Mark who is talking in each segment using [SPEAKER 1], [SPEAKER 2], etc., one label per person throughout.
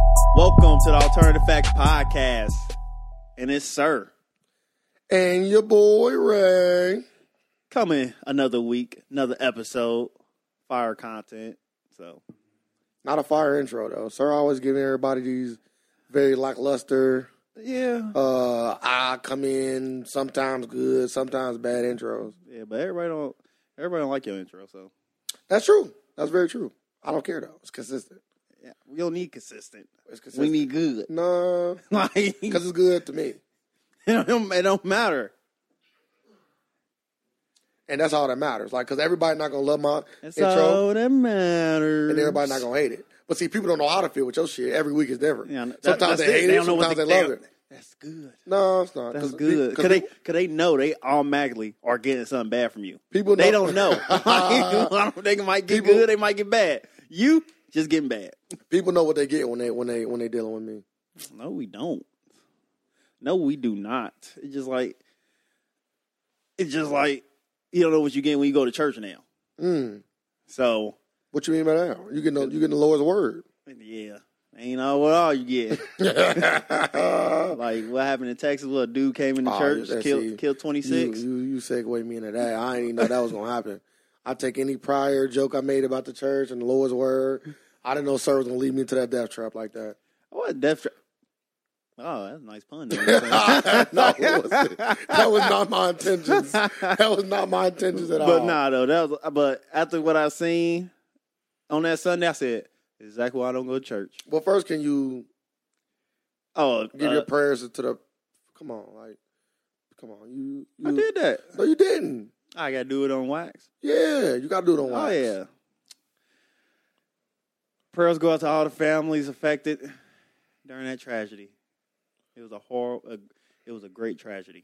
[SPEAKER 1] to the Alternative Facts Podcast. And it's Sir
[SPEAKER 2] And your boy Ray.
[SPEAKER 1] coming another week, another episode, fire content. So,
[SPEAKER 2] Not a fire intro though. Sir always giving everybody these very lackluster.
[SPEAKER 1] yeah.
[SPEAKER 2] Uh, I come in sometimes good, sometimes bad intros.
[SPEAKER 1] Yeah, but everybody don't everybody don't like your intro, so
[SPEAKER 2] That's true. That's very true. I don't care though. It's consistent.
[SPEAKER 1] yeah, we don't need consistent.
[SPEAKER 2] It's consistent.
[SPEAKER 1] We need good.
[SPEAKER 2] no,
[SPEAKER 1] Like it
[SPEAKER 2] because it's good to me,
[SPEAKER 1] don't, it don't matter.
[SPEAKER 2] and that's all that matters. Like, because everybody not gonna love my
[SPEAKER 1] That's
[SPEAKER 2] intro,
[SPEAKER 1] all that matters.
[SPEAKER 2] and everybody not gonna hate it. But see, people don't know how to feel with your shit. Every week is different.
[SPEAKER 1] Yeah, that-
[SPEAKER 2] sometimes
[SPEAKER 1] that's
[SPEAKER 2] they hate it.
[SPEAKER 1] don't know what
[SPEAKER 2] sometimes they, love it.
[SPEAKER 1] That's good.
[SPEAKER 2] No, it's not.
[SPEAKER 1] That's
[SPEAKER 2] 'Cause
[SPEAKER 1] good.
[SPEAKER 2] pe-
[SPEAKER 1] Cause, they, cause they know they automatically are getting something bad from you.
[SPEAKER 2] People
[SPEAKER 1] they
[SPEAKER 2] know-
[SPEAKER 1] don't know. Like, they might get
[SPEAKER 2] People-
[SPEAKER 1] good. They might get bad. You just getting bad.
[SPEAKER 2] people know what they get when they when they when they dealing with me.
[SPEAKER 1] No, we don't. No, we do not. It's just like it's just like you don't know what you get when you go to church now.
[SPEAKER 2] Mm.
[SPEAKER 1] So
[SPEAKER 2] What you mean by that? You getting the, you getting the Lord's word?
[SPEAKER 1] yeah, ain't all what all you get.
[SPEAKER 2] you,
[SPEAKER 1] like what happened in Texas? Where a dude came into
[SPEAKER 2] Oh,
[SPEAKER 1] church,
[SPEAKER 2] yeah, Mm-hmm.
[SPEAKER 1] killed
[SPEAKER 2] see,
[SPEAKER 1] killed twenty six.
[SPEAKER 2] you you segue me into that. I didn't even know that was gonna happen. I take any prior joke I made about the church and the Lord's word. I didn't know sir was gonna lead me into that death trap like that.
[SPEAKER 1] What a death trap. Oh, that's a nice pun. though.
[SPEAKER 2] no, it wasn't. that was not my intentions. That was not my intentions at all.
[SPEAKER 1] But nah, though that was. uh, But after what I seen on that Sunday, I said, "This is "Exactly why I don't go to church."
[SPEAKER 2] Well, first, can you
[SPEAKER 1] Oh,
[SPEAKER 2] give
[SPEAKER 1] uh,
[SPEAKER 2] your prayers to the? Come on, like, come on, you. you
[SPEAKER 1] I did that.
[SPEAKER 2] No, you didn't.
[SPEAKER 1] I gotta do it on wax.
[SPEAKER 2] Yeah, you gotta do it on wax.
[SPEAKER 1] Oh yeah. Prayers go out to all the families affected during that tragedy. It was a horrible. it was a great tragedy.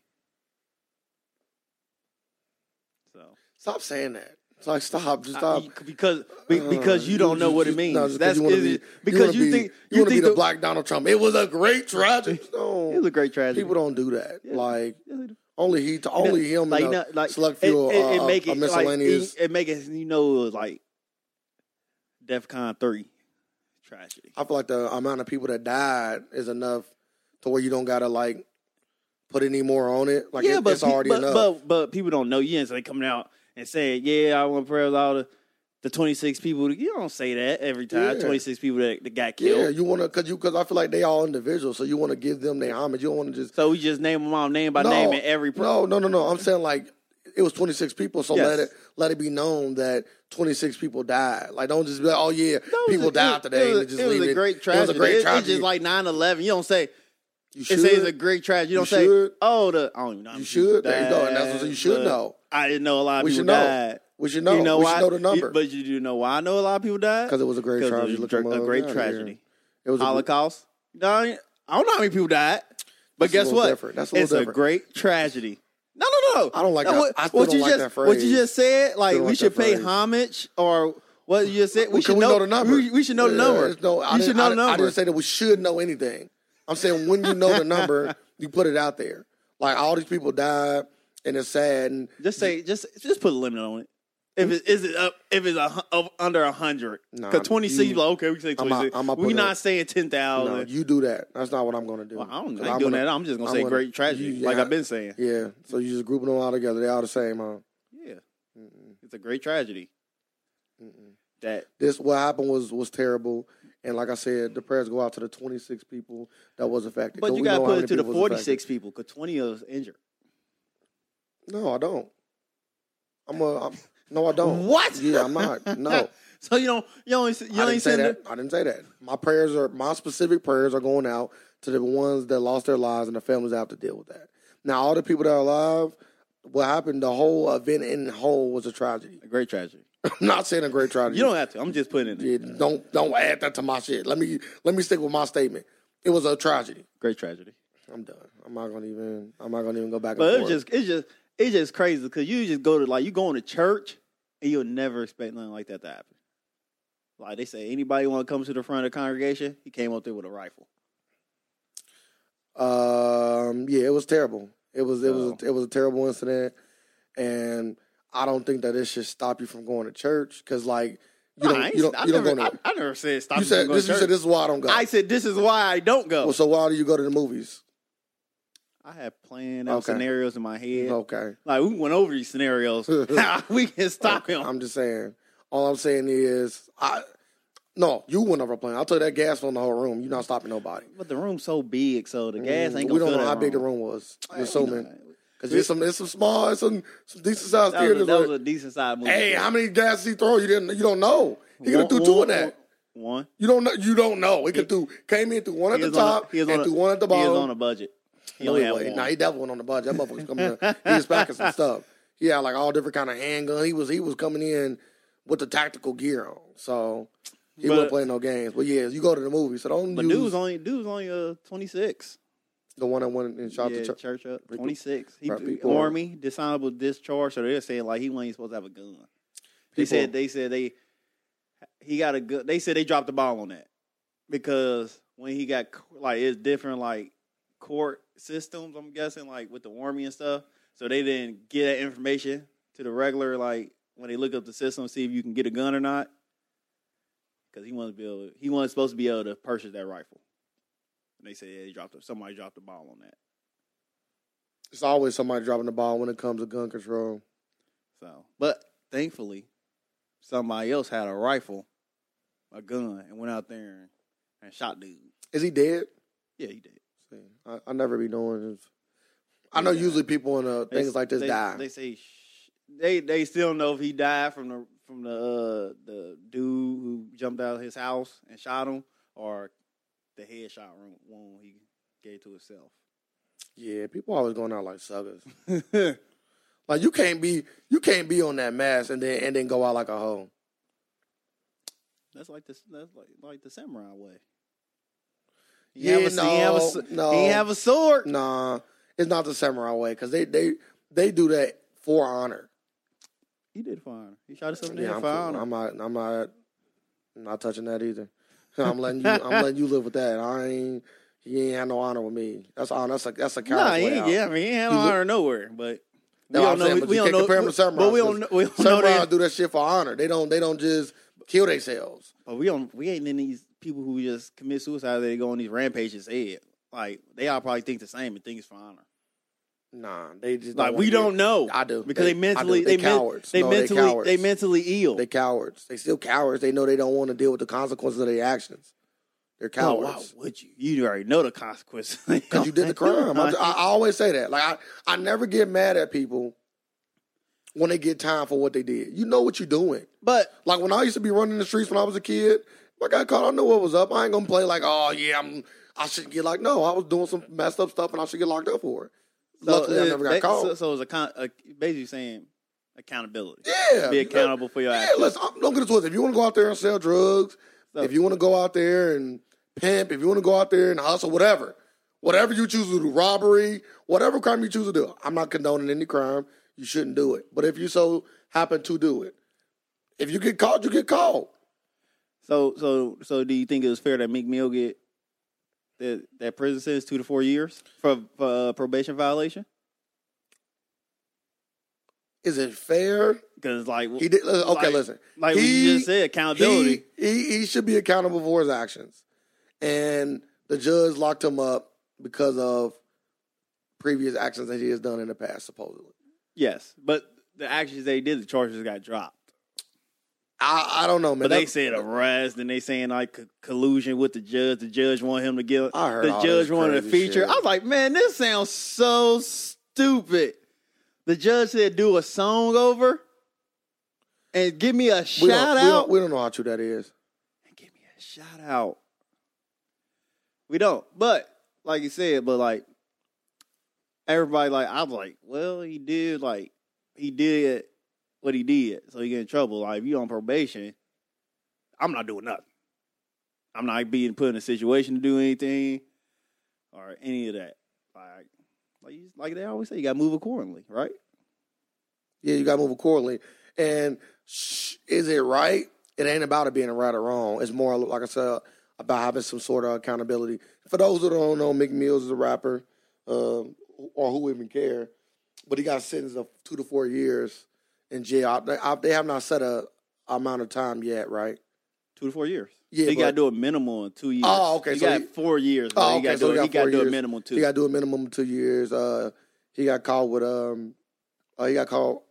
[SPEAKER 1] So
[SPEAKER 2] Stop saying that. It's like stop, just
[SPEAKER 1] I-
[SPEAKER 2] stop.
[SPEAKER 1] you- because be- because you don't know what it means.
[SPEAKER 2] No, just 'cause
[SPEAKER 1] That's
[SPEAKER 2] you wanna
[SPEAKER 1] is
[SPEAKER 2] be-
[SPEAKER 1] it- because
[SPEAKER 2] wanna
[SPEAKER 1] you
[SPEAKER 2] be-
[SPEAKER 1] think
[SPEAKER 2] you want to be
[SPEAKER 1] think
[SPEAKER 2] the,
[SPEAKER 1] the-
[SPEAKER 2] black Donald Trump. It was a great tragedy. No,
[SPEAKER 1] It was a great tragedy.
[SPEAKER 2] people don't do that.
[SPEAKER 1] Yeah.
[SPEAKER 2] Like
[SPEAKER 1] don't,
[SPEAKER 2] only he, to, only him, like,
[SPEAKER 1] not-
[SPEAKER 2] select few, uh, a miscellaneous.
[SPEAKER 1] Like, it, it make it you know it was like DefCon three tragedy.
[SPEAKER 2] I feel like the amount of people that died is enough to where you don't gotta like put any more on it. Like it- it's
[SPEAKER 1] pe-
[SPEAKER 2] already
[SPEAKER 1] but,
[SPEAKER 2] enough.
[SPEAKER 1] but but people don't know you, and so they coming out and saying, "Yeah, I want prayers all the the twenty six people." You don't say that every time.
[SPEAKER 2] Yeah.
[SPEAKER 1] Twenty six people that, that got killed.
[SPEAKER 2] yeah, you want to because you because I feel like they all individuals, so you want to give them their homage. You don't want to just
[SPEAKER 1] So we just name them all name by
[SPEAKER 2] No,
[SPEAKER 1] name and every. Pr-
[SPEAKER 2] No, no, no, no. I'm saying like it was 26 people, so
[SPEAKER 1] Yes.
[SPEAKER 2] let it let it be known that 26 people died. Like don't just be like, oh yeah,
[SPEAKER 1] That was
[SPEAKER 2] people
[SPEAKER 1] a-
[SPEAKER 2] died today.
[SPEAKER 1] It was,
[SPEAKER 2] and just
[SPEAKER 1] it was
[SPEAKER 2] leave
[SPEAKER 1] a great tragedy.
[SPEAKER 2] It was a great
[SPEAKER 1] It-
[SPEAKER 2] tragedy.
[SPEAKER 1] It's just like 9-11. You don't say
[SPEAKER 2] you
[SPEAKER 1] It
[SPEAKER 2] should.
[SPEAKER 1] says a great tragedy. You don't say,
[SPEAKER 2] should.
[SPEAKER 1] oh, the I don't even know. how
[SPEAKER 2] you
[SPEAKER 1] many
[SPEAKER 2] should.
[SPEAKER 1] people
[SPEAKER 2] There you go. And that's
[SPEAKER 1] died,
[SPEAKER 2] what you should
[SPEAKER 1] but
[SPEAKER 2] know.
[SPEAKER 1] I didn't know a lot of
[SPEAKER 2] We
[SPEAKER 1] people
[SPEAKER 2] should know.
[SPEAKER 1] died.
[SPEAKER 2] We should know.
[SPEAKER 1] you know
[SPEAKER 2] we
[SPEAKER 1] why?
[SPEAKER 2] should know the
[SPEAKER 1] You-
[SPEAKER 2] number
[SPEAKER 1] but you do know why I know a lot of people died
[SPEAKER 2] because it was a great tragedy.
[SPEAKER 1] it was
[SPEAKER 2] Look
[SPEAKER 1] a,
[SPEAKER 2] them
[SPEAKER 1] a
[SPEAKER 2] up.
[SPEAKER 1] great
[SPEAKER 2] Yeah, yeah.
[SPEAKER 1] tragedy.
[SPEAKER 2] It was a-
[SPEAKER 1] Holocaust. No, I ain't- I don't know how many people died, but
[SPEAKER 2] That's a
[SPEAKER 1] guess
[SPEAKER 2] little
[SPEAKER 1] what?
[SPEAKER 2] different. That's a
[SPEAKER 1] it's
[SPEAKER 2] little
[SPEAKER 1] a
[SPEAKER 2] different.
[SPEAKER 1] great tragedy. No, no, no.
[SPEAKER 2] I don't like
[SPEAKER 1] No,
[SPEAKER 2] that-
[SPEAKER 1] What,
[SPEAKER 2] I still
[SPEAKER 1] what
[SPEAKER 2] don't
[SPEAKER 1] you
[SPEAKER 2] like
[SPEAKER 1] just
[SPEAKER 2] that
[SPEAKER 1] what you
[SPEAKER 2] phrase.
[SPEAKER 1] just said, like
[SPEAKER 2] don't
[SPEAKER 1] we
[SPEAKER 2] like
[SPEAKER 1] should
[SPEAKER 2] that
[SPEAKER 1] pay
[SPEAKER 2] phrase.
[SPEAKER 1] homage or what you just said. We
[SPEAKER 2] Well,
[SPEAKER 1] should
[SPEAKER 2] can we know the number?
[SPEAKER 1] We, we should know the
[SPEAKER 2] Yeah,
[SPEAKER 1] number.
[SPEAKER 2] it's No,
[SPEAKER 1] you
[SPEAKER 2] I didn't-
[SPEAKER 1] should know the
[SPEAKER 2] I didn't-
[SPEAKER 1] number.
[SPEAKER 2] I didn't say that we should know anything. I'm saying when you know the number, you put it out there. Like all these people died, and it's sad. And
[SPEAKER 1] Just say just just put a limit on it. If it is it up if it's a, hu- of under a hundred,
[SPEAKER 2] Nah,
[SPEAKER 1] because twenty six
[SPEAKER 2] you-
[SPEAKER 1] like okay, we can say
[SPEAKER 2] I'm
[SPEAKER 1] twenty
[SPEAKER 2] not-
[SPEAKER 1] six.
[SPEAKER 2] I'm not
[SPEAKER 1] We
[SPEAKER 2] putting
[SPEAKER 1] not
[SPEAKER 2] up-
[SPEAKER 1] saying ten
[SPEAKER 2] no,
[SPEAKER 1] thousand.
[SPEAKER 2] you do that. That's not what I'm going to do.
[SPEAKER 1] I don't
[SPEAKER 2] 'Cause
[SPEAKER 1] I
[SPEAKER 2] I'm
[SPEAKER 1] ain't doing
[SPEAKER 2] gonna-
[SPEAKER 1] that. I'm just gonna
[SPEAKER 2] I'm
[SPEAKER 1] say
[SPEAKER 2] gonna-
[SPEAKER 1] great tragedy,
[SPEAKER 2] you-
[SPEAKER 1] like
[SPEAKER 2] yeah.
[SPEAKER 1] I've been saying.
[SPEAKER 2] Yeah, so you just grouping them all together. They all the same, huh?
[SPEAKER 1] Yeah, it's a great tragedy. That
[SPEAKER 2] This what happened was was terrible, and like I said, the prayers go out to the 26 people that was affected.
[SPEAKER 1] but
[SPEAKER 2] Don't
[SPEAKER 1] you
[SPEAKER 2] we
[SPEAKER 1] gotta
[SPEAKER 2] know how
[SPEAKER 1] put it
[SPEAKER 2] many
[SPEAKER 1] to the
[SPEAKER 2] people was
[SPEAKER 1] forty
[SPEAKER 2] affected?
[SPEAKER 1] six people because twenty of us injured.
[SPEAKER 2] No, I don't. I'm a I'm, no, I don't.
[SPEAKER 1] What?
[SPEAKER 2] Yeah, I'm not. No,
[SPEAKER 1] So you don't you only s- you
[SPEAKER 2] I
[SPEAKER 1] only
[SPEAKER 2] didn't say
[SPEAKER 1] send
[SPEAKER 2] that.
[SPEAKER 1] it.
[SPEAKER 2] I didn't say that. My prayers are my specific prayers are going out to the ones that lost their lives and the families that have to deal with that. Now, all the people that are alive, what happened? The whole event in whole was a tragedy.
[SPEAKER 1] a great tragedy.
[SPEAKER 2] I'm not saying a great tragedy.
[SPEAKER 1] You don't have to. I'm just putting it. in.
[SPEAKER 2] Yeah, don't don't add that to my shit. Let me let me stick with my statement. It was a tragedy.
[SPEAKER 1] Great tragedy.
[SPEAKER 2] I'm done. I'm not gonna even. I'm not gonna even go back. And
[SPEAKER 1] But it
[SPEAKER 2] forth.
[SPEAKER 1] was just it's just it's just crazy because you just go to like you going to church and you'll never expect nothing like that to happen. Like they say, anybody want to come to the front of the congregation, he came up there with a rifle.
[SPEAKER 2] um, yeah, it was terrible. It was it was
[SPEAKER 1] So-
[SPEAKER 2] it was a terrible incident, and I don't think that it should stop you from going to church because like You don't,
[SPEAKER 1] I, ain't-
[SPEAKER 2] you don't,
[SPEAKER 1] I
[SPEAKER 2] you don't
[SPEAKER 1] never,
[SPEAKER 2] go nowhere.
[SPEAKER 1] I, I never said stop
[SPEAKER 2] you said
[SPEAKER 1] from
[SPEAKER 2] this.
[SPEAKER 1] going to
[SPEAKER 2] You said
[SPEAKER 1] church.
[SPEAKER 2] this is why I don't go.
[SPEAKER 1] I said this is why I don't go.
[SPEAKER 2] well, so why do you go to the movies?
[SPEAKER 1] I had planned out
[SPEAKER 2] Okay.
[SPEAKER 1] scenarios in my head.
[SPEAKER 2] Okay,
[SPEAKER 1] Like we went over these scenarios. we can stop
[SPEAKER 2] Okay,
[SPEAKER 1] him.
[SPEAKER 2] I'm just saying. All I'm saying is, I no, you went over plane. I'll tell you that gas on the whole room. You're not stopping nobody. Mm,
[SPEAKER 1] but the room's so big, so the gas ain't gonna
[SPEAKER 2] we don't
[SPEAKER 1] fill
[SPEAKER 2] know
[SPEAKER 1] that
[SPEAKER 2] how big the
[SPEAKER 1] room.
[SPEAKER 2] room was. There's so many. Because
[SPEAKER 1] We-
[SPEAKER 2] there's some, there's some small, there's some, some decent sized
[SPEAKER 1] That was, a,
[SPEAKER 2] theaters.
[SPEAKER 1] that
[SPEAKER 2] where-
[SPEAKER 1] was a decent sized movie.
[SPEAKER 2] hey, how many gas he throw? You didn't, you don't know. He could
[SPEAKER 1] One-
[SPEAKER 2] do two
[SPEAKER 1] one-
[SPEAKER 2] in that.
[SPEAKER 1] One.
[SPEAKER 2] You don't know. You don't know. He could do came in through one at
[SPEAKER 1] He
[SPEAKER 2] the
[SPEAKER 1] was on a-
[SPEAKER 2] top
[SPEAKER 1] he was
[SPEAKER 2] and
[SPEAKER 1] on a-
[SPEAKER 2] through one at the
[SPEAKER 1] He
[SPEAKER 2] bottom.
[SPEAKER 1] was on a budget. He
[SPEAKER 2] No
[SPEAKER 1] only had
[SPEAKER 2] way.
[SPEAKER 1] one.
[SPEAKER 2] Nah, he definitely went on the budget. That motherfucker's coming in. He was packing some stuff. He had like all different kind of handgun. He was he was coming in with the tactical gear on. So he
[SPEAKER 1] But-
[SPEAKER 2] wasn't playing no games. But yeah, you go to the movie. So don't
[SPEAKER 1] but
[SPEAKER 2] use
[SPEAKER 1] dude was only dude was only uh twenty six.
[SPEAKER 2] the one that went and shot
[SPEAKER 1] yeah,
[SPEAKER 2] the church.
[SPEAKER 1] church up twenty six. He
[SPEAKER 2] Bruh, people are-
[SPEAKER 1] army dishonorable discharge. So they're saying like he wasn't supposed to have a gun. They
[SPEAKER 2] People-
[SPEAKER 1] said they said they he got a gun. They said they dropped the ball on that because when he got c- like it's different like court systems. I'm guessing like with the army and stuff. So they didn't get that information to the regular like when they look up the system see if you can get a gun or not. Because he wasn't be able, he wasn't supposed to be able to purchase that rifle. And they said yeah, he dropped the- somebody dropped the ball on that.
[SPEAKER 2] It's always somebody dropping the ball when it comes to gun control.
[SPEAKER 1] So, but thankfully, somebody else had a rifle, a gun, and went out there and, and shot dude.
[SPEAKER 2] Is he dead?
[SPEAKER 1] Yeah, he did.
[SPEAKER 2] See, I, I never be knowing. If, I know
[SPEAKER 1] Yeah.
[SPEAKER 2] usually people in uh,
[SPEAKER 1] They-
[SPEAKER 2] things like this
[SPEAKER 1] they,
[SPEAKER 2] die.
[SPEAKER 1] They say sh- they they still don't know if he died from the from the uh, the dude who jumped out of his house and shot him, or the headshot ru- wound he gave to himself.
[SPEAKER 2] yeah, people always going out like suckers. Like you can't be you can't be on that mask and then and then go out like a hoe.
[SPEAKER 1] that's like this. That's like like the samurai way. He
[SPEAKER 2] Yeah,
[SPEAKER 1] have a, he have a s-
[SPEAKER 2] no, no.
[SPEAKER 1] he have a sword.
[SPEAKER 2] Nah, it's not the samurai way because they they they do that for honor.
[SPEAKER 1] He did fine. He shot himself in the
[SPEAKER 2] Yeah,
[SPEAKER 1] head
[SPEAKER 2] I'm,
[SPEAKER 1] for
[SPEAKER 2] cool.
[SPEAKER 1] honor.
[SPEAKER 2] I'm not I'm not I'm not touching that either. I'm letting you I'm letting you live with that. I ain't he ain't had no honor with me. That's honor. That's a that's a coward's
[SPEAKER 1] Nah, he
[SPEAKER 2] way
[SPEAKER 1] ain't,
[SPEAKER 2] out.
[SPEAKER 1] yeah, I mean, he ain't had
[SPEAKER 2] You
[SPEAKER 1] no
[SPEAKER 2] look-
[SPEAKER 1] honor nowhere, but
[SPEAKER 2] No, I'm saying, but you can't compare him to samurai.
[SPEAKER 1] But we don't, know- we don't know
[SPEAKER 2] Samurai
[SPEAKER 1] that.
[SPEAKER 2] do that shit for honor. They don't they don't just kill themselves.
[SPEAKER 1] But oh, we don't, we ain't in these people who just commit suicide. They go on these rampages. Head. Like they all probably think the same and think it's for honor.
[SPEAKER 2] Nah, they just
[SPEAKER 1] Like
[SPEAKER 2] don't
[SPEAKER 1] we
[SPEAKER 2] wanna
[SPEAKER 1] don't know.
[SPEAKER 2] do- I do
[SPEAKER 1] because they,
[SPEAKER 2] I do.
[SPEAKER 1] mentally,
[SPEAKER 2] they,
[SPEAKER 1] they, men-
[SPEAKER 2] cowards.
[SPEAKER 1] they
[SPEAKER 2] No,
[SPEAKER 1] mentally,
[SPEAKER 2] they cowards.
[SPEAKER 1] they mentally ill.
[SPEAKER 2] They cowards. They still cowards. They know they don't want to deal with the consequences of their actions. They're
[SPEAKER 1] Oh, why
[SPEAKER 2] cowards
[SPEAKER 1] would you? You already know the consequences because
[SPEAKER 2] because you did the crime. I, I always say that. Like I, I never get mad at people when they get time for what they did. You know what you're doing.
[SPEAKER 1] but
[SPEAKER 2] Like when I used to be running the streets when I was a kid, if I got caught. I knew what was up. I ain't gonna play like, oh yeah, I'm. I shouldn't get like no. I was doing some messed up stuff and I should get locked up for it. Luckily, I
[SPEAKER 1] uh,
[SPEAKER 2] never got
[SPEAKER 1] that-
[SPEAKER 2] caught.
[SPEAKER 1] So, so it's a, con- a basically saying accountability.
[SPEAKER 2] yeah,
[SPEAKER 1] Be
[SPEAKER 2] you know?
[SPEAKER 1] accountable for your
[SPEAKER 2] Yeah,
[SPEAKER 1] actions.
[SPEAKER 2] listen, I'm, don't get it twisted. If you want to go out there and sell drugs,
[SPEAKER 1] So-
[SPEAKER 2] if you want to go out there and pimp, if you want to go out there and hustle, whatever, whatever you choose to do, robbery, whatever crime you choose to do, I'm not condoning any crime. You shouldn't do it. But if you so happen to do it, if you get caught, you get caught.
[SPEAKER 1] So so so do you think it was fair that Meek Mill get that that prison sentence two to four years for, for uh, probation violation?
[SPEAKER 2] Is it fair?
[SPEAKER 1] Because like
[SPEAKER 2] He did. Okay,
[SPEAKER 1] like-
[SPEAKER 2] listen.
[SPEAKER 1] like we
[SPEAKER 2] he-
[SPEAKER 1] just said, accountability.
[SPEAKER 2] He, he he should be accountable for his actions, and the judge locked him up because of previous actions that he has done in the past, supposedly.
[SPEAKER 1] yes, but the actions they did, the charges got dropped.
[SPEAKER 2] I, I don't know,
[SPEAKER 1] But
[SPEAKER 2] man.
[SPEAKER 1] they
[SPEAKER 2] That-
[SPEAKER 1] said arrest, and they saying like co- collusion with the judge. The judge wanted him to get.
[SPEAKER 2] I heard
[SPEAKER 1] the
[SPEAKER 2] all
[SPEAKER 1] judge
[SPEAKER 2] this
[SPEAKER 1] wanted a
[SPEAKER 2] crazy
[SPEAKER 1] feature.
[SPEAKER 2] shit.
[SPEAKER 1] I was like, man, this sounds so stupid. The judge said do a song over and give me a
[SPEAKER 2] we
[SPEAKER 1] shout out.
[SPEAKER 2] don't- We don't, we don't know how true that is.
[SPEAKER 1] and give me a shout out. We don't, but like you said, but like everybody, like I'm like, well, he did, like he did what he did, so he get in trouble. Like if you on probation, I'm not doing nothing. I'm not being put in a situation to do anything or any of that. Like, like, you, like they always say, you got to move accordingly, right?
[SPEAKER 2] Yeah, you got to move accordingly. And sh- is it right? It ain't about it being right or wrong. It's more like I said about having some sort of accountability. For those who don't know, Mick Mills is a rapper, uh, or who even care, but he got sentenced of two to four years in jail. I, I, they have not set a amount of time yet, right?
[SPEAKER 1] Two to four years.
[SPEAKER 2] Yeah,
[SPEAKER 1] you
[SPEAKER 2] but-
[SPEAKER 1] got to do a minimum of two years.
[SPEAKER 2] Oh, okay,
[SPEAKER 1] You
[SPEAKER 2] so
[SPEAKER 1] got
[SPEAKER 2] you-
[SPEAKER 1] four years.
[SPEAKER 2] Oh,
[SPEAKER 1] bro.
[SPEAKER 2] okay,
[SPEAKER 1] You got to do,
[SPEAKER 2] so we
[SPEAKER 1] you
[SPEAKER 2] got
[SPEAKER 1] gotta
[SPEAKER 2] four
[SPEAKER 1] do a
[SPEAKER 2] years.
[SPEAKER 1] minimum two.
[SPEAKER 2] He got to do a minimum of two years. Uh, he got caught with um, uh, he got caught.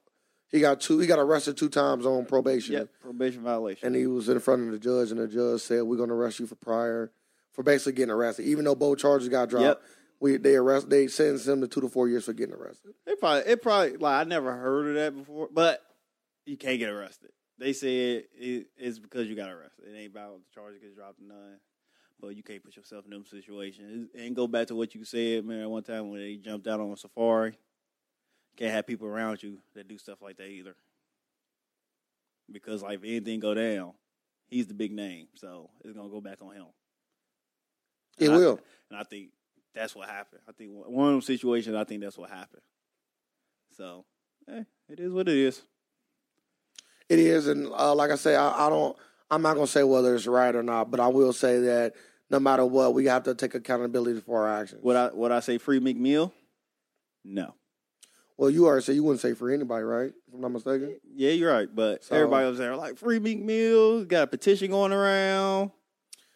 [SPEAKER 2] He got two. He got arrested two times on probation,
[SPEAKER 1] yeah, probation violation.
[SPEAKER 2] and he was in front of the judge, and the judge said, "We're going to arrest you for prior for basically getting arrested, even though both charges got dropped."
[SPEAKER 1] Yep.
[SPEAKER 2] We they arrest they sentenced him to two to four years for getting arrested.
[SPEAKER 1] It probably, it probably, like I never heard of that before, but you can't get arrested. They said it, it's because you got arrested. It ain't about the charges get dropped or none. But you can't put yourself in them situations. It- And go back to what you said, man. One time when they jumped out on a safari, can't have people around you that do stuff like that either. Because like if anything go down, he's the big name, so it's gonna go back on him.
[SPEAKER 2] It
[SPEAKER 1] And I-
[SPEAKER 2] will.
[SPEAKER 1] And I think that's what happened. I think one one of them situations, I think that's what happened. So, eh, it is what it is.
[SPEAKER 2] It is, and uh, like I say, I, I don't. I'm not gonna say whether it's right or not, but I will say that no matter what, we have to take accountability for our actions.
[SPEAKER 1] Would I would I say free McMill? No.
[SPEAKER 2] well, you already said you wouldn't say for anybody, right? If I'm not mistaken.
[SPEAKER 1] Yeah, you're right. But
[SPEAKER 2] So-
[SPEAKER 1] everybody was there like free McMill. Got a petition going around.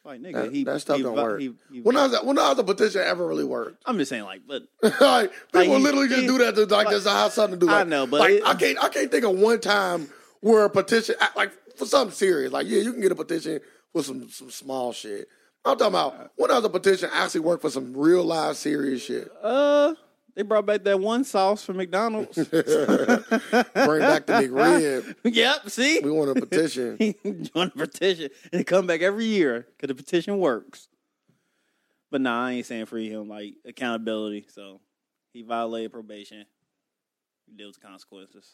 [SPEAKER 1] Like nigga,
[SPEAKER 2] That-
[SPEAKER 1] he
[SPEAKER 2] that stuff
[SPEAKER 1] he
[SPEAKER 2] don't
[SPEAKER 1] vi-
[SPEAKER 2] work.
[SPEAKER 1] he- he-
[SPEAKER 2] When I was when I was a petition, it ever really worked.
[SPEAKER 1] I'm just saying, like, but
[SPEAKER 2] like, people
[SPEAKER 1] Like, you-
[SPEAKER 2] literally just do that to like that's how something to do.
[SPEAKER 1] I
[SPEAKER 2] Like-
[SPEAKER 1] know, but
[SPEAKER 2] like,
[SPEAKER 1] it-
[SPEAKER 2] I can't I can't think of one time where a petition I- like for something serious. Like yeah, you can get a petition for some some small shit. I'm talking about when I was a petition actually worked for some real live serious shit.
[SPEAKER 1] uh, they brought back that one sauce from McDonald's.
[SPEAKER 2] Bring back the McRib.
[SPEAKER 1] yep. See,
[SPEAKER 2] We want a petition.
[SPEAKER 1] join a petition and come back every year because the petition works. But nah, I ain't saying free him like accountability. So he violated probation. He deals with consequences.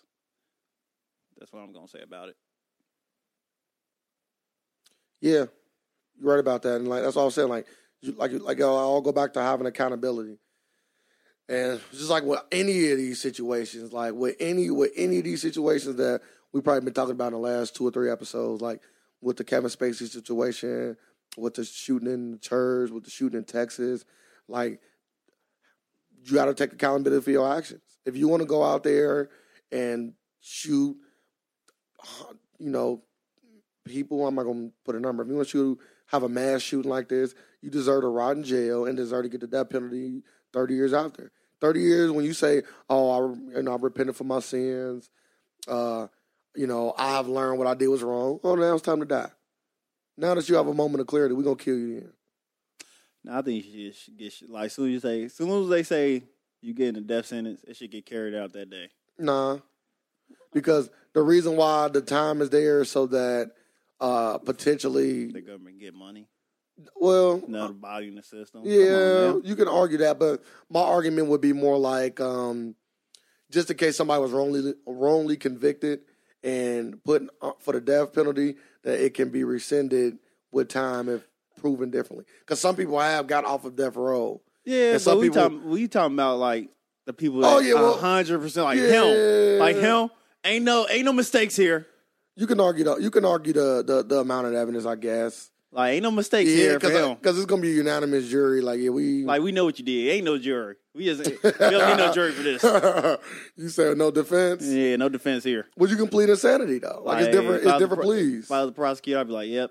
[SPEAKER 1] That's what I'm gonna say about it.
[SPEAKER 2] Yeah, you're right about that, and like that's all I'm saying. Like, you, like, you- like, y'all all go back to having accountability, and it's just like with any of these situations, like with any with any of these situations that we probably been talking about in the last two or three episodes, like with the Kevin Spacey situation, with the shooting in the church, with the shooting in Texas, like you got to take accountability for your actions. If you want to go out there and shoot, you know, people. I'm not gonna put a number. If you want you to have a mass shooting like this, you deserve to rot in jail and deserve to get the death penalty. Thirty years out there. Thirty years when you say, "Oh, I you know I repented for my sins. Uh, you know I've learned what I did was wrong. Oh, now it's time to die. Now that you have a moment of clarity, we're gonna kill you. Then.
[SPEAKER 1] Now I think you should- should get sh- like soon as you say, soon as they say you get in a death sentence, it should get carried out that day.
[SPEAKER 2] Nah, because the reason why the time is there is so that uh
[SPEAKER 1] The
[SPEAKER 2] potentially,
[SPEAKER 1] government get money,
[SPEAKER 2] well,
[SPEAKER 1] another body in the system. Come on
[SPEAKER 2] Uh, Yeah,
[SPEAKER 1] now.
[SPEAKER 2] you can argue that, but my argument would be more like um, just in case somebody was wrongly wrongly convicted and put in- uh, for the death penalty, that it can be rescinded with time if proven differently. Because some people have got off of death row.
[SPEAKER 1] yeah. But
[SPEAKER 2] And some
[SPEAKER 1] we
[SPEAKER 2] people-
[SPEAKER 1] talking we talking about like the people. That
[SPEAKER 2] Oh, yeah, well-
[SPEAKER 1] hundred percent like him.
[SPEAKER 2] Yeah.
[SPEAKER 1] Like him, ain't no ain't no mistakes here.
[SPEAKER 2] You can argue the you can argue the the, the amount of evidence, I guess.
[SPEAKER 1] Like ain't no mistakes
[SPEAKER 2] Yeah,
[SPEAKER 1] here for him.
[SPEAKER 2] because it's gonna be a unanimous jury. Like yeah, we
[SPEAKER 1] like we know what you did. Ain't no jury. We just we don't need no jury for this.
[SPEAKER 2] you said no defense.
[SPEAKER 1] Yeah, no defense here.
[SPEAKER 2] Would you complete insanity though? Like, it's
[SPEAKER 1] if I
[SPEAKER 2] different. It's
[SPEAKER 1] was the
[SPEAKER 2] different.
[SPEAKER 1] pro-
[SPEAKER 2] please.
[SPEAKER 1] If I was the prosecutor, I'd be like, "Yep,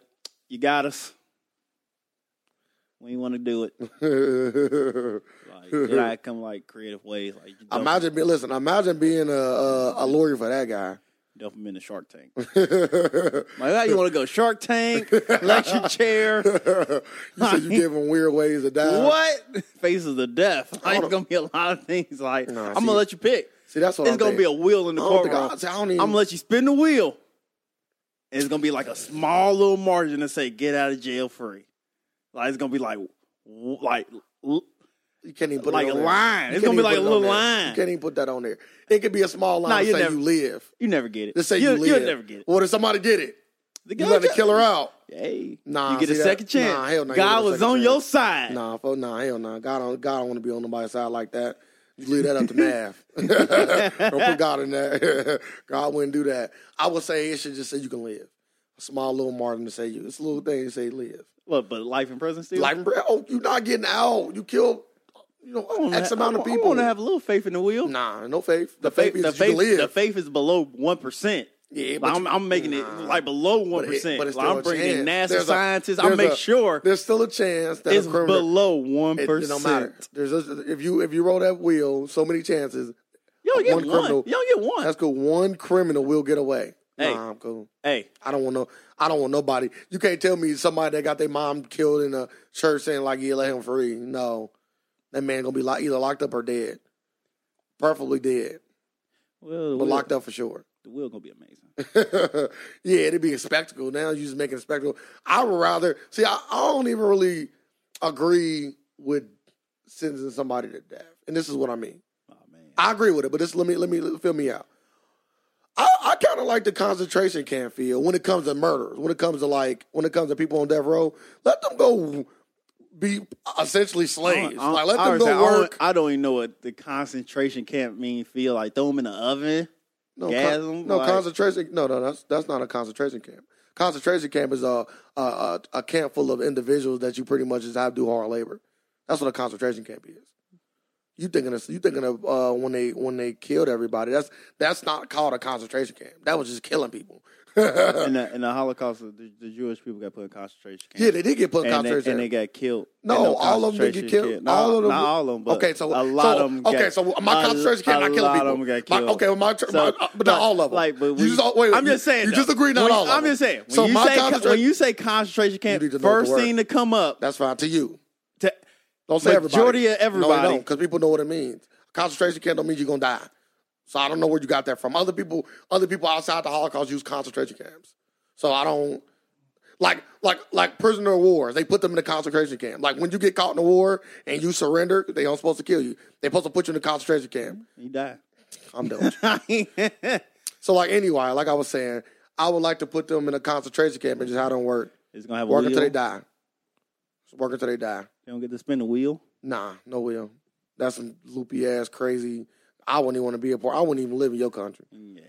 [SPEAKER 1] you got us. We didn't want to do it."
[SPEAKER 2] imagine
[SPEAKER 1] Like, then I come like creative ways, like you dump,
[SPEAKER 2] being listen. Imagine being a a, a lawyer for that guy.
[SPEAKER 1] dump them in the Shark Tank. Like, how you want to go Shark Tank, electric chair?
[SPEAKER 2] you said you give him weird ways to die.
[SPEAKER 1] what faces of death? Like, it's
[SPEAKER 2] don't-
[SPEAKER 1] gonna be a lot of things. Like,
[SPEAKER 2] Nah,
[SPEAKER 1] I'm
[SPEAKER 2] see-
[SPEAKER 1] gonna let you pick.
[SPEAKER 2] See, that's what
[SPEAKER 1] It's
[SPEAKER 2] I'm
[SPEAKER 1] gonna be a
[SPEAKER 2] thinking.
[SPEAKER 1] wheel in the
[SPEAKER 2] I don't think
[SPEAKER 1] courtroom.
[SPEAKER 2] I- see, I don't even-
[SPEAKER 1] I'm gonna let you spin the wheel. And it's gonna be like a small little margin to say get out of jail free. Like it's gonna be like w- like l-
[SPEAKER 2] you can't even put
[SPEAKER 1] like
[SPEAKER 2] it on
[SPEAKER 1] a
[SPEAKER 2] there.
[SPEAKER 1] line.
[SPEAKER 2] You
[SPEAKER 1] It's
[SPEAKER 2] can't
[SPEAKER 1] gonna be
[SPEAKER 2] even
[SPEAKER 1] like a
[SPEAKER 2] put it on
[SPEAKER 1] little
[SPEAKER 2] there.
[SPEAKER 1] line.
[SPEAKER 2] You can't even put that on there. It could be a small line.
[SPEAKER 1] Nah,
[SPEAKER 2] to
[SPEAKER 1] you
[SPEAKER 2] say
[SPEAKER 1] never-
[SPEAKER 2] you live.
[SPEAKER 1] you never get it.
[SPEAKER 2] Just say you,
[SPEAKER 1] you'll,
[SPEAKER 2] live.
[SPEAKER 1] you'll never get it.
[SPEAKER 2] Well, if somebody did it,
[SPEAKER 1] The
[SPEAKER 2] you
[SPEAKER 1] guy
[SPEAKER 2] let a
[SPEAKER 1] just-
[SPEAKER 2] killer out.
[SPEAKER 1] Hey,
[SPEAKER 2] Nah,
[SPEAKER 1] you get a
[SPEAKER 2] see that?
[SPEAKER 1] second chance.
[SPEAKER 2] Nah, hell nah, you
[SPEAKER 1] God
[SPEAKER 2] get a
[SPEAKER 1] was
[SPEAKER 2] second
[SPEAKER 1] on
[SPEAKER 2] chance.
[SPEAKER 1] your side.
[SPEAKER 2] Nah, fo- nah, hell nah. God don't, God don't want to be on nobody's side like that. You leave that up to math. don't put God in that. God wouldn't do that. I would say it should just say you can live. A small little margin to say you. It's a little thing to say live.
[SPEAKER 1] What? But life in prison still.
[SPEAKER 2] Like, oh, you're not getting out. You killed, you
[SPEAKER 1] I
[SPEAKER 2] know,
[SPEAKER 1] wanna
[SPEAKER 2] X
[SPEAKER 1] have-
[SPEAKER 2] amount
[SPEAKER 1] I wanna-
[SPEAKER 2] of
[SPEAKER 1] I
[SPEAKER 2] people.
[SPEAKER 1] want to have a little faith in the wheel.
[SPEAKER 2] nah, no faith. The,
[SPEAKER 1] the faith,
[SPEAKER 2] faith is
[SPEAKER 1] the
[SPEAKER 2] that you
[SPEAKER 1] faith,
[SPEAKER 2] can live.
[SPEAKER 1] the faith is below one percent.
[SPEAKER 2] Yeah,
[SPEAKER 1] Like, I'm, I'm making it
[SPEAKER 2] Nah.
[SPEAKER 1] like below one percent.
[SPEAKER 2] but it's
[SPEAKER 1] Like,
[SPEAKER 2] still
[SPEAKER 1] I'm
[SPEAKER 2] a
[SPEAKER 1] bringing in NASA
[SPEAKER 2] chance. There's a-
[SPEAKER 1] scientists. I
[SPEAKER 2] there's
[SPEAKER 1] make
[SPEAKER 2] a-
[SPEAKER 1] sure
[SPEAKER 2] there's still a chance that
[SPEAKER 1] it's
[SPEAKER 2] a criminal
[SPEAKER 1] below one
[SPEAKER 2] It, it don't
[SPEAKER 1] percent.
[SPEAKER 2] matter. There's a, if you if you roll that wheel, so many chances.
[SPEAKER 1] You don't get
[SPEAKER 2] One
[SPEAKER 1] one.
[SPEAKER 2] criminal.
[SPEAKER 1] You don't get one.
[SPEAKER 2] That's cool. One criminal will get away.
[SPEAKER 1] Hey.
[SPEAKER 2] Nah, I'm cool.
[SPEAKER 1] hey,
[SPEAKER 2] I don't want no. I don't want nobody. You can't tell me somebody that got their mom killed in a church saying like, "Yeah, let him free." No, that man gonna be lock, either locked up or dead. Preferably dead,
[SPEAKER 1] well, the
[SPEAKER 2] but
[SPEAKER 1] wheel-
[SPEAKER 2] locked up for sure.
[SPEAKER 1] the wheel gonna be amazing.
[SPEAKER 2] yeah, it'd be a spectacle. Now you just making a spectacle. I would rather see. I, I don't even really agree with sentencing somebody to death, and this is what I mean.
[SPEAKER 1] Oh man,
[SPEAKER 2] I agree with it, but just let me let me fill me out. I, I kind of like the concentration camp feel when it comes to murders, when it comes to like when it comes to people on death row. Let them go be essentially slaves.
[SPEAKER 1] I- I-
[SPEAKER 2] like let
[SPEAKER 1] I always
[SPEAKER 2] them go
[SPEAKER 1] say, I don't-
[SPEAKER 2] work.
[SPEAKER 1] I don't even know what the concentration camp mean. Feel like throw them in the oven.
[SPEAKER 2] No,
[SPEAKER 1] gas
[SPEAKER 2] con-
[SPEAKER 1] them,
[SPEAKER 2] no
[SPEAKER 1] like-
[SPEAKER 2] concentration. No, no, that's that's not a concentration camp. Concentration camp is a, a a a camp full of individuals that you pretty much just have to do hard labor. That's what a concentration camp is. You thinking of you thinking of uh, when they when they killed everybody. That's that's not called a concentration camp. That was just killing people. yeah,
[SPEAKER 1] In the, in the Holocaust, the, the Jewish people got put in concentration camps.
[SPEAKER 2] they did get put in
[SPEAKER 1] and
[SPEAKER 2] concentration.
[SPEAKER 1] they, and they
[SPEAKER 2] camp.
[SPEAKER 1] got killed.
[SPEAKER 2] No,
[SPEAKER 1] in the
[SPEAKER 2] all of them didn't get
[SPEAKER 1] concentration
[SPEAKER 2] killed.
[SPEAKER 1] camp. No,
[SPEAKER 2] All of them-
[SPEAKER 1] not all of them. But
[SPEAKER 2] okay, so
[SPEAKER 1] a lot
[SPEAKER 2] so,
[SPEAKER 1] of them.
[SPEAKER 2] Okay,
[SPEAKER 1] got,
[SPEAKER 2] so my
[SPEAKER 1] a-
[SPEAKER 2] concentration camp
[SPEAKER 1] a
[SPEAKER 2] not killing
[SPEAKER 1] lot
[SPEAKER 2] people.
[SPEAKER 1] of them got
[SPEAKER 2] My-
[SPEAKER 1] killed.
[SPEAKER 2] okay, well, my, tur-
[SPEAKER 1] So-
[SPEAKER 2] my uh, but not all of them.
[SPEAKER 1] Like, but
[SPEAKER 2] you
[SPEAKER 1] we-
[SPEAKER 2] just, all- wait,
[SPEAKER 1] I'm
[SPEAKER 2] you-
[SPEAKER 1] just saying.
[SPEAKER 2] You
[SPEAKER 1] though,
[SPEAKER 2] just agreed not
[SPEAKER 1] when-
[SPEAKER 2] all of them.
[SPEAKER 1] I'm just saying. When
[SPEAKER 2] So
[SPEAKER 1] you
[SPEAKER 2] my
[SPEAKER 1] say,
[SPEAKER 2] concentra-
[SPEAKER 1] when you say concentration camp,
[SPEAKER 2] need to know the
[SPEAKER 1] first
[SPEAKER 2] word.
[SPEAKER 1] thing to come up.
[SPEAKER 2] That's fine to you.
[SPEAKER 1] To,
[SPEAKER 2] Don't say everybody.
[SPEAKER 1] Majority of
[SPEAKER 2] No, they
[SPEAKER 1] everybody.
[SPEAKER 2] don't, because people know what it means. Concentration camp don't mean you're gonna die. So I don't know where you got that from. Other people, other people outside the Holocaust use concentration camps. So I don't like like like prisoner of wars. They put them in a concentration camp. Like when you get caught in a war and you surrender, they aren't supposed to kill you. They're supposed to put you in a concentration camp.
[SPEAKER 1] you die.
[SPEAKER 2] I'm done. with you. so like anyway, like I was saying, I would like to put them in a concentration camp and just have them work,
[SPEAKER 1] it's gonna have a
[SPEAKER 2] work
[SPEAKER 1] wheel.
[SPEAKER 2] until they
[SPEAKER 1] They,
[SPEAKER 2] die, work until they die.
[SPEAKER 1] don't get to spin the wheel.
[SPEAKER 2] Nah, no will. That's some loopy ass crazy. I wouldn't even want to be a part. I wouldn't even live in your country.
[SPEAKER 1] Yay.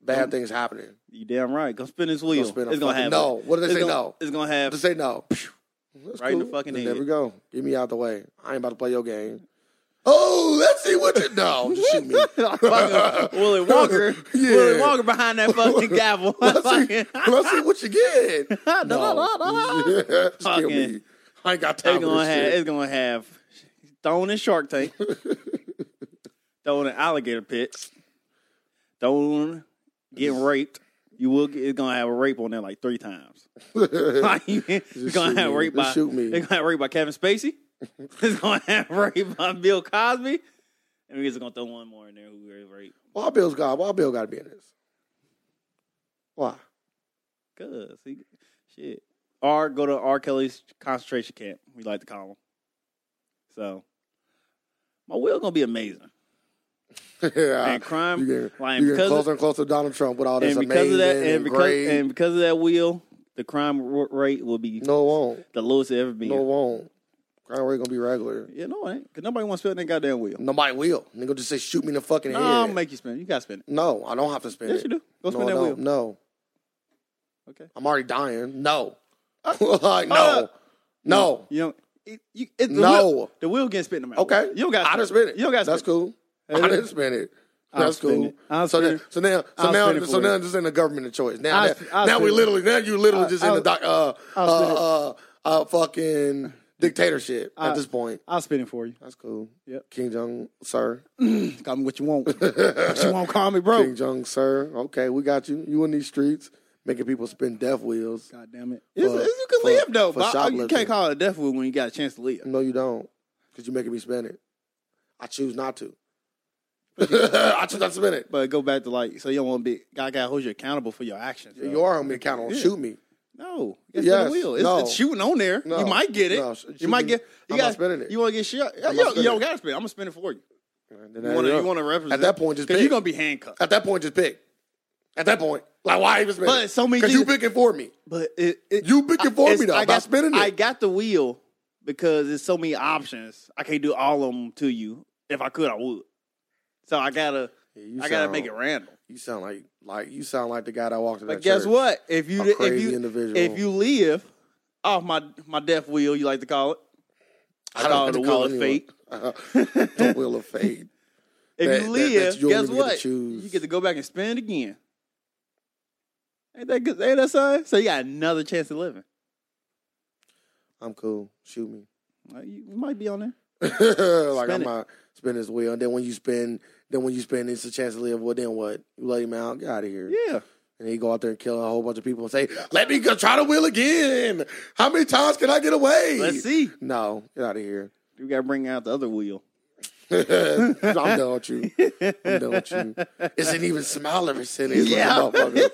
[SPEAKER 2] Bad things happening.
[SPEAKER 1] You damn right. Go spin this wheel.
[SPEAKER 2] spin a
[SPEAKER 1] it's gonna
[SPEAKER 2] fucking-
[SPEAKER 1] happen.
[SPEAKER 2] no. What did they
[SPEAKER 1] it's
[SPEAKER 2] say?
[SPEAKER 1] Gonna,
[SPEAKER 2] No.
[SPEAKER 1] It's gonna
[SPEAKER 2] Just
[SPEAKER 1] happen.
[SPEAKER 2] say no. That's
[SPEAKER 1] Right in the fucking
[SPEAKER 2] Then There
[SPEAKER 1] head.
[SPEAKER 2] we go. Get me out the way. I ain't about to play your game. Oh, let's see what you no. Just shoot me.
[SPEAKER 1] Fucking Willie Walker.
[SPEAKER 2] Yeah.
[SPEAKER 1] Willie Walker behind that fucking gavel.
[SPEAKER 2] Let's see, let's see what you get.
[SPEAKER 1] Da, da, da, da, da.
[SPEAKER 2] No. Just kill me.
[SPEAKER 1] Fucking-
[SPEAKER 2] I ain't got
[SPEAKER 1] It's
[SPEAKER 2] time for
[SPEAKER 1] gonna
[SPEAKER 2] this
[SPEAKER 1] have.
[SPEAKER 2] shit.
[SPEAKER 1] It's gonna have. Thrown in Shark Tank. thrown in alligator pit. Thrown. Getting raped. You will. Get, it's gonna have a rape on there like three times. Like, it's
[SPEAKER 2] shoot
[SPEAKER 1] gonna have
[SPEAKER 2] me.
[SPEAKER 1] rape
[SPEAKER 2] Just
[SPEAKER 1] by.
[SPEAKER 2] shoot me.
[SPEAKER 1] It's gonna have rape by Kevin Spacey. it's gonna have rape by Bill Cosby. And we're just gonna throw one more in there. Who is rape?
[SPEAKER 2] Why Bill's got? Why Bill got to be in this? Why?
[SPEAKER 1] Cause he, shit. Or go to R. Kelly's concentration camp. We like to call him. So my will gonna be amazing.
[SPEAKER 2] yeah,
[SPEAKER 1] and crime,
[SPEAKER 2] you get,
[SPEAKER 1] like,
[SPEAKER 2] you get
[SPEAKER 1] because of-
[SPEAKER 2] closer and closer to Donald Trump with all this
[SPEAKER 1] and because
[SPEAKER 2] amazing
[SPEAKER 1] of that,
[SPEAKER 2] and,
[SPEAKER 1] and because
[SPEAKER 2] great.
[SPEAKER 1] and because of that will, the crime r- rate will be
[SPEAKER 2] no, it won't.
[SPEAKER 1] the lowest it ever been.
[SPEAKER 2] No, it won't. Crime rate gonna be regular.
[SPEAKER 1] Yeah, no, it ain't. Cause nobody wants to spin that goddamn wheel.
[SPEAKER 2] Nobody will. Nigga just say shoot me in the fucking
[SPEAKER 1] No,
[SPEAKER 2] head.
[SPEAKER 1] I'll make you spin. it. You gotta spin it.
[SPEAKER 2] no, I don't have to spin
[SPEAKER 1] Yes,
[SPEAKER 2] it.
[SPEAKER 1] you do. Go spin
[SPEAKER 2] no,
[SPEAKER 1] that
[SPEAKER 2] no,
[SPEAKER 1] wheel.
[SPEAKER 2] no.
[SPEAKER 1] Okay.
[SPEAKER 2] I'm already dying. No, like no,
[SPEAKER 1] uh,
[SPEAKER 2] no.
[SPEAKER 1] You know, it, you, it, the
[SPEAKER 2] No.
[SPEAKER 1] wheel, the wheel getting spit no matter.
[SPEAKER 2] Okay,
[SPEAKER 1] what. you don't got.
[SPEAKER 2] I didn't spin it.
[SPEAKER 1] You don't got.
[SPEAKER 2] That's cool.
[SPEAKER 1] Hey,
[SPEAKER 2] I
[SPEAKER 1] look.
[SPEAKER 2] didn't spin it.
[SPEAKER 1] I'll
[SPEAKER 2] That's
[SPEAKER 1] spin
[SPEAKER 2] cool.
[SPEAKER 1] it. I'll
[SPEAKER 2] So,
[SPEAKER 1] spin
[SPEAKER 2] now,
[SPEAKER 1] it.
[SPEAKER 2] so now, so
[SPEAKER 1] I'll spin
[SPEAKER 2] now,
[SPEAKER 1] it
[SPEAKER 2] so
[SPEAKER 1] for
[SPEAKER 2] now,
[SPEAKER 1] you.
[SPEAKER 2] this ain't a government of choice. Now,
[SPEAKER 1] I'll
[SPEAKER 2] that,
[SPEAKER 1] sp- I'll
[SPEAKER 2] now we
[SPEAKER 1] spin it.
[SPEAKER 2] literally, now you literally just in
[SPEAKER 1] I'll-
[SPEAKER 2] the doc, uh,
[SPEAKER 1] I'll spin it.
[SPEAKER 2] uh, uh, uh, fucking dictatorship at
[SPEAKER 1] I-
[SPEAKER 2] this point.
[SPEAKER 1] I'll spin it for you.
[SPEAKER 2] Uh, That's cool.
[SPEAKER 1] Yep.
[SPEAKER 2] King Jong, sir.
[SPEAKER 1] Call me what you want. what you want? Call me, bro.
[SPEAKER 2] King Jong, sir. Okay, we got you. You in these streets making people spin death wheels?
[SPEAKER 1] God damn it!
[SPEAKER 2] For-
[SPEAKER 1] It's- it's- you can
[SPEAKER 2] for-
[SPEAKER 1] live though,
[SPEAKER 2] for
[SPEAKER 1] but I- you
[SPEAKER 2] shoplifting.
[SPEAKER 1] can't call it a death wish when you got a chance to live.
[SPEAKER 2] No, you don't, because you're making me spin it. I choose not to. I choose not to spin it.
[SPEAKER 1] But go back to like, so you don't want to be. God got to hold you accountable for your actions. yo.
[SPEAKER 2] You are on me accountable.
[SPEAKER 1] Yeah.
[SPEAKER 2] Shoot me.
[SPEAKER 1] no, it's
[SPEAKER 2] Yes,
[SPEAKER 1] the wheel. It's,
[SPEAKER 2] no.
[SPEAKER 1] it's shooting on there.
[SPEAKER 2] No,
[SPEAKER 1] you might get it.
[SPEAKER 2] no, sh-
[SPEAKER 1] you might
[SPEAKER 2] shooting-
[SPEAKER 1] get. You
[SPEAKER 2] I'm
[SPEAKER 1] got
[SPEAKER 2] not spinning it.
[SPEAKER 1] You want to get shot?
[SPEAKER 2] not
[SPEAKER 1] Yo, you
[SPEAKER 2] spinning
[SPEAKER 1] don't
[SPEAKER 2] it.
[SPEAKER 1] got to spin. it. I'm gonna spin it for you.
[SPEAKER 2] Then
[SPEAKER 1] You
[SPEAKER 2] there
[SPEAKER 1] want
[SPEAKER 2] you
[SPEAKER 1] to
[SPEAKER 2] go.
[SPEAKER 1] represent
[SPEAKER 2] At that point, just
[SPEAKER 1] because you're gonna
[SPEAKER 2] pick.
[SPEAKER 1] be handcuffed.
[SPEAKER 2] At that point, just pick. At that point, like why even spin?
[SPEAKER 1] But so many
[SPEAKER 2] because you
[SPEAKER 1] things-
[SPEAKER 2] picking for me.
[SPEAKER 1] But it, it
[SPEAKER 2] You picking for
[SPEAKER 1] it's-
[SPEAKER 2] me though.
[SPEAKER 1] I
[SPEAKER 2] I
[SPEAKER 1] got
[SPEAKER 2] got spinning
[SPEAKER 1] I
[SPEAKER 2] it.
[SPEAKER 1] got the wheel because there's so many options. I can't do all of them to you. If I could, I would. So I gotta,
[SPEAKER 2] Yeah, you
[SPEAKER 1] I gotta
[SPEAKER 2] sound-
[SPEAKER 1] make it random.
[SPEAKER 2] You sound like like you sound like the guy that walked in.
[SPEAKER 1] But
[SPEAKER 2] that
[SPEAKER 1] guess
[SPEAKER 2] church.
[SPEAKER 1] what? If you
[SPEAKER 2] A
[SPEAKER 1] di- if
[SPEAKER 2] crazy
[SPEAKER 1] you
[SPEAKER 2] individual.
[SPEAKER 1] if you live off my my death wheel, you like to call it. I,
[SPEAKER 2] don't
[SPEAKER 1] call it the
[SPEAKER 2] like to
[SPEAKER 1] wheel
[SPEAKER 2] call
[SPEAKER 1] of
[SPEAKER 2] anyone-
[SPEAKER 1] fate.
[SPEAKER 2] the wheel of fate.
[SPEAKER 1] If
[SPEAKER 2] That- that-
[SPEAKER 1] you
[SPEAKER 2] that
[SPEAKER 1] live,
[SPEAKER 2] you don't
[SPEAKER 1] guess
[SPEAKER 2] even get to
[SPEAKER 1] what?
[SPEAKER 2] choose.
[SPEAKER 1] You get to go back and spin it again. Ain't that good? Ain't that son? So you got another chance of living.
[SPEAKER 2] I'm cool. Shoot me.
[SPEAKER 1] Like, you, you might be on there.
[SPEAKER 2] like I'm
[SPEAKER 1] it.
[SPEAKER 2] not spending this wheel. And then when you spend, then when you spend, it's a chance to live. Well, then what? You let him out. Get out of here.
[SPEAKER 1] Yeah.
[SPEAKER 2] And he go out there and kill a whole bunch of people and say, "Let me go try the wheel again. How many times can I get away?"
[SPEAKER 1] Let's see.
[SPEAKER 2] No, get out of here.
[SPEAKER 1] You got to bring out the other wheel.
[SPEAKER 2] I'm done with you. I'm done with you. It's an even smaller city.
[SPEAKER 1] Yeah.
[SPEAKER 2] Yeah.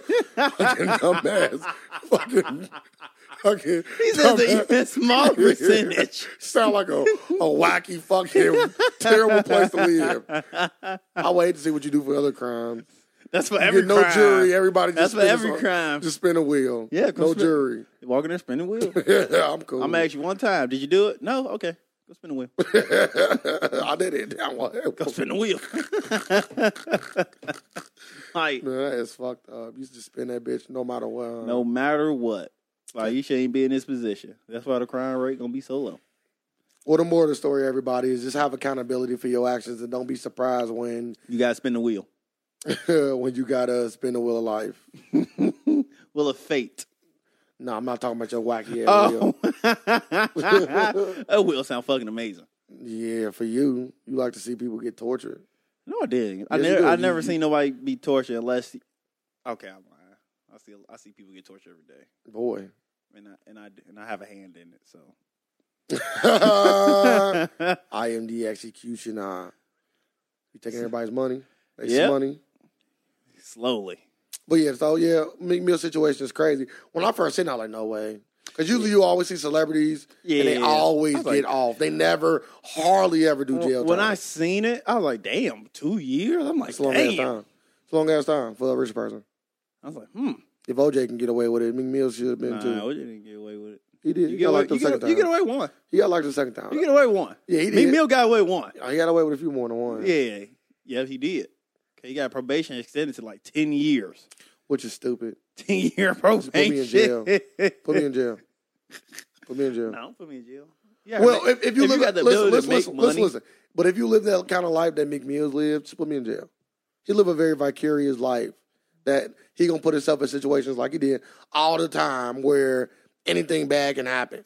[SPEAKER 2] Fucking dumbass. Fucking. Fucking.
[SPEAKER 1] He says
[SPEAKER 2] dumbass.
[SPEAKER 1] a even smaller percentage.
[SPEAKER 2] Sound like a, a wacky fucking terrible place to live. I would hate to see what you do for other crimes.
[SPEAKER 1] That's for
[SPEAKER 2] You
[SPEAKER 1] every
[SPEAKER 2] get no
[SPEAKER 1] crime.
[SPEAKER 2] jury. Everybody
[SPEAKER 1] That's
[SPEAKER 2] just
[SPEAKER 1] for
[SPEAKER 2] spin
[SPEAKER 1] every
[SPEAKER 2] some-
[SPEAKER 1] crime.
[SPEAKER 2] Just spin a wheel.
[SPEAKER 1] Yeah, go
[SPEAKER 2] no
[SPEAKER 1] spin-
[SPEAKER 2] jury.
[SPEAKER 1] Walking there spinning wheel.
[SPEAKER 2] I'm cool.
[SPEAKER 1] I'm gonna ask you one time. Did you do it? No. Okay. Go spin the wheel.
[SPEAKER 2] I did it. That one.
[SPEAKER 1] Go spin the wheel. like
[SPEAKER 2] Man, that is fucked up. You just spin that bitch no matter what.
[SPEAKER 1] no matter what, like you shouldn't be in this position. That's why the crime rate gonna be so low.
[SPEAKER 2] Well, the moral of the story, everybody, is just have accountability for your actions and don't be surprised when
[SPEAKER 1] You gotta spin the wheel.
[SPEAKER 2] when you gotta spin the wheel of life.
[SPEAKER 1] Wheel of fate.
[SPEAKER 2] No, I'm not talking about your wacky ass wheel.
[SPEAKER 1] Oh, that wheel sound fucking amazing.
[SPEAKER 2] Yeah, for you, you like to see people get tortured.
[SPEAKER 1] No, I didn't. I
[SPEAKER 2] Yes, you
[SPEAKER 1] never,
[SPEAKER 2] do.
[SPEAKER 1] I
[SPEAKER 2] You-
[SPEAKER 1] never
[SPEAKER 2] you-
[SPEAKER 1] seen nobody be tortured unless. Okay, I'm lying. I see, I see people get tortured every day,
[SPEAKER 2] Boy.
[SPEAKER 1] and I and I and I have a hand in it. So
[SPEAKER 2] I am the executioner. You taking everybody's money. They
[SPEAKER 1] Yep.
[SPEAKER 2] money.
[SPEAKER 1] slowly,
[SPEAKER 2] But yeah, so yeah, Meek Mill situation is crazy. When I first seen it, I was like, no way. Because usually you always see celebrities and they
[SPEAKER 1] Yeah.
[SPEAKER 2] always
[SPEAKER 1] I
[SPEAKER 2] get
[SPEAKER 1] was like-
[SPEAKER 2] off. They never, hardly ever do jail time.
[SPEAKER 1] when I seen it, I was like, "Damn, two years!" I'm like,
[SPEAKER 2] it's a long ass
[SPEAKER 1] "Damn!"
[SPEAKER 2] time. It's a long ass time for a rich person.
[SPEAKER 1] I was like, "Hmm."
[SPEAKER 2] If OJ can get away with it, Meek Mill should have been
[SPEAKER 1] Nah,
[SPEAKER 2] too.
[SPEAKER 1] we didn't get away with it.
[SPEAKER 2] He did.
[SPEAKER 1] You
[SPEAKER 2] He
[SPEAKER 1] get
[SPEAKER 2] got
[SPEAKER 1] away,
[SPEAKER 2] like the
[SPEAKER 1] you get,
[SPEAKER 2] second time.
[SPEAKER 1] you get away one.
[SPEAKER 2] He got like the second time.
[SPEAKER 1] You get away one.
[SPEAKER 2] yeah, he
[SPEAKER 1] Meek
[SPEAKER 2] did.
[SPEAKER 1] Mill got away one.
[SPEAKER 2] He got away with a few more than one,
[SPEAKER 1] Yeah, yeah, he did. Okay, he got probation extended to like ten years.
[SPEAKER 2] which is stupid.
[SPEAKER 1] Ten year
[SPEAKER 2] Just
[SPEAKER 1] probation.
[SPEAKER 2] put me in jail. Put me in jail. Put me in jail.
[SPEAKER 1] no, put me in jail. Yeah,
[SPEAKER 2] Well,
[SPEAKER 1] man.
[SPEAKER 2] if, if you
[SPEAKER 1] if
[SPEAKER 2] live
[SPEAKER 1] you got the
[SPEAKER 2] listen,
[SPEAKER 1] ability to
[SPEAKER 2] listen,
[SPEAKER 1] make
[SPEAKER 2] listen, listen,
[SPEAKER 1] money.
[SPEAKER 2] listen. But if you live that kind of life that Meek Mills lived, just put me in jail. He live a very vicarious life that he gonna put himself in situations like he did all the time where anything bad can happen.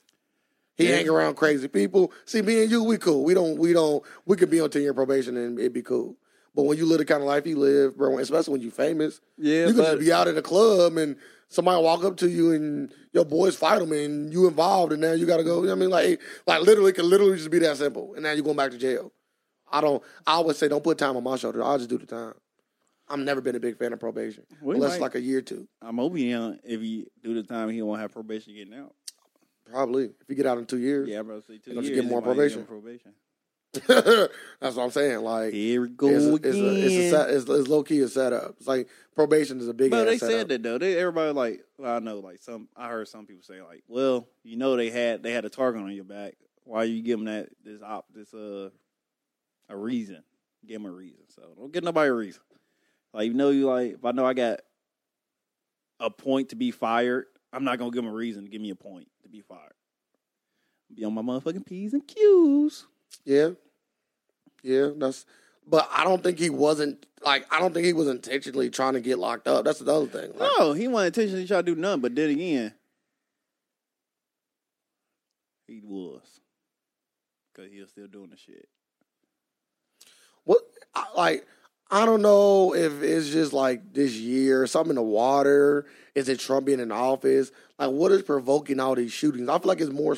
[SPEAKER 2] He
[SPEAKER 1] Yeah.
[SPEAKER 2] hang around crazy people. See, me and you, we cool. We don't, we don't, we could be on ten year probation and it'd be cool. But when you live the kind of life he lived, bro, especially when you famous,
[SPEAKER 1] yeah,
[SPEAKER 2] you could
[SPEAKER 1] but
[SPEAKER 2] just be out at a club and somebody walk up to you and your boys fight them and you involved and now you gotta go. You know what I mean? Like, like literally, it could literally just be that simple. And now you're going back to jail. I don't. I always say, don't put time on my shoulder. I'll just do the time. I've never been a big fan of probation
[SPEAKER 1] We
[SPEAKER 2] unless
[SPEAKER 1] might-
[SPEAKER 2] like a year or two,
[SPEAKER 1] I'm hoping you know, if he do the time, he won't have probation getting out.
[SPEAKER 2] probably. If you get out in two years,
[SPEAKER 1] Yeah, I'm about to say two
[SPEAKER 2] Don't
[SPEAKER 1] years.
[SPEAKER 2] you get more
[SPEAKER 1] he might give him
[SPEAKER 2] probation?
[SPEAKER 1] Probation.
[SPEAKER 2] that's what I'm saying. Like,
[SPEAKER 1] Here we go
[SPEAKER 2] it's a,
[SPEAKER 1] again.
[SPEAKER 2] it's, a, it's, a set, it's, it's low key a setup. It's like probation is a big.
[SPEAKER 1] But
[SPEAKER 2] ass
[SPEAKER 1] they
[SPEAKER 2] setup.
[SPEAKER 1] said that though. They everybody like well, I know like some I heard some people say like, well, you know they had they had a target on your back. Why you give them that this op this uh a reason? Give them a reason. So don't give nobody a reason. Like you know you like if I know I got a point to be fired, I'm not gonna give them a reason to give me a point to be fired. Be on my motherfucking p's and q's.
[SPEAKER 2] Yeah. Yeah, that's but I don't think he wasn't like I don't think he was intentionally trying to get locked up. That's another thing. Like,
[SPEAKER 1] No, he wasn't intentionally trying to do nothing, but then again, he was. Because he was still doing the shit.
[SPEAKER 2] What I, like I don't know if it's just like this year, something in the water. Is it Trump being in office? Like what is provoking all these shootings? I feel like it's more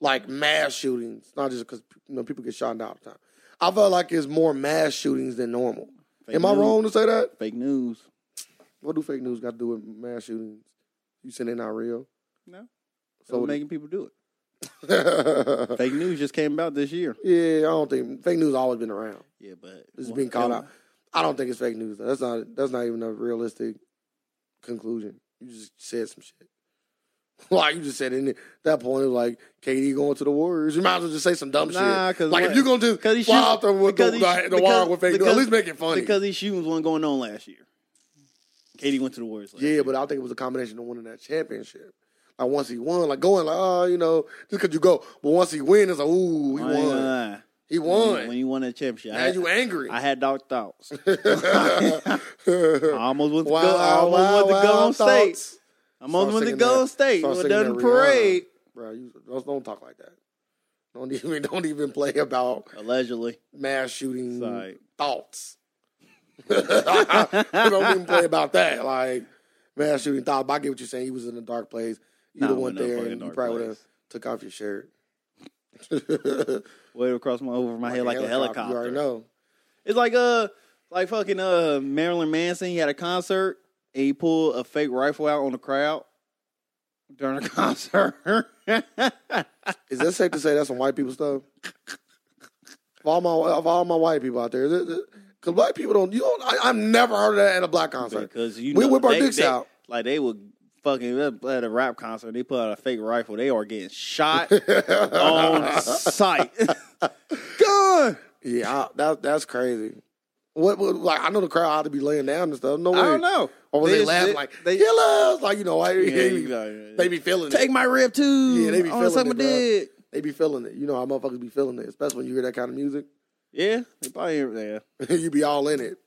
[SPEAKER 2] like mass shootings, not just because you know people get shot all the time. I feel like it's more mass shootings than normal.
[SPEAKER 1] Fake
[SPEAKER 2] Am I
[SPEAKER 1] news-
[SPEAKER 2] wrong to say that?
[SPEAKER 1] Fake news.
[SPEAKER 2] What do fake news got to do with mass shootings? You saying they're not real?
[SPEAKER 1] No. So
[SPEAKER 2] So
[SPEAKER 1] making people do it. Fake news just came about this year.
[SPEAKER 2] Yeah, I don't think fake news always been around.
[SPEAKER 1] Yeah, but
[SPEAKER 2] It's been called out. I don't think it's fake news though. That's not that's not even a realistic conclusion. You just said some shit. Like you just said in at that point, it was like KD going to the Warriors. You might as well just say some dumb
[SPEAKER 1] Nah,
[SPEAKER 2] shit.
[SPEAKER 1] because
[SPEAKER 2] Like if you're gonna just
[SPEAKER 1] because he
[SPEAKER 2] fly
[SPEAKER 1] shoots-
[SPEAKER 2] out there with the,
[SPEAKER 1] because he-
[SPEAKER 2] the, the
[SPEAKER 1] because-
[SPEAKER 2] wire with fake news, at
[SPEAKER 1] because-
[SPEAKER 2] least make it funny.
[SPEAKER 1] because these shootings wasn't going on last year. Katie went to the Warriors. Last
[SPEAKER 2] Yeah,
[SPEAKER 1] year.
[SPEAKER 2] but I think it was a combination of winning that championship. Like once he won, like going like oh you know just because you go, but once he win, it's like ooh he
[SPEAKER 1] I ain't gonna
[SPEAKER 2] won.
[SPEAKER 1] lie.
[SPEAKER 2] He He
[SPEAKER 1] When,
[SPEAKER 2] won.
[SPEAKER 1] he won that championship. I
[SPEAKER 2] Now
[SPEAKER 1] had,
[SPEAKER 2] you angry.
[SPEAKER 1] I had dark thoughts. I
[SPEAKER 2] wow,
[SPEAKER 1] almost went to go. I almost went to go on state.
[SPEAKER 2] thoughts.
[SPEAKER 1] I almost went to
[SPEAKER 2] singing
[SPEAKER 1] go on
[SPEAKER 2] that-
[SPEAKER 1] state.
[SPEAKER 2] start
[SPEAKER 1] Went
[SPEAKER 2] singing
[SPEAKER 1] down the
[SPEAKER 2] that
[SPEAKER 1] parade.
[SPEAKER 2] Bro, you, don't, don't talk like that. Don't even don't even play about
[SPEAKER 1] Allegedly.
[SPEAKER 2] mass shooting
[SPEAKER 1] Sorry.
[SPEAKER 2] thoughts. don't even play about that. Like mass shooting thoughts. But I get what you're saying. He was in a dark place. You
[SPEAKER 1] Nah,
[SPEAKER 2] the
[SPEAKER 1] I
[SPEAKER 2] one
[SPEAKER 1] wasn't no
[SPEAKER 2] there,
[SPEAKER 1] fucking
[SPEAKER 2] and you
[SPEAKER 1] dark
[SPEAKER 2] probably would have
[SPEAKER 1] place.
[SPEAKER 2] took off your shirt.
[SPEAKER 1] Way across my over my head like a
[SPEAKER 2] You already
[SPEAKER 1] helicopter.
[SPEAKER 2] know.
[SPEAKER 1] It's like uh like fucking uh Marilyn Manson, he had a concert and he pulled a fake rifle out on the crowd during the concert.
[SPEAKER 2] Is that safe to say that's some white people stuff? Of all my of all my white people out there, because black people don't. You don't. I, I've never heard of that at a black concert.
[SPEAKER 1] because you
[SPEAKER 2] We
[SPEAKER 1] know,
[SPEAKER 2] whip our
[SPEAKER 1] they-
[SPEAKER 2] dicks
[SPEAKER 1] they-
[SPEAKER 2] out.
[SPEAKER 1] Like they would fucking at a rap concert, they put out a fake rifle, they are getting shot on sight. Gun
[SPEAKER 2] yeah, I, that that's crazy. What, what like I know the crowd ought to be laying down and stuff. No way.
[SPEAKER 1] I don't know.
[SPEAKER 2] Or were they,
[SPEAKER 1] just-
[SPEAKER 2] laughing
[SPEAKER 1] they-
[SPEAKER 2] like
[SPEAKER 1] they-
[SPEAKER 2] they, kill us? Like you know, I,
[SPEAKER 1] Yeah,
[SPEAKER 2] they,
[SPEAKER 1] you
[SPEAKER 2] be,
[SPEAKER 1] like,
[SPEAKER 2] they be feeling
[SPEAKER 1] take
[SPEAKER 2] it.
[SPEAKER 1] my rib too. Oh,
[SPEAKER 2] Yeah, they be
[SPEAKER 1] I wanna
[SPEAKER 2] feeling
[SPEAKER 1] suck
[SPEAKER 2] it,
[SPEAKER 1] my
[SPEAKER 2] bro.
[SPEAKER 1] dick.
[SPEAKER 2] They be feeling it. You know how motherfuckers be feeling it, especially when you hear that kind of music.
[SPEAKER 1] Yeah, they probably ain't yeah.
[SPEAKER 2] you be all in it.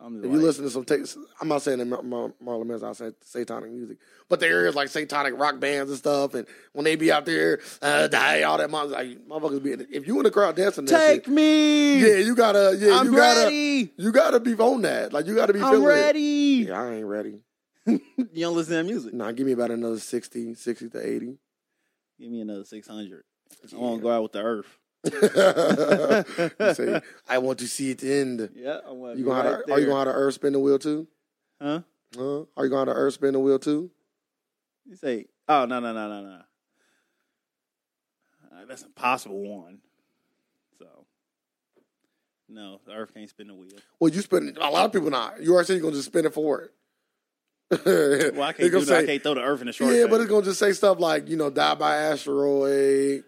[SPEAKER 1] I'm just like,
[SPEAKER 2] If you listen to some, ta- I'm not saying that Mar- Mar- Marlon Manson, I said satanic music, but there is like satanic rock bands and stuff, and when they be out there, uh, die all that mon- like, motherfuckers be. in it. If you in the crowd dancing, to that
[SPEAKER 1] take me.
[SPEAKER 2] shit, yeah, you gotta, yeah,
[SPEAKER 1] I'm
[SPEAKER 2] you gotta,
[SPEAKER 1] ready.
[SPEAKER 2] you gotta be on that. Like you gotta be
[SPEAKER 1] I'm
[SPEAKER 2] feeling
[SPEAKER 1] ready.
[SPEAKER 2] it. Yeah, I ain't ready.
[SPEAKER 1] You don't listen to that music.
[SPEAKER 2] Nah, give me about another 60, 60 to eighty.
[SPEAKER 1] Give me another six hundred. I
[SPEAKER 2] Yeah.
[SPEAKER 1] want to go out with the earth.
[SPEAKER 2] you say, I want to see it end.
[SPEAKER 1] Yeah, I want.
[SPEAKER 2] You gonna have to, are you gonna have to earth spin the wheel too?
[SPEAKER 1] Huh?
[SPEAKER 2] Huh? Are you gonna have to earth spin the wheel too?
[SPEAKER 1] You say? Oh no no no no no. Uh, that's impossible one. So. No, the Earth can't spin the wheel.
[SPEAKER 2] Well, you spin a lot of people not. You already said you're gonna just spin it for it.
[SPEAKER 1] Well, I
[SPEAKER 2] It's
[SPEAKER 1] can't do
[SPEAKER 2] gonna
[SPEAKER 1] that. I can't throw the Earth in the short.
[SPEAKER 2] yeah, but it's gonna just say stuff like you know, die by asteroid.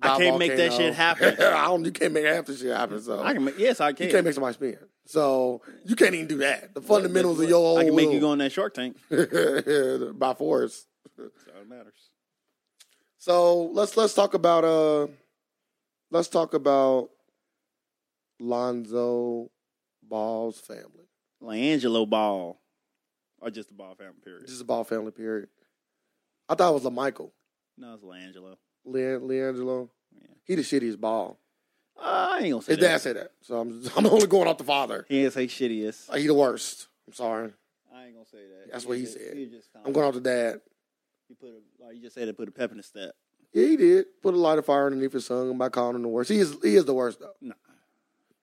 [SPEAKER 1] I
[SPEAKER 2] by
[SPEAKER 1] can't make that
[SPEAKER 2] volcano.
[SPEAKER 1] shit happen.
[SPEAKER 2] I don't. You can't make half the shit happen. So
[SPEAKER 1] I can. Make, yes, I
[SPEAKER 2] you
[SPEAKER 1] can.
[SPEAKER 2] can't make somebody spin. So you can't even do that. The fundamentals of your whole
[SPEAKER 1] I can make you
[SPEAKER 2] will.
[SPEAKER 1] go in that Shark Tank.
[SPEAKER 2] by force.
[SPEAKER 1] So it matters.
[SPEAKER 2] So let's let's talk about uh let's talk about Lonzo Ball's family.
[SPEAKER 1] Like Angelo Ball, or just the Ball family. Period.
[SPEAKER 2] Just a Ball family period. I thought it was LaMichael.
[SPEAKER 1] no, it's Langelo.
[SPEAKER 2] Le- Leangelo.
[SPEAKER 1] Yeah.
[SPEAKER 2] He the shittiest ball.
[SPEAKER 1] Uh, I ain't gonna say
[SPEAKER 2] His
[SPEAKER 1] that.
[SPEAKER 2] dad said that. So I'm I'm only going off the father. Uh,
[SPEAKER 1] He didn't say shittiest.
[SPEAKER 2] He the worst. I'm sorry.
[SPEAKER 1] I ain't gonna say that.
[SPEAKER 2] That's what he
[SPEAKER 1] just-
[SPEAKER 2] said.
[SPEAKER 1] He just
[SPEAKER 2] I'm going off the dad.
[SPEAKER 1] He put a, like you just said it put a pep in the step.
[SPEAKER 2] Yeah, he did. Put a light of fire underneath his tongue by calling him the worst. He is he is the worst though.
[SPEAKER 1] Nah.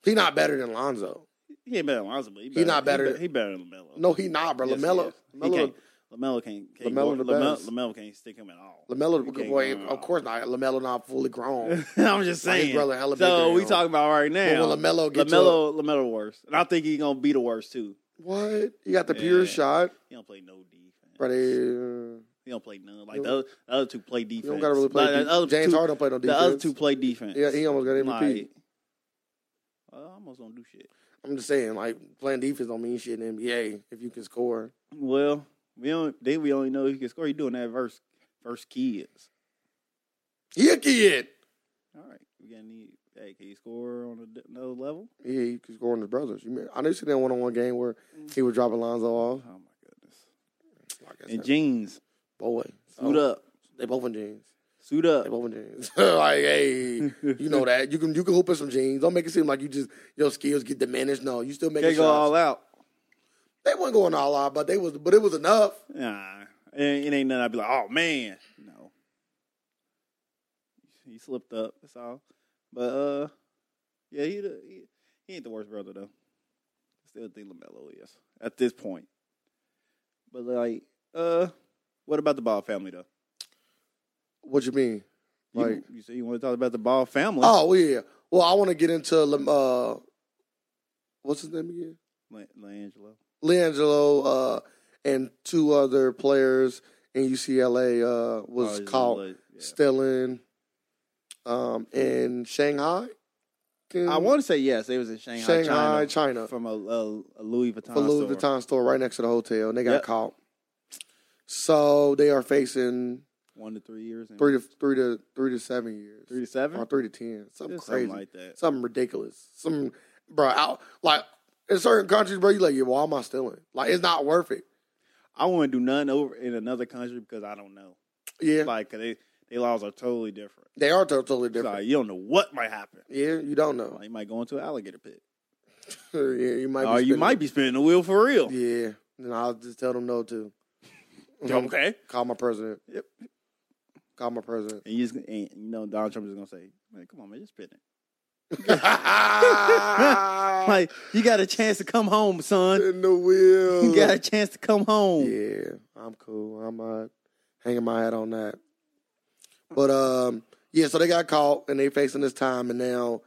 [SPEAKER 2] He not better than Lonzo.
[SPEAKER 1] He ain't better than Lonzo, but he
[SPEAKER 2] He not better
[SPEAKER 1] He,
[SPEAKER 2] than-
[SPEAKER 1] be- he better than Lamelo.
[SPEAKER 2] No, he not, bro.
[SPEAKER 1] Yes, he
[SPEAKER 2] Lamelo,
[SPEAKER 1] is. He
[SPEAKER 2] Lamelo,
[SPEAKER 1] can't- Lamelo can't. can't
[SPEAKER 2] LaMelo
[SPEAKER 1] go,
[SPEAKER 2] the
[SPEAKER 1] Lame-
[SPEAKER 2] best.
[SPEAKER 1] Lamelo can't stick him at all.
[SPEAKER 2] Lamelo,
[SPEAKER 1] He can't
[SPEAKER 2] boy,
[SPEAKER 1] go
[SPEAKER 2] of
[SPEAKER 1] wrong.
[SPEAKER 2] course not. Lamelo not fully grown.
[SPEAKER 1] I'm just
[SPEAKER 2] Like, his
[SPEAKER 1] saying.
[SPEAKER 2] brother hella bigger
[SPEAKER 1] so
[SPEAKER 2] than
[SPEAKER 1] we
[SPEAKER 2] him.
[SPEAKER 1] talking about right
[SPEAKER 2] but
[SPEAKER 1] now.
[SPEAKER 2] when Lamelo gets up,
[SPEAKER 1] Lamelo, Lamelo worst, and I think he gonna be the worst too.
[SPEAKER 2] what? He got the pure
[SPEAKER 1] Yeah.
[SPEAKER 2] shot,
[SPEAKER 1] He don't play no defense.
[SPEAKER 2] but uh,
[SPEAKER 1] He don't play none. Like
[SPEAKER 2] You
[SPEAKER 1] the other, the other two play defense.
[SPEAKER 2] you don't gotta really play.
[SPEAKER 1] Like, the
[SPEAKER 2] de-
[SPEAKER 1] other
[SPEAKER 2] James
[SPEAKER 1] two-
[SPEAKER 2] Harden don't play no
[SPEAKER 1] The
[SPEAKER 2] defense.
[SPEAKER 1] other two play defense.
[SPEAKER 2] yeah, he almost got MVP.
[SPEAKER 1] Like, I almost don't do shit.
[SPEAKER 2] I'm just saying, like playing defense don't mean shit in the NBA if you can score.
[SPEAKER 1] Well, we don't. Then we only know he can score. He doing that verse, verse kids.
[SPEAKER 2] He a kid.
[SPEAKER 1] All right, we gonna need. Hey, can you score on a d- another level?
[SPEAKER 2] Yeah, he can score on his brothers. You mean, I know you seen that one on one game where he was dropping Lonzo
[SPEAKER 1] Oh
[SPEAKER 2] off.
[SPEAKER 1] my goodness!
[SPEAKER 2] Like I
[SPEAKER 1] And
[SPEAKER 2] said,
[SPEAKER 1] jeans,
[SPEAKER 2] boy,
[SPEAKER 1] suit
[SPEAKER 2] so,
[SPEAKER 1] up,
[SPEAKER 2] they both in jeans.
[SPEAKER 1] suit
[SPEAKER 2] They
[SPEAKER 1] up.
[SPEAKER 2] both in jeans. like hey. You know that you can you can hoop in some jeans. Don't make it seem like you just your skills get diminished. No, you still make
[SPEAKER 1] can't
[SPEAKER 2] shots.
[SPEAKER 1] go all out.
[SPEAKER 2] They weren't going all out, but they was but it was enough.
[SPEAKER 1] Nah, it, ain't- it ain't nothing. I'd be like, oh man, no. He slipped up. That's all. But uh, yeah, he the, he, he ain't the worst brother though. Still think Lamelo is at this point. But like, uh, what about the Ball family though?
[SPEAKER 2] What you mean?
[SPEAKER 1] You-
[SPEAKER 2] Like-
[SPEAKER 1] you, say you want to talk about the Ball family?
[SPEAKER 2] Oh well, yeah. Well, I want to get into Lam- uh, what's his name again?
[SPEAKER 1] La- LaAngelo.
[SPEAKER 2] Leangelo uh, and two other players in UCLA uh,
[SPEAKER 1] Oh,
[SPEAKER 2] was
[SPEAKER 1] he's
[SPEAKER 2] caught
[SPEAKER 1] a- yeah.
[SPEAKER 2] stealing um, in Shanghai.
[SPEAKER 1] I want to say yes. They was in Shanghai,
[SPEAKER 2] Shanghai, China.
[SPEAKER 1] from a, a, a Louis Vuitton.
[SPEAKER 2] for Louis
[SPEAKER 1] store.
[SPEAKER 2] Vuitton store right next to the hotel, and they got
[SPEAKER 1] Yep.
[SPEAKER 2] caught. So they are facing
[SPEAKER 1] one to three years, and
[SPEAKER 2] Three to Oh, three to three to seven years.
[SPEAKER 1] three to seven,
[SPEAKER 2] or three to ten. Something
[SPEAKER 1] Yeah,
[SPEAKER 2] crazy.
[SPEAKER 1] something like that.
[SPEAKER 2] something ridiculous. Some bro, out like in certain countries, bro, you like, yeah, why am I stealing? Like it's not worth it.
[SPEAKER 1] I wouldn't do nothing over in another country because I don't know.
[SPEAKER 2] Yeah.
[SPEAKER 1] Like 'cause they they laws are totally different.
[SPEAKER 2] they are to- totally
[SPEAKER 1] It's
[SPEAKER 2] different.
[SPEAKER 1] Like, you don't know what might happen.
[SPEAKER 2] yeah, you don't know.
[SPEAKER 1] Like, you might go into an alligator pit,
[SPEAKER 2] yeah, you might
[SPEAKER 1] or you
[SPEAKER 2] spending-
[SPEAKER 1] might be spinning the wheel for real.
[SPEAKER 2] Yeah. And I'll just tell them no too. Mhm.
[SPEAKER 1] Okay,
[SPEAKER 2] Call my president.
[SPEAKER 1] Yep.
[SPEAKER 2] Call my president.
[SPEAKER 1] and you just and, you know Donald Trump is gonna say, "Man, come on, man, just spin it."
[SPEAKER 2] like
[SPEAKER 1] Like you got a chance to come home, son.
[SPEAKER 2] in the wheel.
[SPEAKER 1] You got a chance to come home.
[SPEAKER 2] Yeah, I'm cool. I'm uh, hanging my hat on that. But um, yeah, so they got caught and they facing this time, and now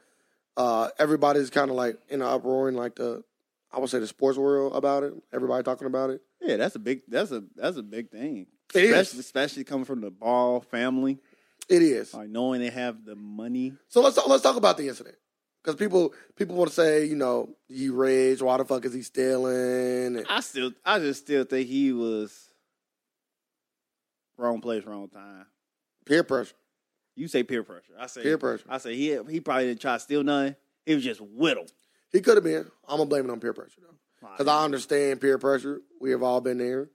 [SPEAKER 2] uh, everybody's kind of like in an uproar in like the, I would say the sports world about it. Everybody talking about it.
[SPEAKER 1] Yeah, that's a big that's a that's a big thing.
[SPEAKER 2] It is.
[SPEAKER 1] especially, especially coming from the Ball family,
[SPEAKER 2] It is.
[SPEAKER 1] like knowing they have the money.
[SPEAKER 2] So let's talk, let's talk about the incident because people people want to say you know he rage. Why the fuck is he stealing? And,
[SPEAKER 1] I still, I just still think he was wrong place, wrong time.
[SPEAKER 2] peer pressure.
[SPEAKER 1] You say peer pressure. I say
[SPEAKER 2] Peer pressure.
[SPEAKER 1] I say he he probably didn't try to steal nothing. He was just whittled.
[SPEAKER 2] He could have been. I'm gonna blame it on peer pressure though. Because I understand peer pressure. We have all been there.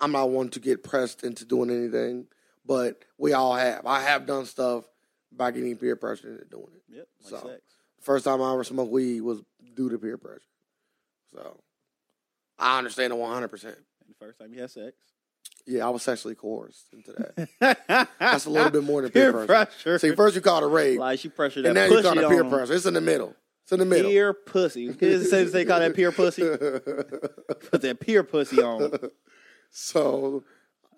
[SPEAKER 2] I'm not one to get pressed into doing anything, but we all have. I have done stuff by getting peer pressure into doing it.
[SPEAKER 1] yep, like
[SPEAKER 2] so.
[SPEAKER 1] sex.
[SPEAKER 2] First time I ever smoked weed was due to peer pressure. So I understand it 100%.
[SPEAKER 1] And the first time you had sex,
[SPEAKER 2] Yeah, I was sexually coerced into that. That's a little bit more than
[SPEAKER 1] peer
[SPEAKER 2] peer, pressure.
[SPEAKER 1] pressure.
[SPEAKER 2] See, first you call it rape,
[SPEAKER 1] like she pressured that
[SPEAKER 2] and now you
[SPEAKER 1] pussy
[SPEAKER 2] call it
[SPEAKER 1] on
[SPEAKER 2] peer
[SPEAKER 1] him.
[SPEAKER 2] pressure. It's in the middle. It's in the middle.
[SPEAKER 1] Peer pussy. Kids say they call that peer pussy. Put that peer pussy on. him.
[SPEAKER 2] so,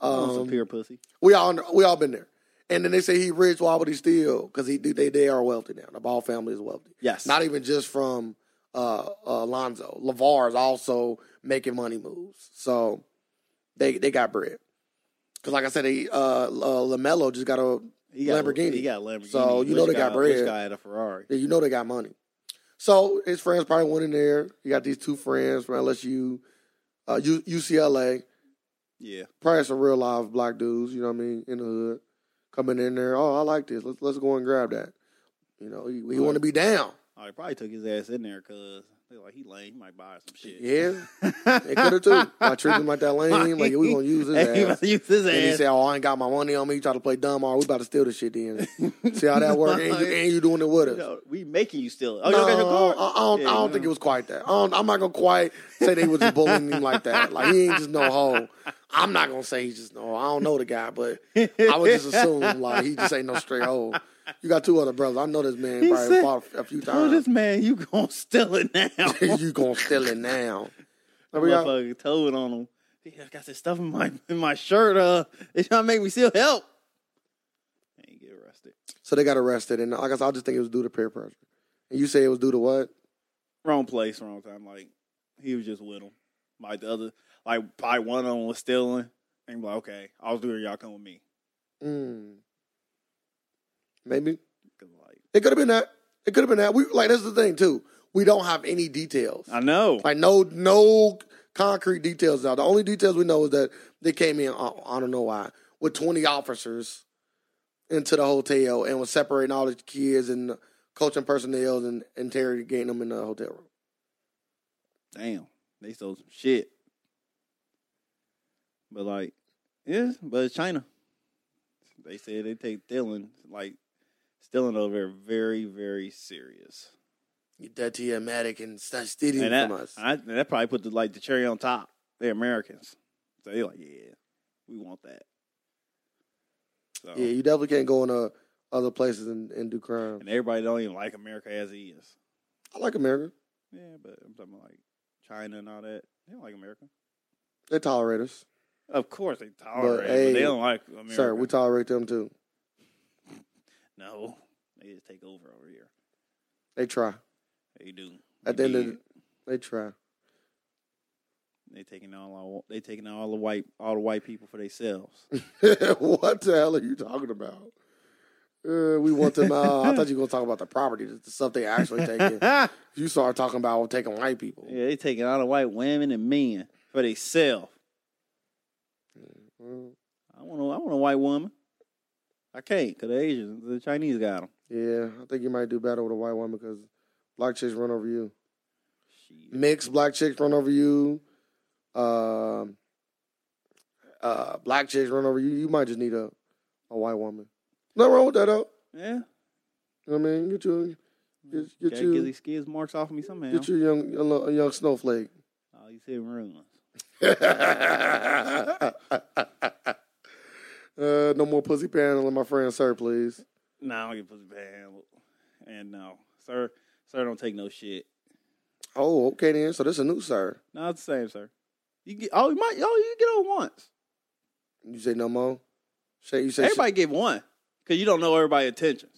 [SPEAKER 1] On
[SPEAKER 2] um,
[SPEAKER 1] some peer pussy.
[SPEAKER 2] We all we all been there. And then they say he rich. Why would he steal? Because he they they are wealthy now. The Ball family is wealthy.
[SPEAKER 1] Yes.
[SPEAKER 2] Not even just from uh, uh, Alonzo. Lavar is also making money moves. So they they got bread. Because like I said, they, uh, uh, Lamelo just got a
[SPEAKER 1] He got
[SPEAKER 2] Lamborghini.
[SPEAKER 1] He got a Lamborghini.
[SPEAKER 2] So, you know
[SPEAKER 1] Which
[SPEAKER 2] they got
[SPEAKER 1] guy- which
[SPEAKER 2] bread.
[SPEAKER 1] guy had a Ferrari.
[SPEAKER 2] yeah, you know they got money. So his friends probably went in there. You got these two friends from LSU, uh, U- UCLA.
[SPEAKER 1] Yeah.
[SPEAKER 2] probably some real live black dudes, you know what I mean, in the hood, coming in there. Oh, I like this. Let's let's go and grab that. You know, he, want to be down.
[SPEAKER 1] I Oh, probably took his ass in there because they like he lame. He might buy some shit.
[SPEAKER 2] Yeah, they could have too. I treat him like that lame. Like we gonna use his
[SPEAKER 1] Hey, he
[SPEAKER 2] ass.
[SPEAKER 1] about to use his
[SPEAKER 2] And he
[SPEAKER 1] ass.
[SPEAKER 2] said, "Oh, I ain't got my money on me. You try to play dumb. Or we about to steal this shit. Then see how that works. And you, and you doing it with us?
[SPEAKER 1] No, we making you steal it. Oh, you don't got your
[SPEAKER 2] No,
[SPEAKER 1] card?
[SPEAKER 2] I, I don't, I don't think it was quite that. I don't, I'm not gonna quite say they was bullying him like that. Like he ain't just no hoe. I'm not gonna say he's just no. hoe. I don't know the guy, but I would just assume like he just ain't no straight hoe. You got two other brothers. I know this man
[SPEAKER 1] He
[SPEAKER 2] probably
[SPEAKER 1] said,
[SPEAKER 2] fought a few
[SPEAKER 1] Told
[SPEAKER 2] times.
[SPEAKER 1] this man you gonna steal it now.
[SPEAKER 2] you gonna steal it now? Remember y'all-
[SPEAKER 1] Motherfucker told on him. Yeah, I got this stuff in my in my shirt. Uh, they trying to make me steal help. I ain't get arrested.
[SPEAKER 2] So they got arrested, and like I said, I just think it was due to peer pressure. And you say it was due to what?
[SPEAKER 1] Wrong place, wrong time. Like he was just with him. Like the other, like probably one of them was stealing. And like, okay, I was doing it, y'all come with me.
[SPEAKER 2] Mm. Maybe
[SPEAKER 1] 'Cause, like,
[SPEAKER 2] it could have been that. It could have been that. We like that's the thing too. We don't have any details.
[SPEAKER 1] I know.
[SPEAKER 2] Like no no concrete details out. The only details we know is that they came in I, I don't know why with 20 officers into the hotel and was separating all the kids and coaching personnel and interrogating them in the hotel room.
[SPEAKER 1] damn, they sold some shit. But like, yeah, but it's China. They said they take stealing, like stealing over there very, very serious.
[SPEAKER 2] You dirty American and stop stealing
[SPEAKER 1] And that,
[SPEAKER 2] from us.
[SPEAKER 1] I, and that probably put the like the cherry on top. They're Americans, so they like, yeah, we want that. So
[SPEAKER 2] yeah, you definitely can't go into other places and, and do crime.
[SPEAKER 1] and everybody don't even like America as it is.
[SPEAKER 2] I like America.
[SPEAKER 1] Yeah, but I'm talking about like China and all that. They don't like America.
[SPEAKER 2] They tolerate us.
[SPEAKER 1] Of course they tolerate, it, but,
[SPEAKER 2] hey,
[SPEAKER 1] they don't like America.
[SPEAKER 2] Sir, we tolerate them too.
[SPEAKER 1] No, they just take over over here.
[SPEAKER 2] They try.
[SPEAKER 1] They do. They
[SPEAKER 2] At the end of
[SPEAKER 1] did.
[SPEAKER 2] the, they try.
[SPEAKER 1] they taking all our, they taking all the white all the white people for themselves.
[SPEAKER 2] what the hell are you talking about? Uh, we want them. Uh, I thought you were going to talk about the property, the the stuff they actually taking.
[SPEAKER 1] yeah,
[SPEAKER 2] you started talking about taking white people.
[SPEAKER 1] they taking all the white women and men for themselves.
[SPEAKER 2] Mm.
[SPEAKER 1] I want a, I want a white woman. I can't because the Asians, the Chinese got them.
[SPEAKER 2] Yeah, I think you might do better with a white woman because black chicks run over you. Mixed black chicks run over you. Uh, uh, black chicks run over you. You might just need a, a white woman. Nothing wrong with that though.
[SPEAKER 1] Yeah.
[SPEAKER 2] You know what I mean, get you, get, get
[SPEAKER 1] Gotta
[SPEAKER 2] you,
[SPEAKER 1] get these skids marks off me somehow.
[SPEAKER 2] get you a young, a lo- a young snowflake.
[SPEAKER 1] oh, you said rumors.
[SPEAKER 2] uh, no more pussy paneling, my friend, sir, please.
[SPEAKER 1] Nah, I don't get pussy panhandled. And no, sir, sir, don't take no shit.
[SPEAKER 2] Oh, okay then. So this a new sir.
[SPEAKER 1] No, it's the same, sir. You get oh, you might oh, you get on once.
[SPEAKER 2] You say no more. Say you say
[SPEAKER 1] everybody get one because you don't know everybody's intentions.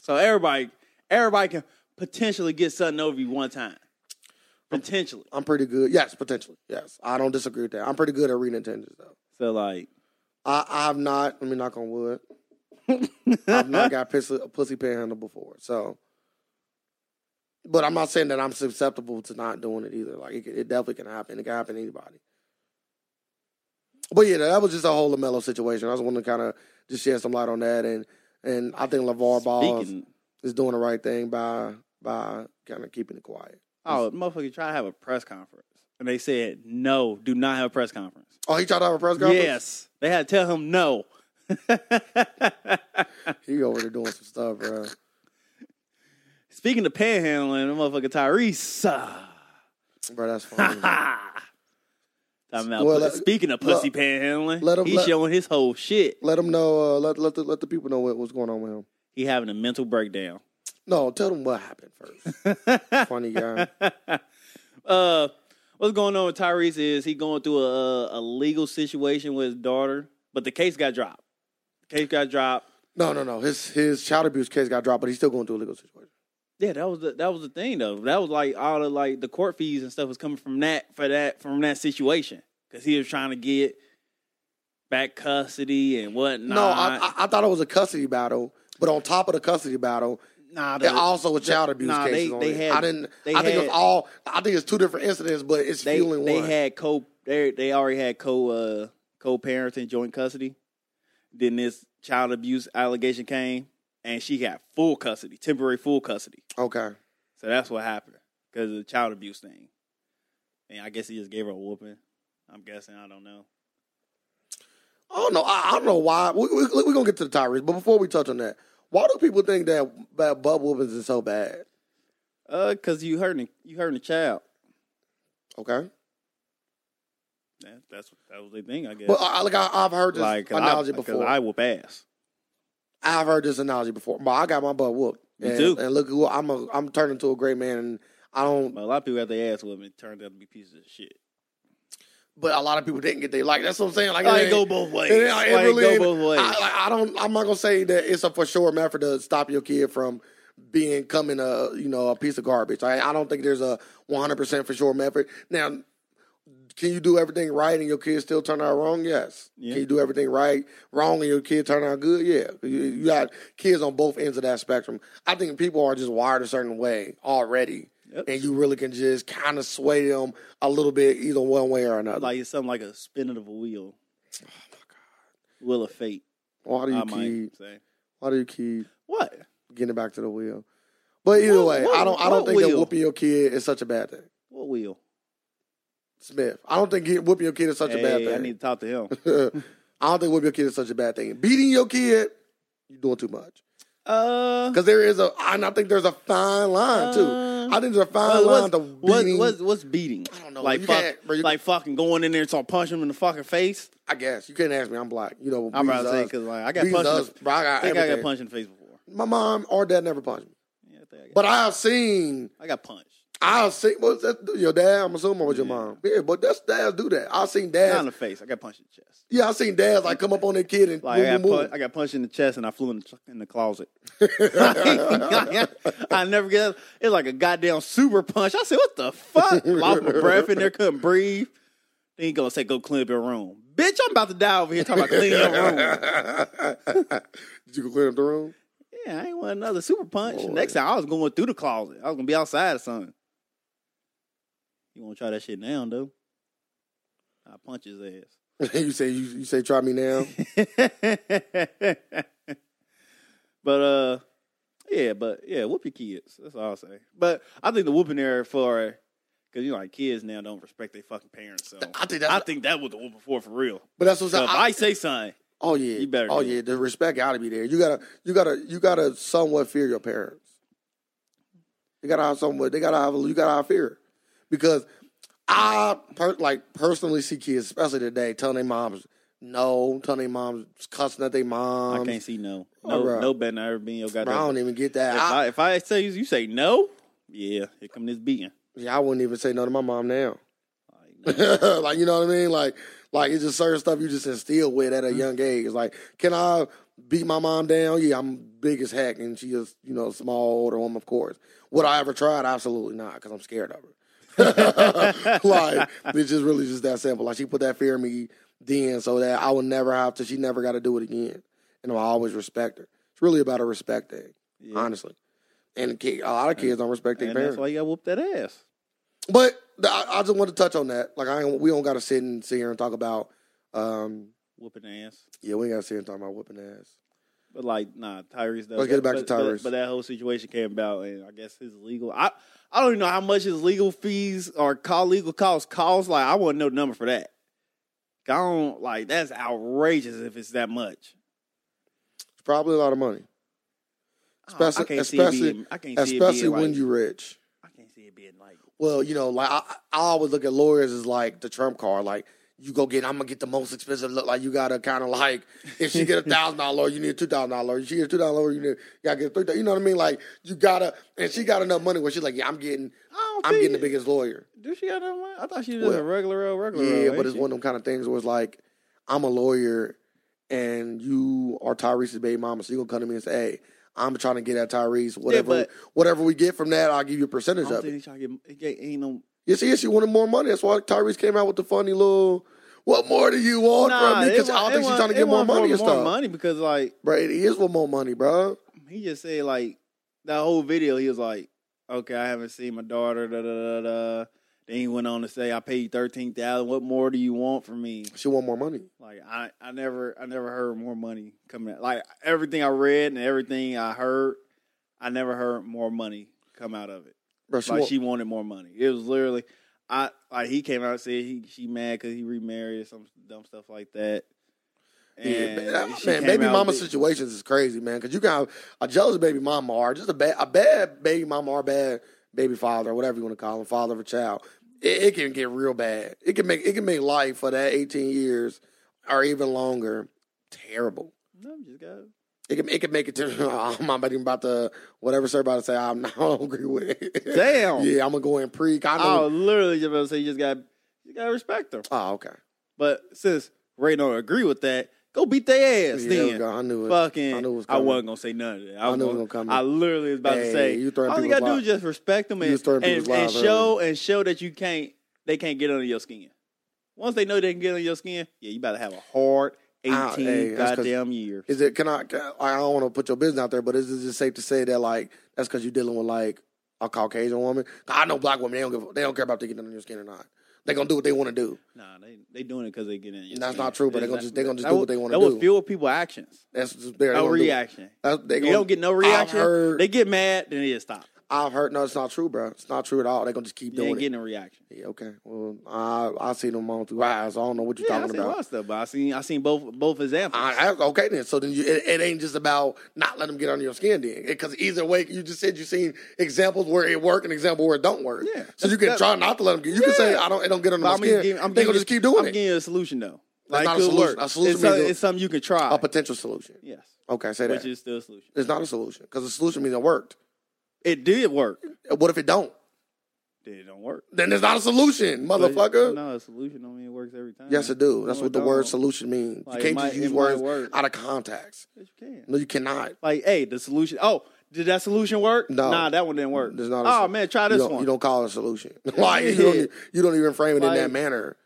[SPEAKER 1] So everybody, everybody can potentially get something over you one time. Potentially.
[SPEAKER 2] I'm pretty good. Yes, potentially. Yes, I don't disagree with that. I'm pretty good at reading intentions though.
[SPEAKER 1] So like,
[SPEAKER 2] I I have not. Let me knock on wood. I've not got pussy, a pussy panhandle before. So, but I'm not saying that I'm susceptible to not doing it either. Like it, could- it definitely can happen. It can happen to anybody. But yeah, that was just a whole Lamelo situation. I just want to kind of just shed some light on that, and and I think Levar Ball
[SPEAKER 1] speaking,
[SPEAKER 2] is doing the right thing by by kind of keeping it quiet.
[SPEAKER 1] oh, motherfucker, try to have a press conference, and they said no, do not have a press conference.
[SPEAKER 2] Oh, he tried to have a press conference.
[SPEAKER 1] Yes, they had to tell him no.
[SPEAKER 2] he over there doing some stuff, bro.
[SPEAKER 1] Speaking of panhandling, the motherfucker Tyrese. ah,
[SPEAKER 2] Bro, that's funny.
[SPEAKER 1] ha. Talking about
[SPEAKER 2] Well,
[SPEAKER 1] pu-
[SPEAKER 2] let-
[SPEAKER 1] speaking of pussy panhandling,
[SPEAKER 2] let him-
[SPEAKER 1] he's
[SPEAKER 2] let-
[SPEAKER 1] showing his whole shit.
[SPEAKER 2] let them know. Uh, let let the, let the people know what, what's going on with him.
[SPEAKER 1] He having a mental breakdown.
[SPEAKER 2] No, tell them what happened first. Funny guy.
[SPEAKER 1] uh, what's going on with Tyrese is he going through a, a legal situation with his daughter, but the case got dropped. The case got dropped.
[SPEAKER 2] No, no, no. His his child abuse case got dropped, but he's still going through a legal situation.
[SPEAKER 1] Yeah, that was the, that was the thing though. That was like all the like the court fees and stuff was coming from that for that from that situation because he was trying to get back custody and whatnot.
[SPEAKER 2] No, I, I I thought it was a custody battle, but on top of the custody battle,
[SPEAKER 1] nah, the-
[SPEAKER 2] it also was child abuse
[SPEAKER 1] nah,
[SPEAKER 2] cases.
[SPEAKER 1] they-
[SPEAKER 2] on
[SPEAKER 1] they
[SPEAKER 2] it.
[SPEAKER 1] had-
[SPEAKER 2] I didn't.
[SPEAKER 1] they
[SPEAKER 2] I think it was
[SPEAKER 1] had-
[SPEAKER 2] all. I think it's two different incidents, but it's
[SPEAKER 1] they
[SPEAKER 2] fueling
[SPEAKER 1] they
[SPEAKER 2] one.
[SPEAKER 1] had co they they already had co uh co parenting joint custody. Then this child abuse allegation came, and she got full custody, temporary full custody.
[SPEAKER 2] okay.
[SPEAKER 1] So that's what happened because of the child abuse thing. And I guess he just gave her a whooping. I'm guessing. I don't know.
[SPEAKER 2] I don't know. I, I don't know why. We, we, we're gonna get to the Tyrese, but before we touch on that, why do people think that that butt whoopings is so bad?
[SPEAKER 1] Uh, cause you hurting you hurting a child.
[SPEAKER 2] Okay.
[SPEAKER 1] That, that's that was the thing. I guess.
[SPEAKER 2] Well, I, like I, I've heard this
[SPEAKER 1] like 'cause
[SPEAKER 2] analogy
[SPEAKER 1] I, 'cause
[SPEAKER 2] before.
[SPEAKER 1] I whoop ass.
[SPEAKER 2] I've heard this analogy before, but I got my butt whooped.
[SPEAKER 1] Me
[SPEAKER 2] and,
[SPEAKER 1] too.
[SPEAKER 2] And look, who I'm a, I'm turning to a great man, and I don't.
[SPEAKER 1] But a lot of people got their ass whooped and it turned out to be pieces of shit.
[SPEAKER 2] But a lot of people didn't get they like. That's what I'm saying. Like,
[SPEAKER 1] Like
[SPEAKER 2] ain't-
[SPEAKER 1] go both ways.
[SPEAKER 2] it ain't-
[SPEAKER 1] Like
[SPEAKER 2] it really
[SPEAKER 1] go
[SPEAKER 2] ain't-
[SPEAKER 1] both ways.
[SPEAKER 2] I, like, I don't. I'm not gonna say that it's a for sure method to stop your kid from being coming a you know a piece of garbage. I, I don't think there's a 100 percent for sure method. Now, can you do everything right and your kid still turn out wrong? Yes.
[SPEAKER 1] Yeah.
[SPEAKER 2] Can you do everything right, wrong, and your kid turn out good? Yeah. You, you got kids on both ends of that spectrum. I think people are just wired a certain way already.
[SPEAKER 1] Yep.
[SPEAKER 2] And you really can just kind of sway them a little bit either one way or another.
[SPEAKER 1] like it's something like a spinning of a wheel. Wheel of fate.
[SPEAKER 2] why do you
[SPEAKER 1] I
[SPEAKER 2] keep?
[SPEAKER 1] might say.
[SPEAKER 2] Why do you keep?
[SPEAKER 1] What?
[SPEAKER 2] getting back to the wheel. But either
[SPEAKER 1] What-
[SPEAKER 2] way,
[SPEAKER 1] what-
[SPEAKER 2] I don't I don't
[SPEAKER 1] what
[SPEAKER 2] think that
[SPEAKER 1] wheel?
[SPEAKER 2] whooping your kid is such a bad thing.
[SPEAKER 1] What wheel?
[SPEAKER 2] Smith, I don't think get- whooping your kid is such a bad
[SPEAKER 1] Hey,
[SPEAKER 2] thing.
[SPEAKER 1] I need to talk to him.
[SPEAKER 2] I don't think whooping your kid is such a bad thing. Beating your kid, you're doing too much.
[SPEAKER 1] Uh,
[SPEAKER 2] Because there is a, and I think there's a fine line
[SPEAKER 1] Uh,
[SPEAKER 2] too. I think there's a fine
[SPEAKER 1] what-
[SPEAKER 2] line to
[SPEAKER 1] what,
[SPEAKER 2] beating.
[SPEAKER 1] what's what's beating?
[SPEAKER 2] I don't know.
[SPEAKER 1] Like
[SPEAKER 2] You
[SPEAKER 1] fuck,
[SPEAKER 2] can't- bro, you-
[SPEAKER 1] like fucking going in there and start punching him in the fucking face.
[SPEAKER 2] I guess you can't ask me. I'm black. You know,
[SPEAKER 1] I'm about
[SPEAKER 2] Breeze
[SPEAKER 1] to say
[SPEAKER 2] us.
[SPEAKER 1] because like I got
[SPEAKER 2] Breeze
[SPEAKER 1] punched.
[SPEAKER 2] us,
[SPEAKER 1] in
[SPEAKER 2] bro, I
[SPEAKER 1] the, I
[SPEAKER 2] got
[SPEAKER 1] think I got
[SPEAKER 2] everything.
[SPEAKER 1] punched in the face before.
[SPEAKER 2] My mom or dad never punched me,
[SPEAKER 1] Yeah, I, think I, got,
[SPEAKER 2] but I have seen
[SPEAKER 1] I got punched.
[SPEAKER 2] I've seen well, that, your dad. I'm assuming it was your mom. Yeah, but that's dads do that. I've seen
[SPEAKER 1] Not
[SPEAKER 2] dads.
[SPEAKER 1] in the face. I got punched in the chest.
[SPEAKER 2] Yeah, I seen dads like come up on their kid and
[SPEAKER 1] Like I
[SPEAKER 2] boom,
[SPEAKER 1] got,
[SPEAKER 2] boom,
[SPEAKER 1] pun-
[SPEAKER 2] boom.
[SPEAKER 1] I got punched in the chest and I flew in the, in the closet. I never get it's like a goddamn super punch. I said, "What the fuck?" Lost my breath in there, couldn't breathe. Then he gonna say, "Go clean up your room, bitch." I'm about to die over here talking about cleaning your room.
[SPEAKER 2] Did you go clean up the room?
[SPEAKER 1] Yeah, I ain't want another super punch.
[SPEAKER 2] Boy.
[SPEAKER 1] Next time I was going through the closet. I was gonna be outside or something. You wanna try that shit now, though? I punch his ass.
[SPEAKER 2] you say you, you say try me now.
[SPEAKER 1] but uh, yeah, but yeah, whoop your kids. That's all I'll say. But I think the whooping there for because you know, like kids now don't respect their fucking parents. So
[SPEAKER 2] I think that's
[SPEAKER 1] I think that was the whooping for for real.
[SPEAKER 2] but that's what's
[SPEAKER 1] So if I say something,
[SPEAKER 2] Oh yeah,
[SPEAKER 1] You better
[SPEAKER 2] Oh
[SPEAKER 1] do it.
[SPEAKER 2] yeah, the respect got to be there. You gotta, you gotta, you gotta somewhat fear your parents. You gotta have somewhat. They gotta have. You gotta have fear, because I per, like personally see kids, especially today, telling their moms no, telling their moms cussing at their moms.
[SPEAKER 1] I can't see no, no,
[SPEAKER 2] alright.
[SPEAKER 1] no better than I ever been. Yo,
[SPEAKER 2] Um, Bro, I
[SPEAKER 1] goddamn.
[SPEAKER 2] don't even get that.
[SPEAKER 1] If
[SPEAKER 2] I,
[SPEAKER 1] I, if I say you say no, yeah, here come this beating.
[SPEAKER 2] yeah, I wouldn't even say no to my mom now.
[SPEAKER 1] Like, no.
[SPEAKER 2] like you know what I mean? Like like it's just certain stuff you just instill with
[SPEAKER 1] Mm-hmm.
[SPEAKER 2] at a young age. It's like, can I beat my mom down? Yeah, I'm big as heck, and she is you know a small older woman, of course. Would I ever try it? Absolutely not, because I'm scared of her. like it's just really just that simple. Like she put that fear in me then, so that I would never have to. She never got to do it again, and I always respect her. It's really about a respect thing,
[SPEAKER 1] Yeah.
[SPEAKER 2] honestly. And kid, a lot of kids don't respect their
[SPEAKER 1] and
[SPEAKER 2] parents.
[SPEAKER 1] that's why you gotta whoop that ass.
[SPEAKER 2] But th- I, I just want to touch on that. Like I, ain't, we don't got to sit and sit here and talk about. Um,
[SPEAKER 1] Whooping ass.
[SPEAKER 2] yeah, we ain't got to sit here and talk about whooping ass.
[SPEAKER 1] But like, nah, Tyrese. Though,
[SPEAKER 2] Let's get back to
[SPEAKER 1] but- but-
[SPEAKER 2] Tyrese.
[SPEAKER 1] But, that whole situation came about, and I guess his legal. I I don't even know how much his legal fees or call legal costs cost. Like, I want to know the number for that. I don't like that's outrageous if it's that much.
[SPEAKER 2] It's probably a lot of money,
[SPEAKER 1] I-
[SPEAKER 2] Especially-
[SPEAKER 1] I can't see
[SPEAKER 2] especially-
[SPEAKER 1] it being, I can't see it being
[SPEAKER 2] especially when
[SPEAKER 1] like-
[SPEAKER 2] you rich.
[SPEAKER 1] I can't see it being like
[SPEAKER 2] Well, you know, like I, I always look at lawyers as like the trump card. Like you go get, I'm gonna get the most expensive. Look, like you gotta kind of like if she get a thousand dollar lawyer, you need a two thousand dollar lawyer. If she get a two dollar lawyer, you need, you gotta get three. You know what I mean? Like you gotta, and she got enough money where she's like, yeah, I'm getting,
[SPEAKER 1] I don't
[SPEAKER 2] I'm
[SPEAKER 1] think-
[SPEAKER 2] getting the biggest lawyer.
[SPEAKER 1] Do she got that money? I thought she was
[SPEAKER 2] Well,
[SPEAKER 1] a regular old regular.
[SPEAKER 2] Yeah,
[SPEAKER 1] old,
[SPEAKER 2] but
[SPEAKER 1] ain't
[SPEAKER 2] it's
[SPEAKER 1] she?
[SPEAKER 2] one of them kind of things where it's like, I'm a lawyer and you are Tyrese's baby mama, so you're gonna come to me and say, Hey, I'm trying to get at Tyrese. Whatever
[SPEAKER 1] but-
[SPEAKER 2] whatever we get from that, I'll give you a
[SPEAKER 1] I
[SPEAKER 2] percentage
[SPEAKER 1] don't
[SPEAKER 2] of
[SPEAKER 1] think
[SPEAKER 2] it.
[SPEAKER 1] they trying to get. It get- ain't no.
[SPEAKER 2] Yes, yes, she wanted more money. That's why Tyrese came out with the funny little what more do you want from Oh, me?
[SPEAKER 1] it
[SPEAKER 2] Because
[SPEAKER 1] wa-
[SPEAKER 2] I don't
[SPEAKER 1] it
[SPEAKER 2] think she's
[SPEAKER 1] wa-
[SPEAKER 2] trying to
[SPEAKER 1] it
[SPEAKER 2] get more
[SPEAKER 1] wasn't for
[SPEAKER 2] money and
[SPEAKER 1] more
[SPEAKER 2] stuff.
[SPEAKER 1] Money because like
[SPEAKER 2] Bro, it is with more money, bro.
[SPEAKER 1] he just said like that whole video. He was like, "Okay, I haven't seen my daughter." Da, da, da, da. Then he went on to say, "I paid thirteen thousand. What more do you want from me?"
[SPEAKER 2] She want more money.
[SPEAKER 1] Like I, I never, I never heard more money coming. out. Like everything I read and everything I heard, I never heard more money come out of it.
[SPEAKER 2] Bro, she
[SPEAKER 1] like
[SPEAKER 2] want,
[SPEAKER 1] she wanted more money. It was literally, I like he came out and said he she mad because he remarried or some dumb stuff like that.
[SPEAKER 2] Yeah,
[SPEAKER 1] And
[SPEAKER 2] ba-
[SPEAKER 1] she
[SPEAKER 2] man,
[SPEAKER 1] came
[SPEAKER 2] baby
[SPEAKER 1] out
[SPEAKER 2] mama
[SPEAKER 1] with-
[SPEAKER 2] situations is crazy, man. Because you can have a jealous baby mama or just a bad, a bad baby mama or a bad baby father or whatever you want to call him, father of a child. It, it can get real bad. It can make it can make life for that eighteen years or even longer terrible.
[SPEAKER 1] No, just got
[SPEAKER 2] It can it can make it to I'm not even about to whatever sir about to say. I'm not I don't agree with it.
[SPEAKER 1] Damn.
[SPEAKER 2] yeah, I'm gonna go in pre. I
[SPEAKER 1] I
[SPEAKER 2] know.
[SPEAKER 1] was Oh, literally just about to say you just got you gotta respect her.
[SPEAKER 2] Oh, okay.
[SPEAKER 1] But since Ray don't agree with that, go beat their ass
[SPEAKER 2] Yeah, there we
[SPEAKER 1] then.
[SPEAKER 2] go. I knew it.
[SPEAKER 1] Fucking,
[SPEAKER 2] I
[SPEAKER 1] I,
[SPEAKER 2] knew it was coming.
[SPEAKER 1] wasn't gonna say none of that. I,
[SPEAKER 2] I
[SPEAKER 1] was
[SPEAKER 2] knew it
[SPEAKER 1] gonna,
[SPEAKER 2] was gonna come.
[SPEAKER 1] I literally was about
[SPEAKER 2] Hey,
[SPEAKER 1] to say,
[SPEAKER 2] you throwing
[SPEAKER 1] all you
[SPEAKER 2] people's
[SPEAKER 1] gotta do
[SPEAKER 2] li-
[SPEAKER 1] is just respect them
[SPEAKER 2] you
[SPEAKER 1] and,
[SPEAKER 2] was throwing
[SPEAKER 1] and,
[SPEAKER 2] people's
[SPEAKER 1] and
[SPEAKER 2] lives
[SPEAKER 1] show and show that you can't. They can't get under your skin. Once they know they can get under your skin, yeah, you about to have a hard eighteen
[SPEAKER 2] Ah, hey, that's 'cause-
[SPEAKER 1] goddamn years.
[SPEAKER 2] Is it? Can I? Can, I don't want to put your business out there, but is it just safe to say that like that's because you're dealing with like a Caucasian woman? 'Cause I know black women. They don't give. They don't care about they getting under your skin or not. They gonna do what they want to do.
[SPEAKER 1] Nah, they they doing it because they get in. Your
[SPEAKER 2] That's
[SPEAKER 1] skin.
[SPEAKER 2] not true, but they gonna
[SPEAKER 1] that-
[SPEAKER 2] just- they gonna just
[SPEAKER 1] that
[SPEAKER 2] do
[SPEAKER 1] will-
[SPEAKER 2] what they wanna
[SPEAKER 1] That
[SPEAKER 2] do.
[SPEAKER 1] will fuel people actions.
[SPEAKER 2] That's just they're
[SPEAKER 1] No
[SPEAKER 2] gonna do it.
[SPEAKER 1] reaction.
[SPEAKER 2] That's, they
[SPEAKER 1] You
[SPEAKER 2] gonna,
[SPEAKER 1] don't get no
[SPEAKER 2] I've
[SPEAKER 1] reaction.
[SPEAKER 2] heard.
[SPEAKER 1] They get mad, then they just stop.
[SPEAKER 2] I've heard. No, it's not true, bro. It's not true at all. They gonna just keep
[SPEAKER 1] You ain't
[SPEAKER 2] doing it.
[SPEAKER 1] getting a reaction.
[SPEAKER 2] Yeah, okay. Well, I I seen them on through eyes. I don't know what you're
[SPEAKER 1] Yeah, I
[SPEAKER 2] talking
[SPEAKER 1] seen a lot
[SPEAKER 2] about.
[SPEAKER 1] of stuff, but I seen I seen both both examples.
[SPEAKER 2] I, I, okay then. So then you, it, it ain't just about not letting them get under your skin then, because either way, you just said you seen examples where it work and example where it don't work.
[SPEAKER 1] Yeah.
[SPEAKER 2] So you can
[SPEAKER 1] That-
[SPEAKER 2] try not to let them get. You can say I don't. It don't get under
[SPEAKER 1] But
[SPEAKER 2] my
[SPEAKER 1] I'm
[SPEAKER 2] skin.
[SPEAKER 1] giving- I'm
[SPEAKER 2] they gonna
[SPEAKER 1] giving-
[SPEAKER 2] just keep doing
[SPEAKER 1] I'm
[SPEAKER 2] it.
[SPEAKER 1] giving you a solution though.
[SPEAKER 2] That's
[SPEAKER 1] Like
[SPEAKER 2] not a
[SPEAKER 1] could
[SPEAKER 2] solution.
[SPEAKER 1] work.
[SPEAKER 2] A solution
[SPEAKER 1] it's, some-
[SPEAKER 2] means a-
[SPEAKER 1] it's something you can try.
[SPEAKER 2] A potential solution.
[SPEAKER 1] yes,
[SPEAKER 2] Okay, say
[SPEAKER 1] which
[SPEAKER 2] that.
[SPEAKER 1] is still a solution.
[SPEAKER 2] it's not a solution because the solution means it worked.
[SPEAKER 1] It did work.
[SPEAKER 2] What if it don't?
[SPEAKER 1] Then it don't work,
[SPEAKER 2] Then it's not a solution,
[SPEAKER 1] But-
[SPEAKER 2] motherfucker.
[SPEAKER 1] No, a solution don't mean it works every time.
[SPEAKER 2] Yes, it do. That's
[SPEAKER 1] No,
[SPEAKER 2] what
[SPEAKER 1] it
[SPEAKER 2] the word
[SPEAKER 1] don't.
[SPEAKER 2] solution means.
[SPEAKER 1] Like,
[SPEAKER 2] you
[SPEAKER 1] it
[SPEAKER 2] can't
[SPEAKER 1] might-
[SPEAKER 2] just use
[SPEAKER 1] it might
[SPEAKER 2] words
[SPEAKER 1] work.
[SPEAKER 2] out of context.
[SPEAKER 1] Yes, you can.
[SPEAKER 2] No, you cannot.
[SPEAKER 1] Like, hey, the solution. Oh, did that solution work?
[SPEAKER 2] No.
[SPEAKER 1] nah, that one didn't work.
[SPEAKER 2] There's not a
[SPEAKER 1] oh
[SPEAKER 2] sol-
[SPEAKER 1] man, try
[SPEAKER 2] you
[SPEAKER 1] this
[SPEAKER 2] don't,
[SPEAKER 1] one.
[SPEAKER 2] You don't call it a solution. like you don't, you don't even frame it in
[SPEAKER 1] Like-
[SPEAKER 2] that manner.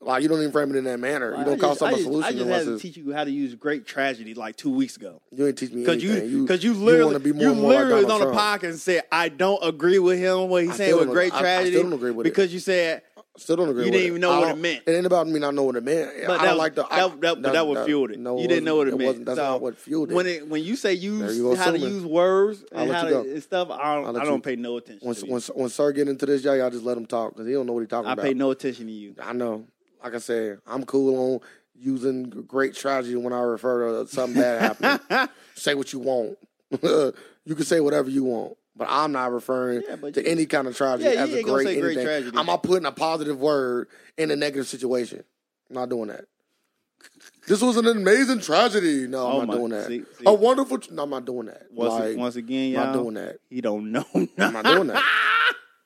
[SPEAKER 2] Like you don't even frame it in that manner. you
[SPEAKER 1] Like,
[SPEAKER 2] don't
[SPEAKER 1] I
[SPEAKER 2] call
[SPEAKER 1] just-
[SPEAKER 2] something
[SPEAKER 1] I
[SPEAKER 2] a
[SPEAKER 1] just-
[SPEAKER 2] solution
[SPEAKER 1] I just
[SPEAKER 2] unless
[SPEAKER 1] had to
[SPEAKER 2] it's,
[SPEAKER 1] teach you how to use great tragedy like two weeks ago.
[SPEAKER 2] you ain't teach me
[SPEAKER 1] Because you,
[SPEAKER 2] anything.
[SPEAKER 1] because you,
[SPEAKER 2] you
[SPEAKER 1] literally,
[SPEAKER 2] want to be
[SPEAKER 1] you,
[SPEAKER 2] more and more like
[SPEAKER 1] literally was on
[SPEAKER 2] Donald
[SPEAKER 1] a
[SPEAKER 2] Trump.
[SPEAKER 1] podcast and said, "I don't agree with him what he's
[SPEAKER 2] I
[SPEAKER 1] saying
[SPEAKER 2] still
[SPEAKER 1] with
[SPEAKER 2] don't-
[SPEAKER 1] great
[SPEAKER 2] I- I still
[SPEAKER 1] tragedy."
[SPEAKER 2] don't agree with it.
[SPEAKER 1] because you said
[SPEAKER 2] I still don't agree
[SPEAKER 1] You
[SPEAKER 2] with
[SPEAKER 1] didn't
[SPEAKER 2] it.
[SPEAKER 1] even know
[SPEAKER 2] I
[SPEAKER 1] what it
[SPEAKER 2] don't-
[SPEAKER 1] meant.
[SPEAKER 2] It ain't about me not knowing what it meant.
[SPEAKER 1] But
[SPEAKER 2] I
[SPEAKER 1] that
[SPEAKER 2] don't
[SPEAKER 1] was-
[SPEAKER 2] like the. I-
[SPEAKER 1] that- that- but that what fueled it.
[SPEAKER 2] No,
[SPEAKER 1] You didn't know what it
[SPEAKER 2] wasn't.
[SPEAKER 1] meant.
[SPEAKER 2] wasn't- That's
[SPEAKER 1] So,
[SPEAKER 2] not what fueled it.
[SPEAKER 1] when it when you say
[SPEAKER 2] There
[SPEAKER 1] use
[SPEAKER 2] you go,
[SPEAKER 1] how to
[SPEAKER 2] assuming.
[SPEAKER 1] use words
[SPEAKER 2] I'll
[SPEAKER 1] and
[SPEAKER 2] let
[SPEAKER 1] how
[SPEAKER 2] you
[SPEAKER 1] to,
[SPEAKER 2] go.
[SPEAKER 1] and stuff, I
[SPEAKER 2] I'll
[SPEAKER 1] don't,
[SPEAKER 2] let
[SPEAKER 1] I don't
[SPEAKER 2] you-
[SPEAKER 1] pay no attention.
[SPEAKER 2] when
[SPEAKER 1] to you.
[SPEAKER 2] when when Sir get into this, y'all, y'all just let him talk because he don't know what he's talking
[SPEAKER 1] I
[SPEAKER 2] about.
[SPEAKER 1] pay no attention to you.
[SPEAKER 2] I know. Like I said, I'm cool on using great tragedy when I refer to something bad happening. say what you want. you can say whatever you want, but I'm not referring
[SPEAKER 1] Yeah, but
[SPEAKER 2] to
[SPEAKER 1] you-
[SPEAKER 2] any kind of tragedy
[SPEAKER 1] Yeah, you
[SPEAKER 2] as a
[SPEAKER 1] ain't gonna
[SPEAKER 2] great
[SPEAKER 1] say
[SPEAKER 2] anything.
[SPEAKER 1] great tragedy.
[SPEAKER 2] I'm not putting a positive word in a negative situation. I'm not doing that. This was an amazing tragedy. No, I'm
[SPEAKER 1] Oh
[SPEAKER 2] not
[SPEAKER 1] my-
[SPEAKER 2] doing that.
[SPEAKER 1] see- see.
[SPEAKER 2] A wonderful. Tra- no, I'm not doing that.
[SPEAKER 1] Once,
[SPEAKER 2] like,
[SPEAKER 1] once again,
[SPEAKER 2] I'm
[SPEAKER 1] y'all,
[SPEAKER 2] not doing that.
[SPEAKER 1] he don't know.
[SPEAKER 2] I'm not doing that.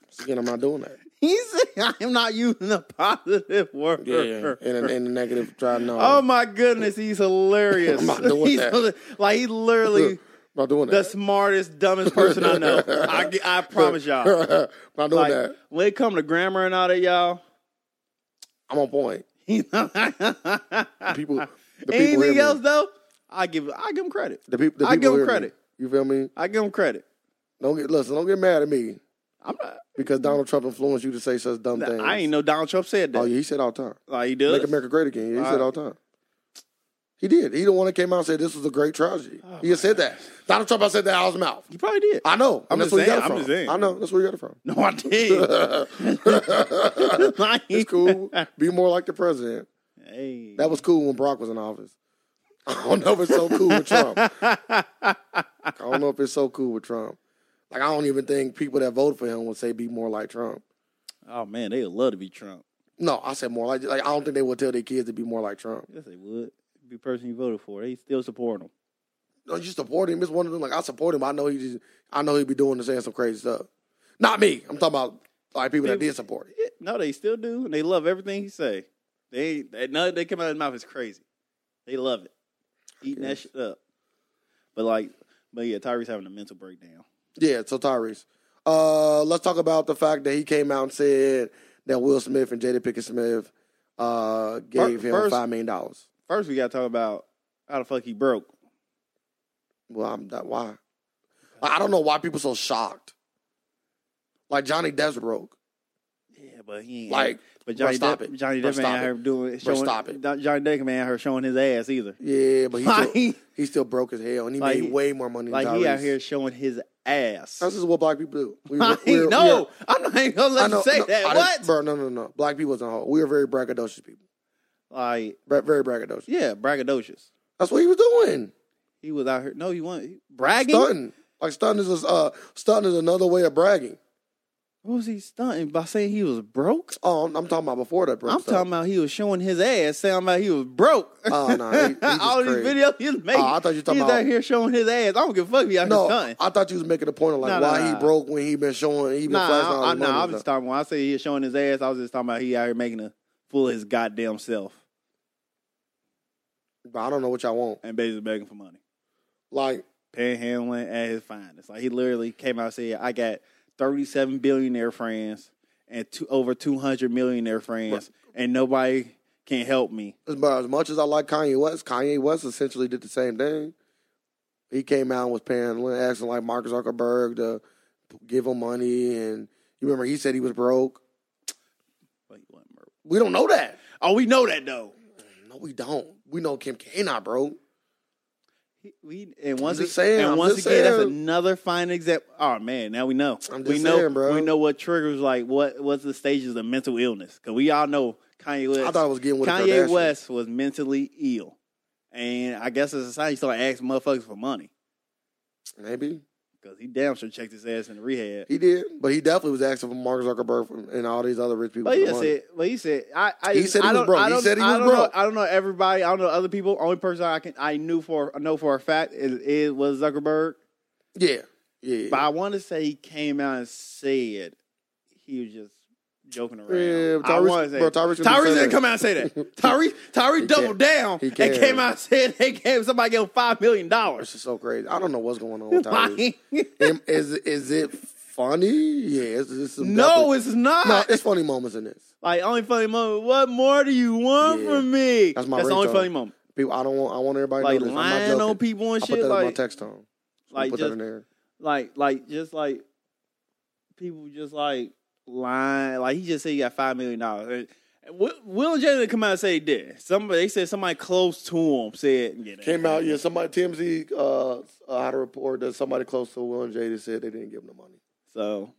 [SPEAKER 2] Once Again, I'm not doing that.
[SPEAKER 1] he said, "I'm not using the positive word."
[SPEAKER 2] in a, in a negative try. No,
[SPEAKER 1] Oh my goodness, he's hilarious.
[SPEAKER 2] I'm not doing
[SPEAKER 1] He's
[SPEAKER 2] that.
[SPEAKER 1] hila- Like he's literally
[SPEAKER 2] not doing
[SPEAKER 1] the
[SPEAKER 2] that.
[SPEAKER 1] smartest, dumbest person I know. I, ge- I promise y'all.
[SPEAKER 2] not doing
[SPEAKER 1] Like
[SPEAKER 2] that.
[SPEAKER 1] when it come to grammar and all that, y'all.
[SPEAKER 2] I'm on point.
[SPEAKER 1] He
[SPEAKER 2] The people, the people hear
[SPEAKER 1] Anything
[SPEAKER 2] me.
[SPEAKER 1] else though, I give I give him credit.
[SPEAKER 2] The people, the
[SPEAKER 1] I give
[SPEAKER 2] people
[SPEAKER 1] 'em
[SPEAKER 2] hear me.
[SPEAKER 1] credit.
[SPEAKER 2] You feel me?
[SPEAKER 1] I give him credit.
[SPEAKER 2] Don't get listen. Don't get mad at me
[SPEAKER 1] I'm not.
[SPEAKER 2] because Donald Trump influenced you to say such dumb things.
[SPEAKER 1] I ain't know Donald Trump said that.
[SPEAKER 2] Oh, yeah, he said all the time.
[SPEAKER 1] Like he
[SPEAKER 2] Make
[SPEAKER 1] does.
[SPEAKER 2] America great again. Yeah, he said
[SPEAKER 1] All
[SPEAKER 2] all the time. He did. He the one that came out and said this was a great tragedy.
[SPEAKER 1] Oh,
[SPEAKER 2] he had said that. Donald Trump, I said that out of his mouth.
[SPEAKER 1] He probably did.
[SPEAKER 2] I know.
[SPEAKER 1] I'm
[SPEAKER 2] and that's
[SPEAKER 1] just
[SPEAKER 2] where you got
[SPEAKER 1] saying,
[SPEAKER 2] it
[SPEAKER 1] I'm just saying.
[SPEAKER 2] from. I know. That's where you got it from.
[SPEAKER 1] no, I did. like,
[SPEAKER 2] It's cool. Be more like the president.
[SPEAKER 1] Hey.
[SPEAKER 2] That was cool when Brock was in office. I don't know if it's so cool with Trump. I don't know if it's so cool with Trump. Like I don't even think people that voted for him would say be more like Trump.
[SPEAKER 1] Oh man, they would love to be Trump.
[SPEAKER 2] No, I said more like like I don't think they would tell their kids to be more like Trump.
[SPEAKER 1] Yes, they would. Be the person you voted for. They still support him.
[SPEAKER 2] No, you support him. It's one of them. Like I support him. I know he just I know he be doing and saying some crazy stuff. Not me. I'm talking about like people that did support it.
[SPEAKER 1] Yeah, no, they still do, and they love everything he say. They, they none they come out of his mouth is crazy. They love it, eating that
[SPEAKER 2] Yes.
[SPEAKER 1] shit up. But like, but yeah, Tyrese having a mental breakdown.
[SPEAKER 2] Yeah, so Tyrese. Uh, let's talk about the fact that he came out and said that Will Smith and Jada Pickett Smith uh, gave him
[SPEAKER 1] first-
[SPEAKER 2] five million dollars.
[SPEAKER 1] First, we got to talk about how the fuck he broke.
[SPEAKER 2] Well, I'm not why. I I don't know why people so shocked. Like Johnny Depp's broke.
[SPEAKER 1] Yeah, but he ain't
[SPEAKER 2] Like,
[SPEAKER 1] But
[SPEAKER 2] bruh,
[SPEAKER 1] Johnny
[SPEAKER 2] stop
[SPEAKER 1] Depp,
[SPEAKER 2] it.
[SPEAKER 1] Johnny
[SPEAKER 2] Bruh,
[SPEAKER 1] Depp ain't
[SPEAKER 2] stop
[SPEAKER 1] out here doing showing.
[SPEAKER 2] stop it.
[SPEAKER 1] Johnny Depp ain't out here showing his ass either.
[SPEAKER 2] yeah, but he still,
[SPEAKER 1] Like,
[SPEAKER 2] he still broke as hell, and he
[SPEAKER 1] Like
[SPEAKER 2] made
[SPEAKER 1] he-
[SPEAKER 2] way more money.
[SPEAKER 1] like
[SPEAKER 2] than
[SPEAKER 1] he out
[SPEAKER 2] Tyrese.
[SPEAKER 1] here showing his ass.
[SPEAKER 2] That's just what black people do. We,
[SPEAKER 1] Like,
[SPEAKER 2] we're-
[SPEAKER 1] no, I'm not even gonna
[SPEAKER 2] we're- I
[SPEAKER 1] let
[SPEAKER 2] know-
[SPEAKER 1] you say
[SPEAKER 2] no,
[SPEAKER 1] that.
[SPEAKER 2] I didn't-
[SPEAKER 1] What?
[SPEAKER 2] bro? No, no, no. Black people as a whole, we are very braggadocious people.
[SPEAKER 1] Like,
[SPEAKER 2] Bra- very braggadocious.
[SPEAKER 1] yeah, braggadocious.
[SPEAKER 2] That's what he was doing.
[SPEAKER 1] He was out here. No, he wasn't bragging.
[SPEAKER 2] Stunting, like stunting is uh, stunting is another way of bragging.
[SPEAKER 1] What was he stunting by saying he was broke?
[SPEAKER 2] Oh, I'm, I'm talking about before that. Bro,
[SPEAKER 1] I'm talking about he was showing his ass, sounding like he was broke.
[SPEAKER 2] Oh, no, he- he just
[SPEAKER 1] all these
[SPEAKER 2] crazy.
[SPEAKER 1] videos he's making.
[SPEAKER 2] Oh, I thought you talking
[SPEAKER 1] he's
[SPEAKER 2] about-
[SPEAKER 1] out here showing his ass. I don't give a fuck if he out
[SPEAKER 2] No,
[SPEAKER 1] here stunting.
[SPEAKER 2] I thought you was making a point of like
[SPEAKER 1] No, no,
[SPEAKER 2] why
[SPEAKER 1] no.
[SPEAKER 2] he broke when he been showing he been
[SPEAKER 1] Nah,
[SPEAKER 2] flashing all
[SPEAKER 1] I, I,
[SPEAKER 2] his money.
[SPEAKER 1] nah, I
[SPEAKER 2] and
[SPEAKER 1] was just
[SPEAKER 2] stuff.
[SPEAKER 1] talking. When I say he was showing his ass, I was just talking about he out here making a fool of his goddamn self
[SPEAKER 2] But I don't know what y'all want.
[SPEAKER 1] and basically begging for money,
[SPEAKER 2] Like
[SPEAKER 1] panhandling at his finest. Like he literally came out and said, "I got 37 billionaire friends and two, over 200 millionaire friends, and nobody can help me."
[SPEAKER 2] as- but as much as I like Kanye West, Kanye West essentially did the same thing. He came out and was paying, asking like Mark Zuckerberg to give him money, and you remember he said he was broke.
[SPEAKER 1] But he wasn't broke.
[SPEAKER 2] We don't know that.
[SPEAKER 1] Oh, we know that though.
[SPEAKER 2] No, we don't. We know Kim K not broke.
[SPEAKER 1] He- We and once
[SPEAKER 2] just
[SPEAKER 1] ag-
[SPEAKER 2] saying,
[SPEAKER 1] and
[SPEAKER 2] I'm
[SPEAKER 1] once
[SPEAKER 2] just
[SPEAKER 1] again, that's
[SPEAKER 2] saying.
[SPEAKER 1] another fine example. Oh man, now we know.
[SPEAKER 2] I'm just
[SPEAKER 1] we know,
[SPEAKER 2] saying, bro.
[SPEAKER 1] We know what triggers like what what's the stages of mental illness because we all know Kanye West.
[SPEAKER 2] I thought I was getting with the
[SPEAKER 1] Kanye
[SPEAKER 2] Kardashians.
[SPEAKER 1] West was mentally ill, and I guess as society started asking motherfuckers for money
[SPEAKER 2] Maybe
[SPEAKER 1] because he damn sure checked his ass in rehab.
[SPEAKER 2] he did, but he definitely was asking for Mark Zuckerberg and all these other rich people.
[SPEAKER 1] But
[SPEAKER 2] for
[SPEAKER 1] he
[SPEAKER 2] money.
[SPEAKER 1] said, but he said, I, I
[SPEAKER 2] He said he
[SPEAKER 1] I
[SPEAKER 2] was
[SPEAKER 1] don't,
[SPEAKER 2] broke.
[SPEAKER 1] I
[SPEAKER 2] He
[SPEAKER 1] don't,
[SPEAKER 2] said he
[SPEAKER 1] I
[SPEAKER 2] was
[SPEAKER 1] don't know-
[SPEAKER 2] broke.
[SPEAKER 1] I don't know everybody. I don't know other people. Only person I can I knew for I know for a fact is, is was Zuckerberg.
[SPEAKER 2] yeah, yeah.
[SPEAKER 1] But I want to say he came out and said he was just joking around.
[SPEAKER 2] Yeah, but
[SPEAKER 1] I
[SPEAKER 2] Tyrese-
[SPEAKER 1] want to say
[SPEAKER 2] bro, Tyrese didn't
[SPEAKER 1] Tyrese
[SPEAKER 2] say
[SPEAKER 1] didn't
[SPEAKER 2] that.
[SPEAKER 1] come out and say that. Tyrese Tyrese doubled down
[SPEAKER 2] He
[SPEAKER 1] and
[SPEAKER 2] can't.
[SPEAKER 1] came out and said they gave somebody gave him five million
[SPEAKER 2] It's
[SPEAKER 1] dollars.
[SPEAKER 2] just so crazy. I don't know what's going on with Tyrese.
[SPEAKER 1] no,
[SPEAKER 2] Am- is is it funny? Yeah, it's, it's some definitely-
[SPEAKER 1] it's not.
[SPEAKER 2] no, it's funny moments in this.
[SPEAKER 1] like only funny moment. What more do you want
[SPEAKER 2] Yeah.
[SPEAKER 1] from me?
[SPEAKER 2] That's my
[SPEAKER 1] the only
[SPEAKER 2] ringtone.
[SPEAKER 1] funny moment.
[SPEAKER 2] People, I don't want. I want everybody
[SPEAKER 1] Like
[SPEAKER 2] to know this. I'm not
[SPEAKER 1] lying
[SPEAKER 2] joking.
[SPEAKER 1] on people and
[SPEAKER 2] I put
[SPEAKER 1] shit.
[SPEAKER 2] that in my
[SPEAKER 1] Like,
[SPEAKER 2] text tone. So
[SPEAKER 1] like
[SPEAKER 2] put
[SPEAKER 1] just
[SPEAKER 2] that in there.
[SPEAKER 1] like like just like people just like lying. Like he just said he got five million dollars. And Will Will and Jada didn't come out and say he did. Somebody they said somebody close to him said yeah, that-
[SPEAKER 2] Came out, yeah. Somebody TMZ uh, uh, had a report that somebody close to Will and Jada said they didn't give him the money.
[SPEAKER 1] So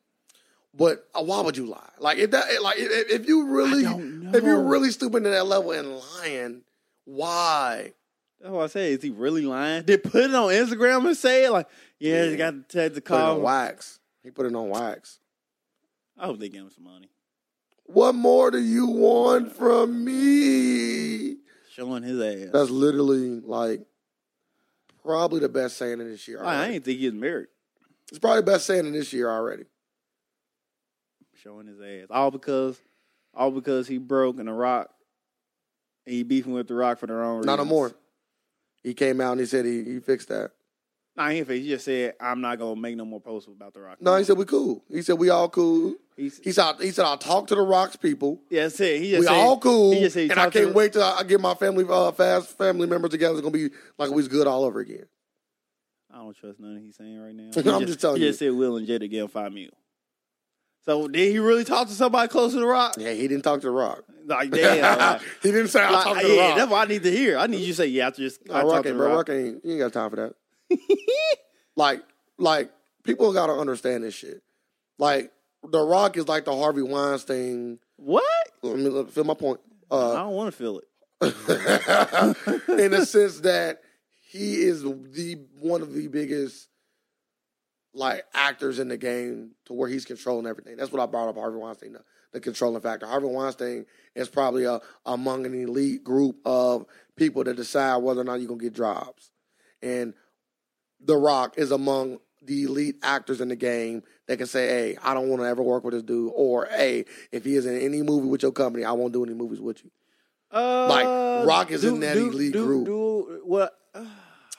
[SPEAKER 2] But uh, why would you lie? Like if that, like if, if you really,
[SPEAKER 1] don't
[SPEAKER 2] if you're
[SPEAKER 1] know.
[SPEAKER 2] really stupid to that level and lying, why?
[SPEAKER 1] that's what I say. Is he really lying? Did put it on Instagram and say it? Like yeah, he got to take the
[SPEAKER 2] Put it on
[SPEAKER 1] call.
[SPEAKER 2] wax. He put it on wax.
[SPEAKER 1] I hope they give him some money.
[SPEAKER 2] What more do you want from me?
[SPEAKER 1] Showing his ass.
[SPEAKER 2] That's literally like probably the best saying in this year.
[SPEAKER 1] Like, I
[SPEAKER 2] already.
[SPEAKER 1] ain't think he's married.
[SPEAKER 2] It's probably the best saying in this year already.
[SPEAKER 1] Showing his ass. All because all because he broke and the rock and he beefing with the rock for the wrong reasons.
[SPEAKER 2] Not no more. He came out and he said he, he fixed that.
[SPEAKER 1] Nah, he, ain't fake. he just said I'm not gonna make no more posts about the rock.
[SPEAKER 2] No, he said we cool. He said we all cool.
[SPEAKER 1] He's,
[SPEAKER 2] He said he said I'll talk to the rocks people.
[SPEAKER 1] yeah, that's it. He just
[SPEAKER 2] We
[SPEAKER 1] said,
[SPEAKER 2] all cool,
[SPEAKER 1] he just said he
[SPEAKER 2] and I
[SPEAKER 1] talked to
[SPEAKER 2] can't
[SPEAKER 1] the-
[SPEAKER 2] wait till I I get my family uh, fast family members together. It's gonna be like we was good all over again.
[SPEAKER 1] I don't trust nothing he's saying right now.
[SPEAKER 2] I'm
[SPEAKER 1] He
[SPEAKER 2] just telling
[SPEAKER 1] he just said Will and Jada give him five mil. So did he really talk to somebody close to the rock?
[SPEAKER 2] Yeah, he didn't talk to the rock.
[SPEAKER 1] Like damn, like,
[SPEAKER 2] he didn't say I'll
[SPEAKER 1] like,
[SPEAKER 2] talk to the
[SPEAKER 1] yeah,
[SPEAKER 2] rock.
[SPEAKER 1] that's what I need to hear. I need you to say yeah. I just
[SPEAKER 2] Nah,
[SPEAKER 1] I
[SPEAKER 2] rock
[SPEAKER 1] talked to
[SPEAKER 2] ain't,
[SPEAKER 1] the
[SPEAKER 2] bro.
[SPEAKER 1] rock.
[SPEAKER 2] Rock ain't. You ain't got time for that. like, like people gotta understand this shit. Like, The Rock is like the Harvey Weinstein.
[SPEAKER 1] What?
[SPEAKER 2] Let me let- feel my point.
[SPEAKER 1] I
[SPEAKER 2] Uh,
[SPEAKER 1] don't want to feel it.
[SPEAKER 2] in the sense that he is the one of the biggest like actors in the game to where he's controlling everything. That's what I brought up Harvey Weinstein, the, the controlling factor. Harvey Weinstein is probably a, among an elite group of people that decide whether or not you're gonna get jobs. And The Rock is among the elite actors in the game that can say, Hey, I don't want to ever work with this dude or hey, if he is in any movie with your company, I won't do any movies with you.
[SPEAKER 1] Uh,
[SPEAKER 2] Rock is in that elite group.
[SPEAKER 1] Do, what?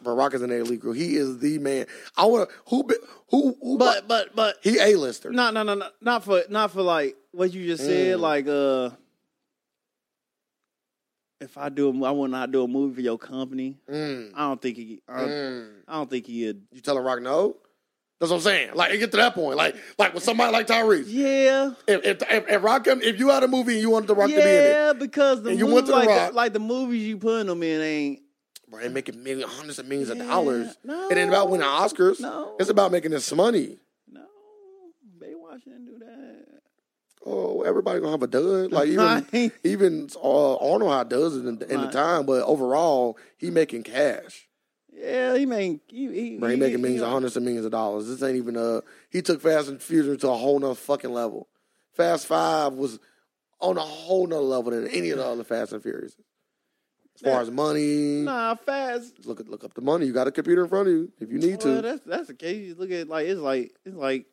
[SPEAKER 2] But Rock is in the elite E group. He is the man. I want to who be- who who.
[SPEAKER 1] But but but
[SPEAKER 2] he a lister.
[SPEAKER 1] no no no no not for not for like what you just said
[SPEAKER 2] Mm.
[SPEAKER 1] like uh if I do a mo- I will not do a movie for your company
[SPEAKER 2] Mm,
[SPEAKER 1] I don't think he I,
[SPEAKER 2] mm.
[SPEAKER 1] I don't think he'd
[SPEAKER 2] You telling Rock no? That's what I'm saying. Like it get to that point. Like like with somebody like Tyrese.
[SPEAKER 1] yeah
[SPEAKER 2] If if, if, if Rock come, if you had a movie and you wanted the Rock to be in it,
[SPEAKER 1] yeah because the
[SPEAKER 2] And you
[SPEAKER 1] movie,
[SPEAKER 2] went to the
[SPEAKER 1] like,
[SPEAKER 2] Rock.
[SPEAKER 1] the, like the movies you putting them in ain't
[SPEAKER 2] bro, they making millions, hundreds of millions
[SPEAKER 1] Yeah,
[SPEAKER 2] of dollars.
[SPEAKER 1] no,
[SPEAKER 2] It ain't about winning Oscars.
[SPEAKER 1] no
[SPEAKER 2] It's about making this money.
[SPEAKER 1] no Baywatch didn't do that
[SPEAKER 2] Oh, everybody gonna have a dud. Like even
[SPEAKER 1] Like,
[SPEAKER 2] even uh, Arnold had does it in, the- in the
[SPEAKER 1] Right.
[SPEAKER 2] time, but overall he making cash.
[SPEAKER 1] yeah he made he, he,
[SPEAKER 2] Bro, he
[SPEAKER 1] he-
[SPEAKER 2] making
[SPEAKER 1] he-
[SPEAKER 2] millions, of hundreds of millions of dollars. This ain't even a. He took Fast and Furious to a whole nother fucking level. Fast Five was on a whole nother level than any of the other Fast and Furious. As far
[SPEAKER 1] Nah.
[SPEAKER 2] as money,
[SPEAKER 1] nah fast
[SPEAKER 2] look at look up the money. You got a computer in front of you if you need
[SPEAKER 1] Well,
[SPEAKER 2] to.
[SPEAKER 1] that's that's the case. You look at like it's like it's like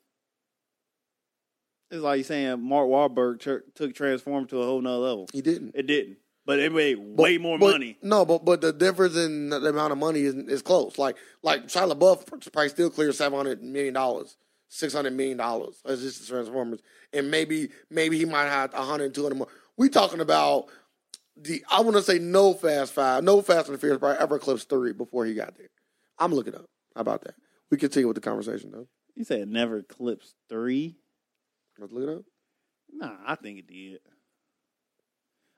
[SPEAKER 1] it's like saying Mark Wahlberg tur- took Transform to a whole nother level.
[SPEAKER 2] He didn't.
[SPEAKER 1] It didn't, but it made
[SPEAKER 2] But-
[SPEAKER 1] way more
[SPEAKER 2] but-
[SPEAKER 1] money.
[SPEAKER 2] No, but but the difference in the amount of money is, is close. Like like Shia LaBeouf probably still clears seven hundred million dollars, six hundred million dollars as just the Transformers, and maybe maybe he might have a hundred, two hundred more. We talking about the I want to say no Fast Five, no Fast and the Furious probably ever eclipsed three before he got there. I'm looking up. How about that? We continue with the conversation though.
[SPEAKER 1] You said never clips three?
[SPEAKER 2] Let's look it up.
[SPEAKER 1] Nah, I think it did.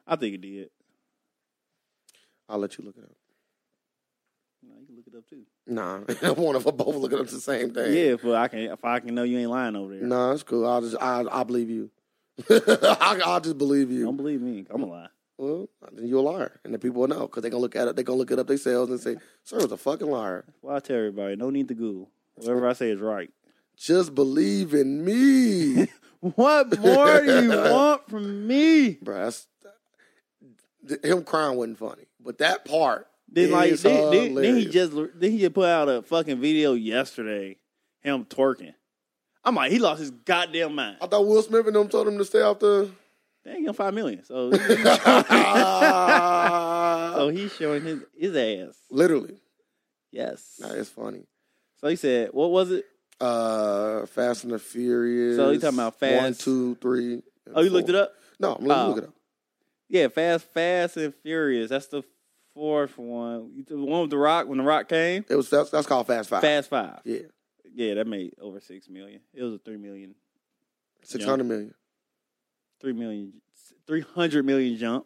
[SPEAKER 1] I think it did.
[SPEAKER 2] I'll let you look it up.
[SPEAKER 1] Nah, you can look it up too.
[SPEAKER 2] Nah, one of us both looking up the same thing.
[SPEAKER 1] Yeah, if I can, if I can know you ain't lying over there.
[SPEAKER 2] No, that's cool. I'll just I I believe you. I, I'll just believe you.
[SPEAKER 1] Don't believe me. I'm gonna lie.
[SPEAKER 2] Well, then you're a liar, and the people will know because they're gonna look at it. They're gonna look it up themselves and say, "Sir was a fucking liar."
[SPEAKER 1] Well, I tell everybody, no need to Google. Whatever I say is right.
[SPEAKER 2] Just believe in me,
[SPEAKER 1] What more do you want from me?
[SPEAKER 2] bro. That's, th- him crying wasn't funny, but that part
[SPEAKER 1] Then like
[SPEAKER 2] is
[SPEAKER 1] then, then, then he
[SPEAKER 2] hilarious.
[SPEAKER 1] just then he just put out a fucking video yesterday, him twerking. I'm like, he lost his goddamn mind.
[SPEAKER 2] I thought Will Smith and them told him to stay off the.
[SPEAKER 1] They ain't gonna five million. So so he's showing his his ass.
[SPEAKER 2] Literally,
[SPEAKER 1] Yes.
[SPEAKER 2] nah, it's funny.
[SPEAKER 1] So he said, what was it?
[SPEAKER 2] Uh, Fast and the Furious.
[SPEAKER 1] So you talking about
[SPEAKER 2] One,
[SPEAKER 1] Fast-
[SPEAKER 2] two, three. and
[SPEAKER 1] Oh, you looked it
[SPEAKER 2] four.
[SPEAKER 1] up?
[SPEAKER 2] No, I'm looking,
[SPEAKER 1] Oh.
[SPEAKER 2] look it up.
[SPEAKER 1] Yeah, Fast Fast and Furious. That's the fourth one. The one with the rock when the rock came?
[SPEAKER 2] It was that's, that's called Fast Five.
[SPEAKER 1] Fast five.
[SPEAKER 2] Yeah,
[SPEAKER 1] Yeah, that made over six million. It was a three million.
[SPEAKER 2] six hundred million.
[SPEAKER 1] three million, three hundred million jump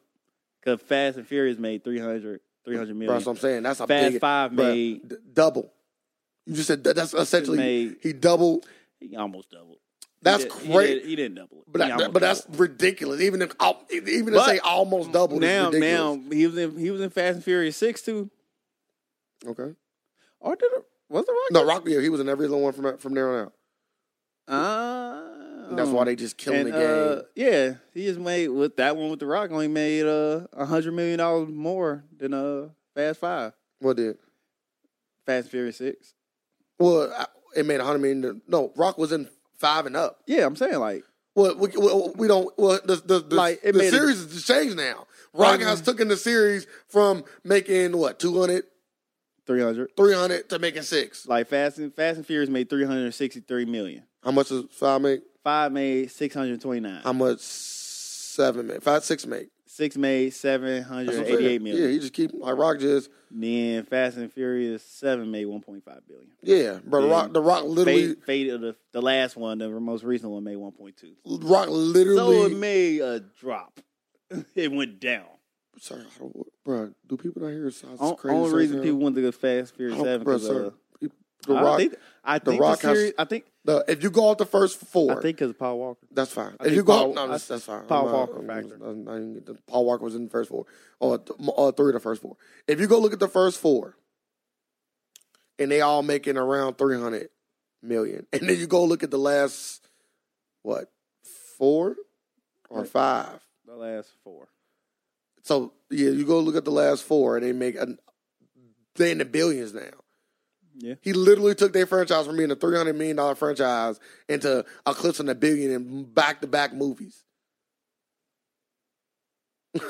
[SPEAKER 1] because Fast and Furious made 300, 300 million.
[SPEAKER 2] Bro, that's what I'm saying. That's a
[SPEAKER 1] Fast
[SPEAKER 2] big
[SPEAKER 1] Five
[SPEAKER 2] bro,
[SPEAKER 1] made-
[SPEAKER 2] d- double. You just said that- that's essentially
[SPEAKER 1] made-
[SPEAKER 2] he doubled.
[SPEAKER 1] He almost doubled. He
[SPEAKER 2] That's
[SPEAKER 1] did- he
[SPEAKER 2] crazy.
[SPEAKER 1] did- He, didn't double it.
[SPEAKER 2] But
[SPEAKER 1] He
[SPEAKER 2] that,
[SPEAKER 1] almost
[SPEAKER 2] but that's
[SPEAKER 1] doubled.
[SPEAKER 2] ridiculous. Even if al- even
[SPEAKER 1] But
[SPEAKER 2] to say almost double
[SPEAKER 1] now.
[SPEAKER 2] is ridiculous.
[SPEAKER 1] Now he was in he was in Fast and Furious six too.
[SPEAKER 2] Okay.
[SPEAKER 1] Or did it, was it Rocket?
[SPEAKER 2] No, Rock. Yeah, he was in every little one from from there on out.
[SPEAKER 1] Uh,
[SPEAKER 2] That's why they just killing
[SPEAKER 1] Oh. and,
[SPEAKER 2] the game.
[SPEAKER 1] uh, yeah, he just made with that one with the Rock only made uh a hundred million dollars more than uh Fast Five,
[SPEAKER 2] what did?
[SPEAKER 1] Fast and Furious Six.
[SPEAKER 2] Well, I- it made a hundred million. to- No, Rock was in five and up.
[SPEAKER 1] Yeah, I'm saying like
[SPEAKER 2] Well, we, well, we don't. Well, the the, the,
[SPEAKER 1] Like, it
[SPEAKER 2] the
[SPEAKER 1] made a-
[SPEAKER 2] series has changed now. Rock
[SPEAKER 1] Mhm.
[SPEAKER 2] has taken the series from making what 200,
[SPEAKER 1] three hundred.
[SPEAKER 2] 300 to making six.
[SPEAKER 1] Like Fast and Fast and Furious made three hundred sixty three million.
[SPEAKER 2] How much does five make?
[SPEAKER 1] Five made six hundred twenty nine.
[SPEAKER 2] How much seven make? Five six make?
[SPEAKER 1] Six made seven
[SPEAKER 2] That's
[SPEAKER 1] hundred
[SPEAKER 2] what I'm
[SPEAKER 1] eighty eight
[SPEAKER 2] saying.
[SPEAKER 1] million.
[SPEAKER 2] Yeah, he just keep like Rock just
[SPEAKER 1] Then Fast and Furious Seven made one point five billion.
[SPEAKER 2] yeah, bro. The
[SPEAKER 1] Yeah.
[SPEAKER 2] Rock the Rock literally
[SPEAKER 1] Fate, Fate of the the last one, the most recent one made one point two.
[SPEAKER 2] Rock
[SPEAKER 1] So
[SPEAKER 2] literally.
[SPEAKER 1] it made a drop. it went down.
[SPEAKER 2] sorry, I don't, bro. Do people not hear? It sounds
[SPEAKER 1] On,
[SPEAKER 2] crazy.
[SPEAKER 1] only
[SPEAKER 2] right
[SPEAKER 1] reason
[SPEAKER 2] now?
[SPEAKER 1] people wanted to go Fast Furious
[SPEAKER 2] I don't-
[SPEAKER 1] Seven
[SPEAKER 2] bro,
[SPEAKER 1] because
[SPEAKER 2] sir,
[SPEAKER 1] uh,
[SPEAKER 2] people- the
[SPEAKER 1] I
[SPEAKER 2] Rock.
[SPEAKER 1] think I think the,
[SPEAKER 2] Rock has-
[SPEAKER 1] series, I think
[SPEAKER 2] the, if you go out the first four,
[SPEAKER 1] I think because of Paul Walker.
[SPEAKER 2] That's fine.
[SPEAKER 1] I
[SPEAKER 2] If
[SPEAKER 1] think
[SPEAKER 2] you go,
[SPEAKER 1] Paul-
[SPEAKER 2] no,
[SPEAKER 1] I-
[SPEAKER 2] that's, that's fine.
[SPEAKER 1] Paul
[SPEAKER 2] I'm uh,
[SPEAKER 1] Walker
[SPEAKER 2] I'm-
[SPEAKER 1] factor.
[SPEAKER 2] I'm- I didn't get the- Paul Walker was in the first four, or th- or three of the first four. If you go look at the first four, and they all making around three hundred million, and then you go look at the last what four or
[SPEAKER 1] Right.
[SPEAKER 2] five.
[SPEAKER 1] The last four.
[SPEAKER 2] So yeah, you go look at the last four, and they make an, they in the billions now.
[SPEAKER 1] Yeah.
[SPEAKER 2] He literally took their franchise from being a three hundred million dollar franchise into eclipsing a billion in back to back movies.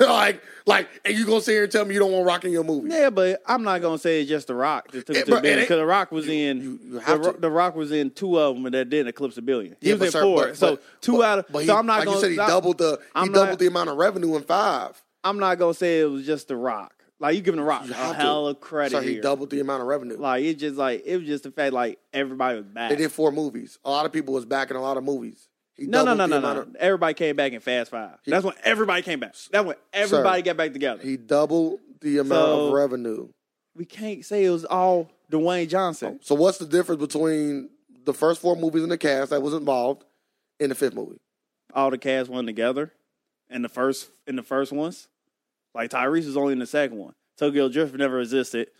[SPEAKER 2] like, like, and you gonna sit here and tell me you don't want Rock in your movie?
[SPEAKER 1] Yeah, but I'm not gonna say it's just the Rock that took
[SPEAKER 2] Yeah,
[SPEAKER 1] it to
[SPEAKER 2] bro,
[SPEAKER 1] the billion
[SPEAKER 2] Eh, and it-
[SPEAKER 1] because the Rock was in
[SPEAKER 2] you- you
[SPEAKER 1] the,
[SPEAKER 2] have
[SPEAKER 1] Ro-
[SPEAKER 2] to.
[SPEAKER 1] the Rock was in two of them that didn't eclipse a billion. He
[SPEAKER 2] Yeah,
[SPEAKER 1] was
[SPEAKER 2] but
[SPEAKER 1] in
[SPEAKER 2] sir,
[SPEAKER 1] four,
[SPEAKER 2] but-
[SPEAKER 1] so
[SPEAKER 2] but-
[SPEAKER 1] two
[SPEAKER 2] but-
[SPEAKER 1] out of
[SPEAKER 2] but he-
[SPEAKER 1] so I'm not
[SPEAKER 2] like
[SPEAKER 1] gonna
[SPEAKER 2] you said he
[SPEAKER 1] I-
[SPEAKER 2] doubled the he
[SPEAKER 1] I'm not-
[SPEAKER 2] doubled the amount of revenue in five.
[SPEAKER 1] I'm not gonna say it was just the Rock. Like you giving the Rock
[SPEAKER 2] You
[SPEAKER 1] a
[SPEAKER 2] have to.
[SPEAKER 1] hell of credit
[SPEAKER 2] So
[SPEAKER 1] here.
[SPEAKER 2] he doubled the amount of revenue.
[SPEAKER 1] Like it just like it was just the fact like everybody was back.
[SPEAKER 2] they did four movies. A lot of people was back in a lot of movies. He
[SPEAKER 1] No, no,
[SPEAKER 2] doubled
[SPEAKER 1] no,
[SPEAKER 2] the
[SPEAKER 1] no,
[SPEAKER 2] amount
[SPEAKER 1] no.
[SPEAKER 2] of-
[SPEAKER 1] Everybody came back in Fast Five. That's when everybody came back. That's when everybody got back together.
[SPEAKER 2] He doubled the amount
[SPEAKER 1] So-
[SPEAKER 2] of revenue.
[SPEAKER 1] we can't say it was all Dwayne Johnson.
[SPEAKER 2] So what's the difference between the first four movies in the cast that was involved and the fifth movie?
[SPEAKER 1] All the cast won together, in the first in the first ones, like Tyrese was only in the second one. Tokyo Drift never existed.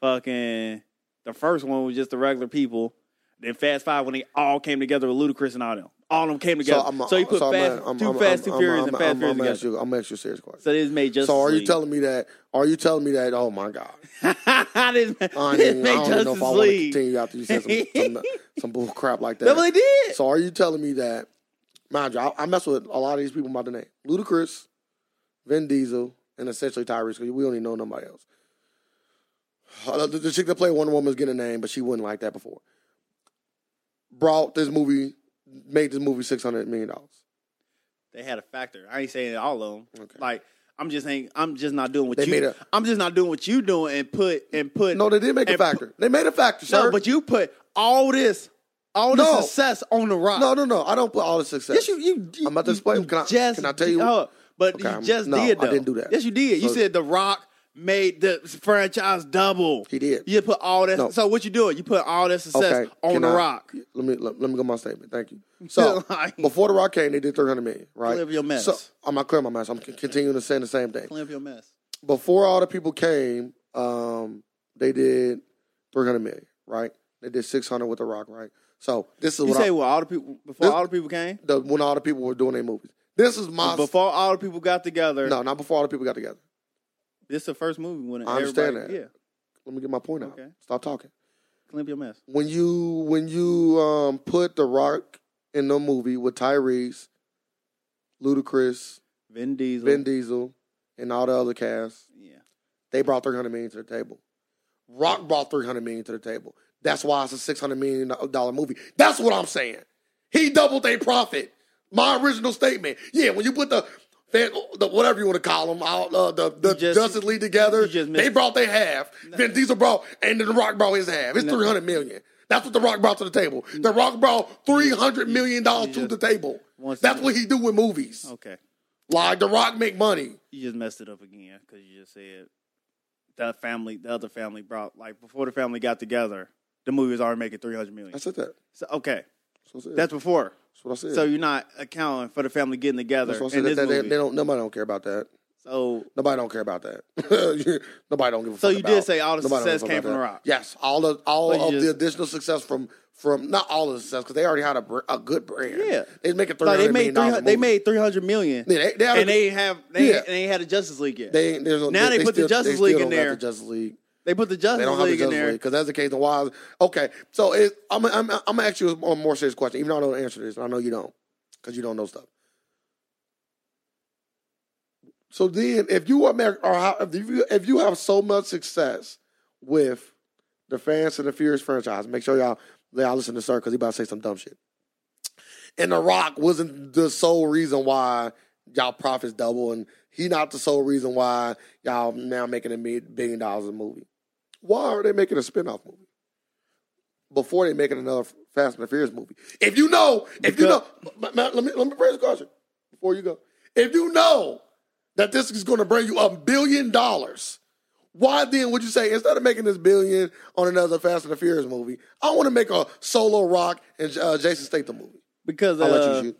[SPEAKER 1] Fucking the first one was just the regular people. Then Fast Five when they all came together with Ludacris and all them, all of them came together. So, you put
[SPEAKER 2] I'm-
[SPEAKER 1] Fast
[SPEAKER 2] I'm-
[SPEAKER 1] 2
[SPEAKER 2] I'm-
[SPEAKER 1] Fast
[SPEAKER 2] I'm-
[SPEAKER 1] Two Furious
[SPEAKER 2] I'm-
[SPEAKER 1] and
[SPEAKER 2] I'm-
[SPEAKER 1] Fast
[SPEAKER 2] I'm-
[SPEAKER 1] Furious
[SPEAKER 2] I'm
[SPEAKER 1] together.
[SPEAKER 2] ask you- I'm gonna ask you a serious question.
[SPEAKER 1] so this made just.
[SPEAKER 2] So are you telling me that? Are you telling me that? Oh my god!
[SPEAKER 1] this
[SPEAKER 2] I don't
[SPEAKER 1] this
[SPEAKER 2] even, I
[SPEAKER 1] made
[SPEAKER 2] don't even know
[SPEAKER 1] Justice
[SPEAKER 2] if I want to
[SPEAKER 1] League.
[SPEAKER 2] continue after you said some, some, some bull crap like
[SPEAKER 1] That's what
[SPEAKER 2] that.
[SPEAKER 1] they did.
[SPEAKER 2] So are you telling me that? Mind you, I, I mess with a lot of these people by the name: Ludacris, Vin Diesel, and essentially Tyrese. Because we don't even know nobody else. Uh, The, the chick that played Wonder Woman was getting a name, but she wasn't like that before. Brought this movie, made this movie six hundred million dollars.
[SPEAKER 1] they had a factor. I ain't saying all of them.
[SPEAKER 2] Okay.
[SPEAKER 1] Like I'm just saying, I'm just not doing what
[SPEAKER 2] They
[SPEAKER 1] you.
[SPEAKER 2] made a-
[SPEAKER 1] I'm just not doing what you doing and put and put.
[SPEAKER 2] No, they did make a
[SPEAKER 1] And
[SPEAKER 2] factor. They made a factor,
[SPEAKER 1] No,
[SPEAKER 2] sir.
[SPEAKER 1] but you put all this, all this
[SPEAKER 2] No.
[SPEAKER 1] success on the rock.
[SPEAKER 2] no, no, no. I don't put all the success.
[SPEAKER 1] Yes, you. you, you
[SPEAKER 2] I'm about to
[SPEAKER 1] you-
[SPEAKER 2] explain.
[SPEAKER 1] you
[SPEAKER 2] Can I-
[SPEAKER 1] just
[SPEAKER 2] can I tell you-
[SPEAKER 1] Hold up. but
[SPEAKER 2] Okay,
[SPEAKER 1] you
[SPEAKER 2] I'm-
[SPEAKER 1] just
[SPEAKER 2] no,
[SPEAKER 1] did.
[SPEAKER 2] I
[SPEAKER 1] Though.
[SPEAKER 2] didn't do that.
[SPEAKER 1] Yes, you did. you
[SPEAKER 2] So-
[SPEAKER 1] said the Rock made the franchise double.
[SPEAKER 2] He did.
[SPEAKER 1] You put all that.
[SPEAKER 2] No.
[SPEAKER 1] So what you doing? You put all that success
[SPEAKER 2] Okay,
[SPEAKER 1] on
[SPEAKER 2] can
[SPEAKER 1] the
[SPEAKER 2] I-
[SPEAKER 1] rock.
[SPEAKER 2] Let me let, let me go my statement. Thank you. So
[SPEAKER 1] Like-
[SPEAKER 2] before the Rock came, they did 300 million, right?
[SPEAKER 1] Clear up your mess.
[SPEAKER 2] So, I'm not clearing my mess. I'm c- continuing to say the same thing.
[SPEAKER 1] Clean up your mess.
[SPEAKER 2] Before all the people came, um, they did 300 million, right? They did 600 with the Rock, right? So this is
[SPEAKER 1] You
[SPEAKER 2] what
[SPEAKER 1] say
[SPEAKER 2] I,
[SPEAKER 1] well, all the people before
[SPEAKER 2] This-
[SPEAKER 1] all the people came,
[SPEAKER 2] the, when all the people were doing their movies. This is my
[SPEAKER 1] before all the people got together.
[SPEAKER 2] no, not before all the people got together.
[SPEAKER 1] This the first movie when
[SPEAKER 2] I understand
[SPEAKER 1] everybody-
[SPEAKER 2] that.
[SPEAKER 1] Yeah,
[SPEAKER 2] Let me get my point out.
[SPEAKER 1] Okay.
[SPEAKER 2] Stop talking.
[SPEAKER 1] clean up your mess.
[SPEAKER 2] when you when you um put The Rock in the movie with Tyrese, Ludacris,
[SPEAKER 1] Vin Diesel.
[SPEAKER 2] Vin Diesel, and all the other cast,
[SPEAKER 1] yeah.
[SPEAKER 2] they brought three hundred million to the table. Rock brought three hundred million to the table. That's why it's a six hundred million dollar movie. That's what I'm saying. He doubled their profit. My original statement. Yeah, when you put the, fan- the whatever you want to call them, out, uh, the, the
[SPEAKER 1] You just-
[SPEAKER 2] Justice League together,
[SPEAKER 1] you just
[SPEAKER 2] they
[SPEAKER 1] missed-
[SPEAKER 2] brought their half. Vin Diesel brought, and then The Rock brought his half. It's
[SPEAKER 1] No. Mm.
[SPEAKER 2] three hundred million. That's what The Rock brought to the table. The Rock brought three hundred million dollars to
[SPEAKER 1] Yeah.
[SPEAKER 2] the table.
[SPEAKER 1] Once- Oh.
[SPEAKER 2] That's what he do with movies.
[SPEAKER 1] Okay,
[SPEAKER 2] Like The Rock make money.
[SPEAKER 1] you just messed it up again because you just said that family, the other family brought like before the family got together, the movie was already making three hundred million.
[SPEAKER 2] I said that.
[SPEAKER 1] So okay,
[SPEAKER 2] That's what I said.
[SPEAKER 1] that's before.
[SPEAKER 2] That's what I said.
[SPEAKER 1] So you're not accounting for the family getting together
[SPEAKER 2] That's what I
[SPEAKER 1] in
[SPEAKER 2] said.
[SPEAKER 1] this
[SPEAKER 2] That- that-
[SPEAKER 1] movie.
[SPEAKER 2] they don't. Nobody don't care about that.
[SPEAKER 1] so
[SPEAKER 2] Nobody don't care about that. Nobody don't give a
[SPEAKER 1] So
[SPEAKER 2] fuck.
[SPEAKER 1] you did
[SPEAKER 2] about-
[SPEAKER 1] say all the
[SPEAKER 2] nobody don't
[SPEAKER 1] success
[SPEAKER 2] give a fuck
[SPEAKER 1] came
[SPEAKER 2] about
[SPEAKER 1] from The
[SPEAKER 2] that.
[SPEAKER 1] Rock.
[SPEAKER 2] Yes, all the all
[SPEAKER 1] But you
[SPEAKER 2] of the
[SPEAKER 1] just-
[SPEAKER 2] additional success from from not all of the success because they already had a, br- a good brand.
[SPEAKER 1] Yeah.
[SPEAKER 2] they make it three
[SPEAKER 1] like they made
[SPEAKER 2] hundred million
[SPEAKER 1] three
[SPEAKER 2] dollars.
[SPEAKER 1] hundred. They made three hundred million,
[SPEAKER 2] Yeah, they, they had a
[SPEAKER 1] and
[SPEAKER 2] good-
[SPEAKER 1] they have they,
[SPEAKER 2] Yeah.
[SPEAKER 1] they ain't had a Justice League yet. They,
[SPEAKER 2] They, there's no,
[SPEAKER 1] Now they put the
[SPEAKER 2] still-
[SPEAKER 1] Justice
[SPEAKER 2] still
[SPEAKER 1] League in
[SPEAKER 2] don't got
[SPEAKER 1] there.
[SPEAKER 2] The Justice League.
[SPEAKER 1] put the
[SPEAKER 2] They
[SPEAKER 1] Justice
[SPEAKER 2] don't have
[SPEAKER 1] League
[SPEAKER 2] the
[SPEAKER 1] in
[SPEAKER 2] Justice
[SPEAKER 1] there.
[SPEAKER 2] League because that's the case. Then why? Okay, so it, I'm, I'm I'm gonna ask you a more serious question. Even though I don't answer this, and I know you don't because you don't know stuff. So then, if you are American, or how, if you if you have so much success with the Fast and the Furious franchise, make sure y'all y'all listen to Sir because he about to say some dumb shit. And The Rock wasn't the sole reason why y'all profits double, and he not the sole reason why y'all now making a mid- billion dollars a movie. Why are they making a spin-off movie before they making another Fast and the Furious movie? If you know, if you know, ma- ma- let me let me raise a question before you go. If you know that this is going to bring you a billion dollars, why then would you say instead of making this billion on another Fast and the Furious movie, I want to make a solo Rock and uh, Jason Statham movie?
[SPEAKER 1] because
[SPEAKER 2] I'll
[SPEAKER 1] uh,
[SPEAKER 2] let you shoot.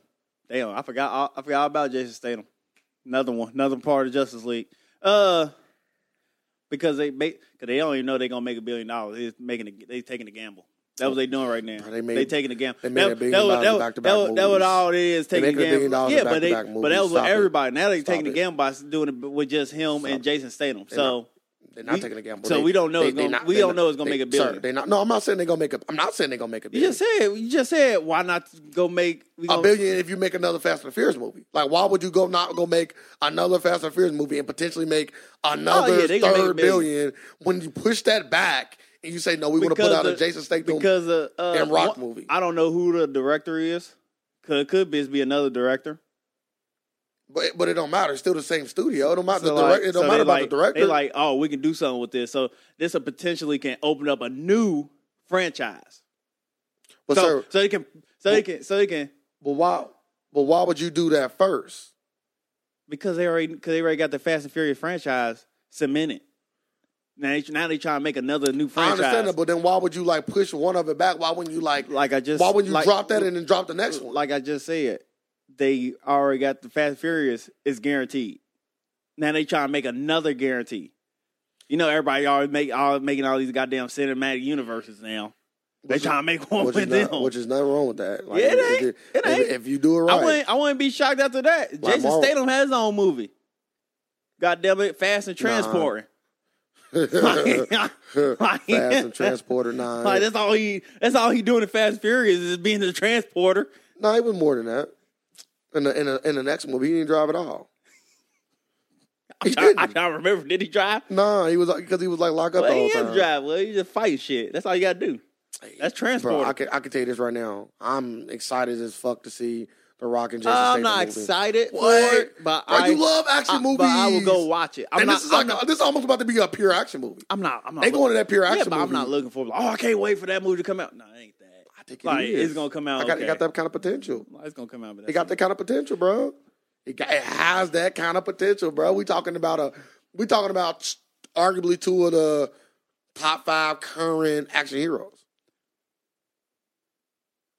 [SPEAKER 1] Damn, I forgot. all- I forgot all about Jason Statham. Another one, another part of Justice League. Uh, because they make, cause they don't even know they're gonna make a billion dollars. They're making, a, they taking a gamble. That's what they doing right now.
[SPEAKER 2] Bro,
[SPEAKER 1] They,
[SPEAKER 2] they made-
[SPEAKER 1] taking a gamble.
[SPEAKER 2] they made
[SPEAKER 1] That-
[SPEAKER 2] a billion
[SPEAKER 1] that was-
[SPEAKER 2] dollars
[SPEAKER 1] that
[SPEAKER 2] in
[SPEAKER 1] was-
[SPEAKER 2] back-to-back
[SPEAKER 1] that was- That was
[SPEAKER 2] movies.
[SPEAKER 1] all it is. Taking
[SPEAKER 2] making a
[SPEAKER 1] a
[SPEAKER 2] billion
[SPEAKER 1] gamble.
[SPEAKER 2] dollars in
[SPEAKER 1] yeah, but they,
[SPEAKER 2] back-to-back
[SPEAKER 1] but that was
[SPEAKER 2] movies. Stop it.
[SPEAKER 1] everybody. Now they
[SPEAKER 2] Stop
[SPEAKER 1] taking a
[SPEAKER 2] it.
[SPEAKER 1] gamble by doing it with just him and Jason Statham. So
[SPEAKER 2] They're not
[SPEAKER 1] We-
[SPEAKER 2] taking a gamble.
[SPEAKER 1] so
[SPEAKER 2] They-
[SPEAKER 1] we don't know
[SPEAKER 2] they-
[SPEAKER 1] it's
[SPEAKER 2] they
[SPEAKER 1] gonna-
[SPEAKER 2] not-
[SPEAKER 1] we
[SPEAKER 2] they
[SPEAKER 1] don't
[SPEAKER 2] not-
[SPEAKER 1] know it's gonna
[SPEAKER 2] they-
[SPEAKER 1] make a billion.
[SPEAKER 2] Sir, they not. No, I'm not saying they're gonna make a. I'm not saying they're gonna make a
[SPEAKER 1] you
[SPEAKER 2] billion.
[SPEAKER 1] just said, you just said, why not go make we
[SPEAKER 2] a
[SPEAKER 1] gonna-
[SPEAKER 2] billion if you make another Fast and Furious movie. Like, why would you go not go make another Fast and Furious movie and potentially make another
[SPEAKER 1] Oh, they gonna make a
[SPEAKER 2] third billion when you push that back and you say no, we want to put
[SPEAKER 1] Because
[SPEAKER 2] out a
[SPEAKER 1] the-
[SPEAKER 2] Jason Statham
[SPEAKER 1] because uh, uh,
[SPEAKER 2] and Rock
[SPEAKER 1] one-
[SPEAKER 2] movie.
[SPEAKER 1] I don't know who the director is. Could could be, be another director.
[SPEAKER 2] But but it don't matter. It's still the same studio. It don't matter.
[SPEAKER 1] So,
[SPEAKER 2] the direct,
[SPEAKER 1] like-
[SPEAKER 2] it
[SPEAKER 1] so
[SPEAKER 2] don't matter
[SPEAKER 1] they
[SPEAKER 2] about
[SPEAKER 1] like-
[SPEAKER 2] the director.
[SPEAKER 1] They like, oh, we can do something with this. So this will potentially can open up a new franchise.
[SPEAKER 2] but
[SPEAKER 1] so
[SPEAKER 2] sir,
[SPEAKER 1] so they can so they can so they can
[SPEAKER 2] but why? But why would you do that first?
[SPEAKER 1] because they already because they already got the Fast and Furious franchise cemented. Now they, now they trying to make another new franchise.
[SPEAKER 2] I understand that, but then why would you like push one of it back? Why wouldn't you like?
[SPEAKER 1] like I just
[SPEAKER 2] why wouldn't you
[SPEAKER 1] like-
[SPEAKER 2] drop that and then drop the next one?
[SPEAKER 1] Like I just said, they already got the Fast and Furious is guaranteed. Now they trying to make another guarantee. You know, everybody already make all making all these goddamn cinematic universes now. They
[SPEAKER 2] Which is-
[SPEAKER 1] trying to make one
[SPEAKER 2] which
[SPEAKER 1] with
[SPEAKER 2] is, not,
[SPEAKER 1] them.
[SPEAKER 2] which is nothing wrong with that. Like,
[SPEAKER 1] Yeah, it ain't.
[SPEAKER 2] if-
[SPEAKER 1] It
[SPEAKER 2] If, if-
[SPEAKER 1] ain't.
[SPEAKER 2] if you do it
[SPEAKER 1] I
[SPEAKER 2] right,
[SPEAKER 1] wouldn't I wouldn't be shocked after that.
[SPEAKER 2] Like
[SPEAKER 1] Jason
[SPEAKER 2] Marvel-
[SPEAKER 1] Statham has his own movie. God damn it, Fast and Transporting. Like-
[SPEAKER 2] fast and transporter nine.
[SPEAKER 1] Like that's all he that's all he doing in Fast and Furious is being the transporter.
[SPEAKER 2] no, it was more than that. In the, in the in the next movie, he didn't drive at all.
[SPEAKER 1] I'm
[SPEAKER 2] He
[SPEAKER 1] trying,
[SPEAKER 2] didn't.
[SPEAKER 1] I'm trying to remember, did he drive?
[SPEAKER 2] Nah, he was because he was like locked up
[SPEAKER 1] Well,
[SPEAKER 2] the
[SPEAKER 1] he
[SPEAKER 2] whole
[SPEAKER 1] is
[SPEAKER 2] time.
[SPEAKER 1] drive. Well, he just fight shit. That's all you gotta do. That's transport.
[SPEAKER 2] Bro, I can I can tell you this right now. I'm excited as fuck to see the Rock and Jason
[SPEAKER 1] I'm
[SPEAKER 2] Statham
[SPEAKER 1] not
[SPEAKER 2] movie.
[SPEAKER 1] excited
[SPEAKER 2] What?
[SPEAKER 1] for it, but
[SPEAKER 2] Bro,
[SPEAKER 1] I,
[SPEAKER 2] you love action
[SPEAKER 1] I-
[SPEAKER 2] movies.
[SPEAKER 1] But I will go watch it. I'm
[SPEAKER 2] and
[SPEAKER 1] not.
[SPEAKER 2] this is like
[SPEAKER 1] I'm, not
[SPEAKER 2] this is almost about to be a pure action movie.
[SPEAKER 1] I'm not. I'm not.
[SPEAKER 2] They going to that pure
[SPEAKER 1] yeah,
[SPEAKER 2] action
[SPEAKER 1] but
[SPEAKER 2] movie.
[SPEAKER 1] I'm not looking for. Like, oh, I can't wait for that movie to come out. No, it ain't that.
[SPEAKER 2] I think it
[SPEAKER 1] Like
[SPEAKER 2] is.
[SPEAKER 1] it's gonna come out.
[SPEAKER 2] I got,
[SPEAKER 1] okay.
[SPEAKER 2] it got that kind of potential.
[SPEAKER 1] Like, It's gonna come out. But
[SPEAKER 2] It
[SPEAKER 1] that's
[SPEAKER 2] got that kind of potential, bro. It, got, it has that kind of potential, bro. We talking about a we talking about arguably two of the top five current action heroes.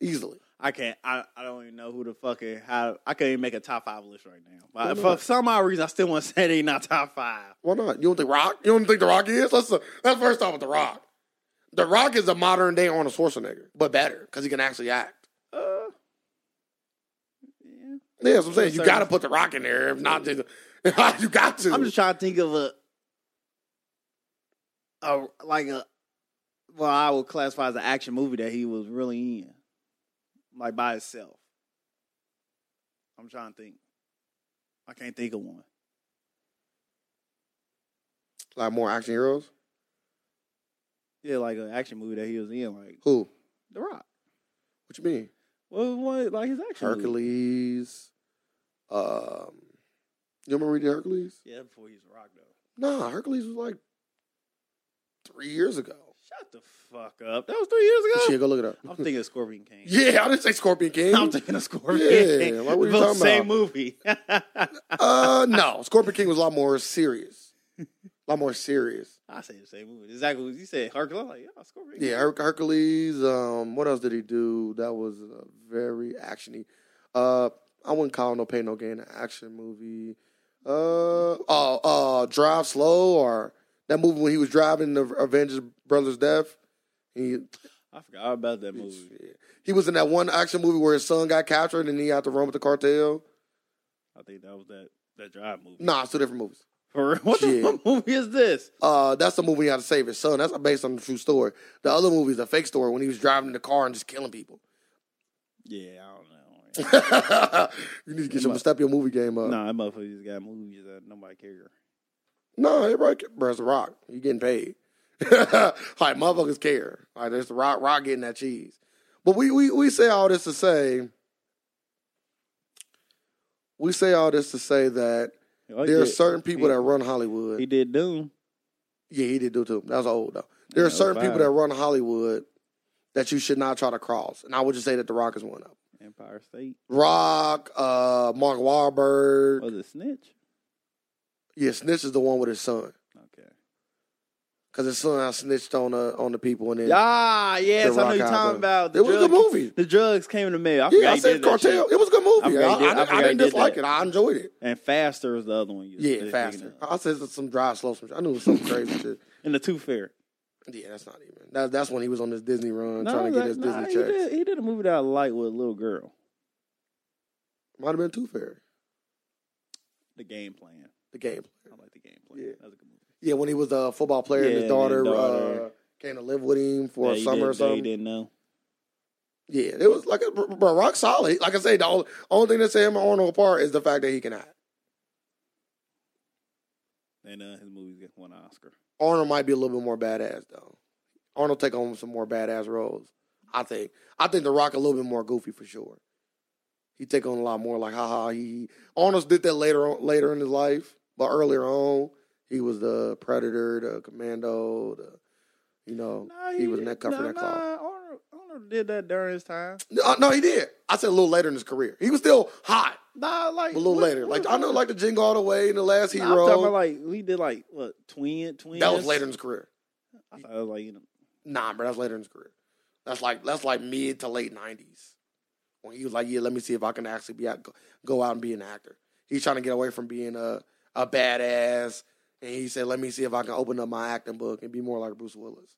[SPEAKER 2] Easily.
[SPEAKER 1] I can't. I, I don't even know who the fucking how. I can't even make a top five list right now.
[SPEAKER 2] Why
[SPEAKER 1] But
[SPEAKER 2] not?
[SPEAKER 1] for some odd reason, I still want to say they not top five.
[SPEAKER 2] Why not? You don't think Rock? You don't think The Rock is? Let's let's first start with The Rock. The Rock is a modern day Arnold Schwarzenegger, but better because he can actually act.
[SPEAKER 1] Uh, yeah.
[SPEAKER 2] Yeah, that's what I'm saying. You
[SPEAKER 1] Sir.
[SPEAKER 2] got to put The Rock in there. If not, then- you got to.
[SPEAKER 1] I'm just trying to think of a, a like a, well, I would classify as an action movie that he was really in, like by itself. I'm trying to think. I can't think of one.
[SPEAKER 2] like more action heroes.
[SPEAKER 1] Yeah, like an action movie that he was in, like
[SPEAKER 2] Who?
[SPEAKER 1] The Rock.
[SPEAKER 2] What you mean?
[SPEAKER 1] What was one like his action? movie?
[SPEAKER 2] Hercules. Um, you remember reading Hercules?
[SPEAKER 1] Yeah, before he was Rock though.
[SPEAKER 2] Nah, Hercules was like three years ago.
[SPEAKER 1] Shut the fuck up. That was three years ago.
[SPEAKER 2] Shit, go look it up.
[SPEAKER 1] I'm thinking of Scorpion King.
[SPEAKER 2] Yeah, I didn't say Scorpion King.
[SPEAKER 1] I'm thinking of Scorpion
[SPEAKER 2] Yeah,
[SPEAKER 1] King.
[SPEAKER 2] like, what are you
[SPEAKER 1] Both
[SPEAKER 2] talking
[SPEAKER 1] same
[SPEAKER 2] about?
[SPEAKER 1] movie.
[SPEAKER 2] uh, no, Scorpion King was a lot more serious. A lot more serious.
[SPEAKER 1] I say the same movie. Exactly what you said. Hercules. I'm like, yeah, Scorpion King.
[SPEAKER 2] Yeah, Her- Hercules. Um, what else did he do? That was uh, very actiony. Uh, I wouldn't call no pain no gain an action movie. Uh, uh, uh, Drive Slow or that movie when he was driving the Avengers Brothers Death. He
[SPEAKER 1] I forgot all about that movie.
[SPEAKER 2] he was in that one action movie where his son got captured and he had to run with the cartel.
[SPEAKER 1] I think that was that, that Drive movie.
[SPEAKER 2] Nah, it's two different movies.
[SPEAKER 1] For real? What the
[SPEAKER 2] Yeah.
[SPEAKER 1] fuck movie is this?
[SPEAKER 2] Uh, that's the movie he had to save his son. That's based on the true story. The other movie is a fake story when he was driving the car and just killing people.
[SPEAKER 1] Yeah, I don't know.
[SPEAKER 2] you need to get your
[SPEAKER 1] What?
[SPEAKER 2] step your movie game up.
[SPEAKER 1] Nah, that motherfucker just got movies that nobody cares.
[SPEAKER 2] No, it right, bro. It's the Rock. You getting paid? like motherfuckers care. Like there's the Rock. Rock getting that cheese. But we we we say all this to say. We say all this to say that
[SPEAKER 1] Like
[SPEAKER 2] there are
[SPEAKER 1] that.
[SPEAKER 2] certain people
[SPEAKER 1] He-
[SPEAKER 2] that run Hollywood.
[SPEAKER 1] He did Doom.
[SPEAKER 2] Yeah, he did do too. That was old though. There
[SPEAKER 1] Yeah,
[SPEAKER 2] are
[SPEAKER 1] that
[SPEAKER 2] certain
[SPEAKER 1] was
[SPEAKER 2] people
[SPEAKER 1] fire.
[SPEAKER 2] that run Hollywood that you should not try to cross, and I would just say that The Rock is one of them.
[SPEAKER 1] Empire State.
[SPEAKER 2] Rock, uh, Mark Wahlberg.
[SPEAKER 1] Was it Snitch?
[SPEAKER 2] Yeah, Snitch is the one with his son
[SPEAKER 1] Okay.
[SPEAKER 2] because his son I snitched on the on the people, and then
[SPEAKER 1] Ah, yes,
[SPEAKER 2] The
[SPEAKER 1] I know
[SPEAKER 2] Rock
[SPEAKER 1] you're
[SPEAKER 2] out
[SPEAKER 1] talking
[SPEAKER 2] there.
[SPEAKER 1] about. The
[SPEAKER 2] it was a good
[SPEAKER 1] drug-
[SPEAKER 2] movie.
[SPEAKER 1] The drugs came to me. I
[SPEAKER 2] yeah,
[SPEAKER 1] forgot
[SPEAKER 2] I
[SPEAKER 1] he
[SPEAKER 2] said
[SPEAKER 1] did that
[SPEAKER 2] cartel.
[SPEAKER 1] shit.
[SPEAKER 2] It was a good
[SPEAKER 1] I
[SPEAKER 2] movie.
[SPEAKER 1] forgot
[SPEAKER 2] I,
[SPEAKER 1] he did-
[SPEAKER 2] I,
[SPEAKER 1] I
[SPEAKER 2] didn't- I
[SPEAKER 1] forgot he
[SPEAKER 2] didn't
[SPEAKER 1] did
[SPEAKER 2] dislike
[SPEAKER 1] that.
[SPEAKER 2] it. I enjoyed it.
[SPEAKER 1] And Faster is the other one. You
[SPEAKER 2] Yeah,
[SPEAKER 1] thinking
[SPEAKER 2] faster.
[SPEAKER 1] of.
[SPEAKER 2] I said some drive slow. Some I knew it was some crazy shit.
[SPEAKER 1] And the Tooth Fairy.
[SPEAKER 2] Yeah, that's not even. That, that's when he was on this Disney run
[SPEAKER 1] No,
[SPEAKER 2] trying to get
[SPEAKER 1] that-
[SPEAKER 2] his
[SPEAKER 1] nah,
[SPEAKER 2] Disney
[SPEAKER 1] he,
[SPEAKER 2] checks.
[SPEAKER 1] did, he did a movie that I liked with a little girl.
[SPEAKER 2] Might have been Too Fair.
[SPEAKER 1] The Game Plan.
[SPEAKER 2] The game.
[SPEAKER 1] I like the Game Plan.
[SPEAKER 2] Yeah.
[SPEAKER 1] That was a good movie.
[SPEAKER 2] Yeah, when he was a football player and
[SPEAKER 1] Yeah,
[SPEAKER 2] his
[SPEAKER 1] and
[SPEAKER 2] daughter,
[SPEAKER 1] his daughter.
[SPEAKER 2] Uh, came to live with him for
[SPEAKER 1] That
[SPEAKER 2] a
[SPEAKER 1] he
[SPEAKER 2] summer
[SPEAKER 1] did,
[SPEAKER 2] or
[SPEAKER 1] He
[SPEAKER 2] something.
[SPEAKER 1] didn't know.
[SPEAKER 2] Yeah, it was like a bro, rock solid. Like I say, the only, only thing that set him and Arnold apart is the fact that he can act.
[SPEAKER 1] And uh, his movies get one Oscar.
[SPEAKER 2] Arnold might be a little bit more badass though. Arnold take on some more badass roles. I think. I think the Rock a little bit more goofy for sure. He take on a lot more like haha. He he. Arnold did that later on later in his life, but earlier on he was the predator, the commando, the you know
[SPEAKER 1] Nah,
[SPEAKER 2] he, was in that cover
[SPEAKER 1] nah,
[SPEAKER 2] that cloth.
[SPEAKER 1] Nah, Arnold, Arnold did that during his time.
[SPEAKER 2] No, no, he did. I said a little later in his career. He was still hot
[SPEAKER 1] Nah, like
[SPEAKER 2] a little
[SPEAKER 1] what-
[SPEAKER 2] later. Like
[SPEAKER 1] what-
[SPEAKER 2] I know, like the Jingle All the Way and the Last
[SPEAKER 1] Nah, I'm talking about
[SPEAKER 2] Hero.
[SPEAKER 1] like we did like what twin twin.
[SPEAKER 2] That was later in his career.
[SPEAKER 1] I thought it was like you know.
[SPEAKER 2] Nah, bro, that's later in his career. That's like that's like mid to late nineties when he was like, yeah, let me see if I can actually be out, go, go out and be an actor. He's trying to get away from being a a badass, and he said, let me see if I can open up my acting book and be more like Bruce Willis.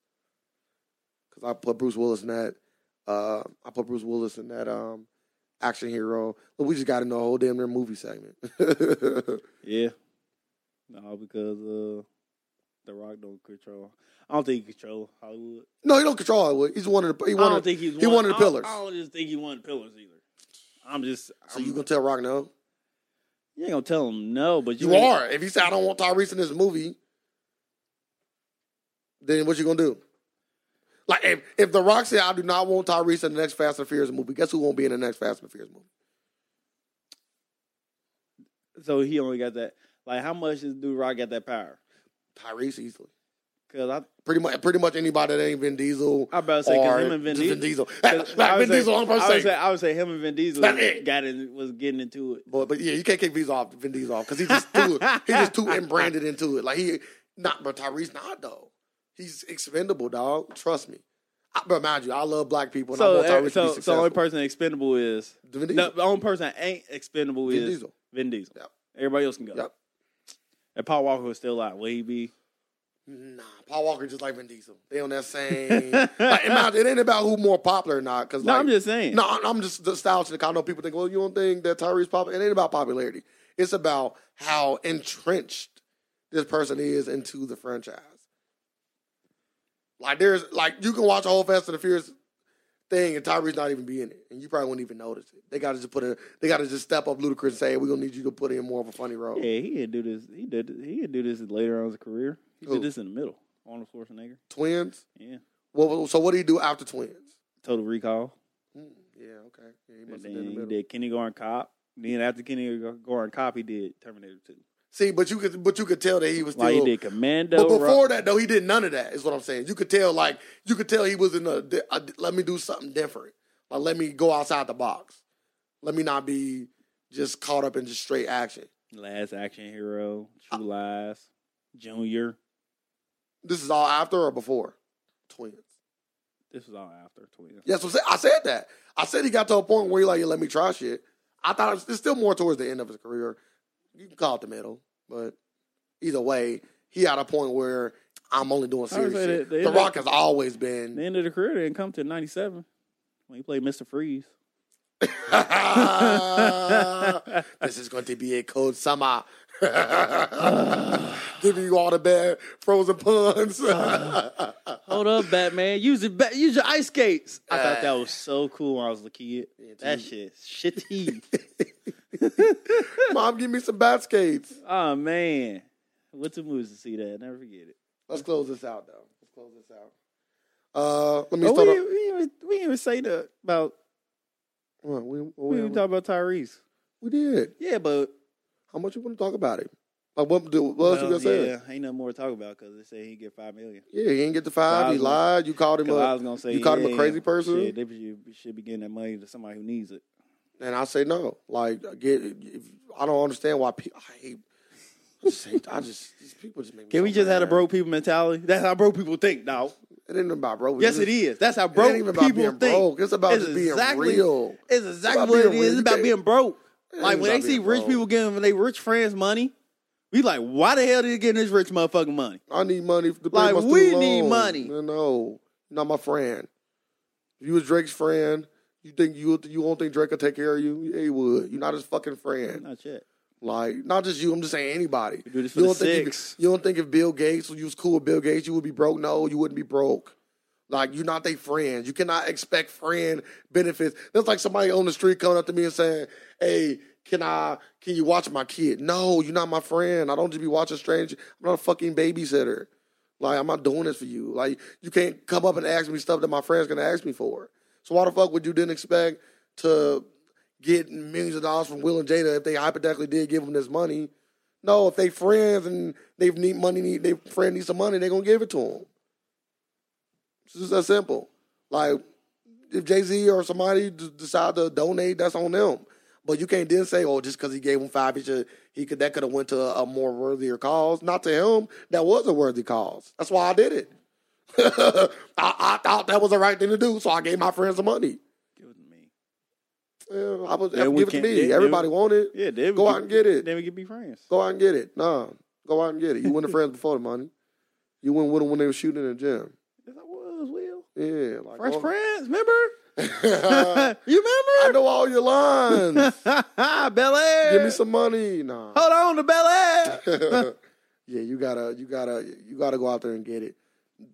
[SPEAKER 2] Because I put Bruce Willis in that. Uh, I put Bruce Willis in that um, action hero. Look, we just got into a whole damn near movie segment.
[SPEAKER 1] Yeah. No, because uh, The Rock don't control. I don't think he control Hollywood.
[SPEAKER 2] no, he don't control Hollywood. He's one of the. He
[SPEAKER 1] I
[SPEAKER 2] one
[SPEAKER 1] don't
[SPEAKER 2] of,
[SPEAKER 1] think he's
[SPEAKER 2] he
[SPEAKER 1] one,
[SPEAKER 2] wanted the
[SPEAKER 1] I don't-
[SPEAKER 2] pillars.
[SPEAKER 1] I don't just think he wanted pillars either. I'm just.
[SPEAKER 2] so
[SPEAKER 1] I'm-
[SPEAKER 2] you gonna tell Rock no?
[SPEAKER 1] you ain't gonna tell him no, but you,
[SPEAKER 2] You are. If you say I don't want Tyrese in this movie, then what you gonna do? Like if, if The Rock said I do not want Tyrese in the next Fast and Furious movie, guess who won't be in the next Fast and Furious movie?
[SPEAKER 1] So he only got that. Like, how much does Dude Rock got that power?
[SPEAKER 2] Tyrese easily.
[SPEAKER 1] Because I,
[SPEAKER 2] Pretty much pretty much anybody that ain't Vin Diesel
[SPEAKER 1] I about to say
[SPEAKER 2] or
[SPEAKER 1] because him and Vin Diesel.
[SPEAKER 2] Like,
[SPEAKER 1] 'cause I would
[SPEAKER 2] Vin
[SPEAKER 1] say-
[SPEAKER 2] Diesel, only
[SPEAKER 1] I
[SPEAKER 2] person.
[SPEAKER 1] would
[SPEAKER 2] saying.
[SPEAKER 1] say I would say him and Vin Diesel
[SPEAKER 2] That's it.
[SPEAKER 1] got in was getting into it.
[SPEAKER 2] But but yeah, you can't kick V's off Vin Diesel off because he just too he just too embranded into it. Like he not, but Tyrese not though. He's expendable, dog. Trust me. I, but mind you, I love black people. And I
[SPEAKER 1] so
[SPEAKER 2] want Tyrese
[SPEAKER 1] eh,
[SPEAKER 2] to
[SPEAKER 1] so
[SPEAKER 2] be
[SPEAKER 1] so
[SPEAKER 2] successful.
[SPEAKER 1] the only person expendable is
[SPEAKER 2] Vin Diesel.
[SPEAKER 1] no, the only person that ain't expendable
[SPEAKER 2] Vin
[SPEAKER 1] is
[SPEAKER 2] Diesel.
[SPEAKER 1] Vin Diesel.
[SPEAKER 2] Yep.
[SPEAKER 1] Everybody else can go.
[SPEAKER 2] Yep.
[SPEAKER 1] And Paul Walker was still alive. Will he be?
[SPEAKER 2] Nah, Paul Walker just like Vin Diesel. They on that same. like, it matter- it ain't about who more popular or not. Because
[SPEAKER 1] No,
[SPEAKER 2] like,
[SPEAKER 1] I'm just saying.
[SPEAKER 2] No, I'm- I'm just nostalgic. I know people think, well, you don't think that Tyrese popular. It ain't about popularity. It's about how entrenched this person is into the franchise. Like there's like you can watch a whole Fast and the Furious thing and Tyrese not even be in it, and you probably wouldn't even notice it. They gotta just put a they gotta just step up Ludacris and say, we're gonna need you to put in more of a funny role.
[SPEAKER 1] Yeah, he did do this. He did. He did do this later on in his career. He
[SPEAKER 2] Who?
[SPEAKER 1] did this in the middle. Arnold Schwarzenegger.
[SPEAKER 2] Twins.
[SPEAKER 1] Yeah.
[SPEAKER 2] Well, so what do you do after Twins?
[SPEAKER 1] Total Recall.
[SPEAKER 2] Mm, yeah, okay. Yeah, he
[SPEAKER 1] And
[SPEAKER 2] must
[SPEAKER 1] then
[SPEAKER 2] have been in the
[SPEAKER 1] he
[SPEAKER 2] middle.
[SPEAKER 1] did Kindergarten Cop. Then after Kindergarten Cop, he did Terminator Two.
[SPEAKER 2] See, but you could but you could tell that he was still.
[SPEAKER 1] Like he did Commando.
[SPEAKER 2] but
[SPEAKER 1] Ro-
[SPEAKER 2] before that though, he did none of that. Is what I'm saying. You could tell like you could tell he was in a. di- a- let me do something different. Like let me go outside the box. Let me not be just caught up in just straight action.
[SPEAKER 1] Last Action Hero, True Lies, Junior.
[SPEAKER 2] This is all after or before twins.
[SPEAKER 1] This was all after Twins.
[SPEAKER 2] Yes, I'm saying. I said that. I said he got to a point where he like, "Yeah, let me try shit. I thought it was, it's still more towards the end of his career. You can call it the middle, but either way, he at a point where I'm only doing
[SPEAKER 1] I would
[SPEAKER 2] serious
[SPEAKER 1] say
[SPEAKER 2] shit.
[SPEAKER 1] that the
[SPEAKER 2] the
[SPEAKER 1] end
[SPEAKER 2] Rock
[SPEAKER 1] of-
[SPEAKER 2] has always been.
[SPEAKER 1] The end of the career didn't come to '97 when he played Mister Freeze.
[SPEAKER 2] this is going to be a cold summer. Giving you all the bad frozen puns.
[SPEAKER 1] Hold up, Batman. Use it. Ba- use your ice skates. I
[SPEAKER 2] Uh.
[SPEAKER 1] thought that was so cool when I was a kid.
[SPEAKER 2] Yeah,
[SPEAKER 1] That
[SPEAKER 2] dude.
[SPEAKER 1] shit, shitty.
[SPEAKER 2] Mom, give me some bat skates.
[SPEAKER 1] oh man, what's the movies to see that? Never forget it.
[SPEAKER 2] Let's close this out, though. Let's close this out. Uh, let
[SPEAKER 1] Oh, we,
[SPEAKER 2] me start. off-
[SPEAKER 1] didn't, we, didn't even, we didn't even say that about.
[SPEAKER 2] Well, we, we,
[SPEAKER 1] We
[SPEAKER 2] we,
[SPEAKER 1] even talk about Tyrese.
[SPEAKER 2] did.
[SPEAKER 1] Yeah, but
[SPEAKER 2] How much you want to talk about it? Like what? Do, what else you
[SPEAKER 1] well,
[SPEAKER 2] gonna say?
[SPEAKER 1] yeah, ain't nothing more to talk about because they say he get five million.
[SPEAKER 2] Yeah, he ain't get the
[SPEAKER 1] Well,
[SPEAKER 2] five.
[SPEAKER 1] I
[SPEAKER 2] He
[SPEAKER 1] was gonna-
[SPEAKER 2] lied. You called him
[SPEAKER 1] Because I
[SPEAKER 2] up,
[SPEAKER 1] was gonna say
[SPEAKER 2] you called him a
[SPEAKER 1] yeah,
[SPEAKER 2] crazy person?
[SPEAKER 1] Shit, they should, should be getting that money to somebody who needs it.
[SPEAKER 2] and I say no. Like get, if, I don't understand why people. I hate. I just, hate, I just these people just make me.
[SPEAKER 1] Can we
[SPEAKER 2] so
[SPEAKER 1] just have a
[SPEAKER 2] mad.
[SPEAKER 1] broke people mentality? That's how broke people think, now.
[SPEAKER 2] It ain't about broke.
[SPEAKER 1] Yes, it is. That's how broke
[SPEAKER 2] it ain't even
[SPEAKER 1] people
[SPEAKER 2] about being
[SPEAKER 1] think.
[SPEAKER 2] broke. It's about
[SPEAKER 1] It's
[SPEAKER 2] just
[SPEAKER 1] exactly-
[SPEAKER 2] being real.
[SPEAKER 1] It's exactly
[SPEAKER 2] about
[SPEAKER 1] what it
[SPEAKER 2] being
[SPEAKER 1] is.
[SPEAKER 2] rich.
[SPEAKER 1] It's
[SPEAKER 2] You
[SPEAKER 1] about
[SPEAKER 2] can't-
[SPEAKER 1] being broke.
[SPEAKER 2] ain't
[SPEAKER 1] Like when they
[SPEAKER 2] about
[SPEAKER 1] see
[SPEAKER 2] being
[SPEAKER 1] rich
[SPEAKER 2] broke.
[SPEAKER 1] people giving they rich friends money, we like, why the hell did they getting this rich motherfucking money?
[SPEAKER 2] I need money to pay
[SPEAKER 1] Like,
[SPEAKER 2] my
[SPEAKER 1] we
[SPEAKER 2] student
[SPEAKER 1] need
[SPEAKER 2] loans.
[SPEAKER 1] money.
[SPEAKER 2] No, No, not my friend. If you was Drake's friend, you think you you don't think Drake will take care of you? Yeah, he would. You're not his fucking friend.
[SPEAKER 1] Not yet.
[SPEAKER 2] Like not just you. I'm just saying anybody.
[SPEAKER 1] We do this for the
[SPEAKER 2] You don't think if,
[SPEAKER 1] six.
[SPEAKER 2] you don't think if Bill Gates you was cool with Bill Gates, you would be broke? No, you wouldn't be broke. Like you're not their friend. You cannot expect friend benefits. That's like somebody on the street coming up to me and saying, "Hey, can I? Can you watch my kid?" No, you're not my friend. I don't just be watching strange. I'm not a fucking babysitter. Like I'm not doing this for you. Like you can't come up and ask me stuff that my friend's gonna ask me for. So why the fuck would you then expect to get millions of dollars from Will and Jada if they hypothetically did give them this money? No, if they friends and they need money, need their friend needs some money, they gonna give it to them. It's just that simple. Like if Jay Z or somebody d- decide to donate, that's on them. But you can't then say, "Oh, just because he gave him five, he should he could that could have went to a, a more worthier cause." Not to him, that was a worthy cause. That's why I did it. I, I thought that was the right thing to do, so I gave my friends the money.
[SPEAKER 1] Give it to me.
[SPEAKER 2] Yeah, I was
[SPEAKER 1] Then we
[SPEAKER 2] give it to
[SPEAKER 1] can-
[SPEAKER 2] me.
[SPEAKER 1] then- then-
[SPEAKER 2] Everybody wanted it.
[SPEAKER 1] Yeah, then we
[SPEAKER 2] Go
[SPEAKER 1] could-
[SPEAKER 2] out and get it.
[SPEAKER 1] Then we could be friends.
[SPEAKER 2] Go out and get it. Nah, go out and get it. You win the friends before the money. You win with them when they were shooting in the gym.
[SPEAKER 1] Yes, I was, Will.
[SPEAKER 2] Yeah, like
[SPEAKER 1] Fresh
[SPEAKER 2] go- Uh,
[SPEAKER 1] friends, remember?
[SPEAKER 2] I
[SPEAKER 1] you remember?
[SPEAKER 2] know all your lines.
[SPEAKER 1] Bel Air.
[SPEAKER 2] Give me some money. Nah.
[SPEAKER 1] Hold on to Bel Air.
[SPEAKER 2] yeah, you gotta, you gotta, you gotta go out there and get it.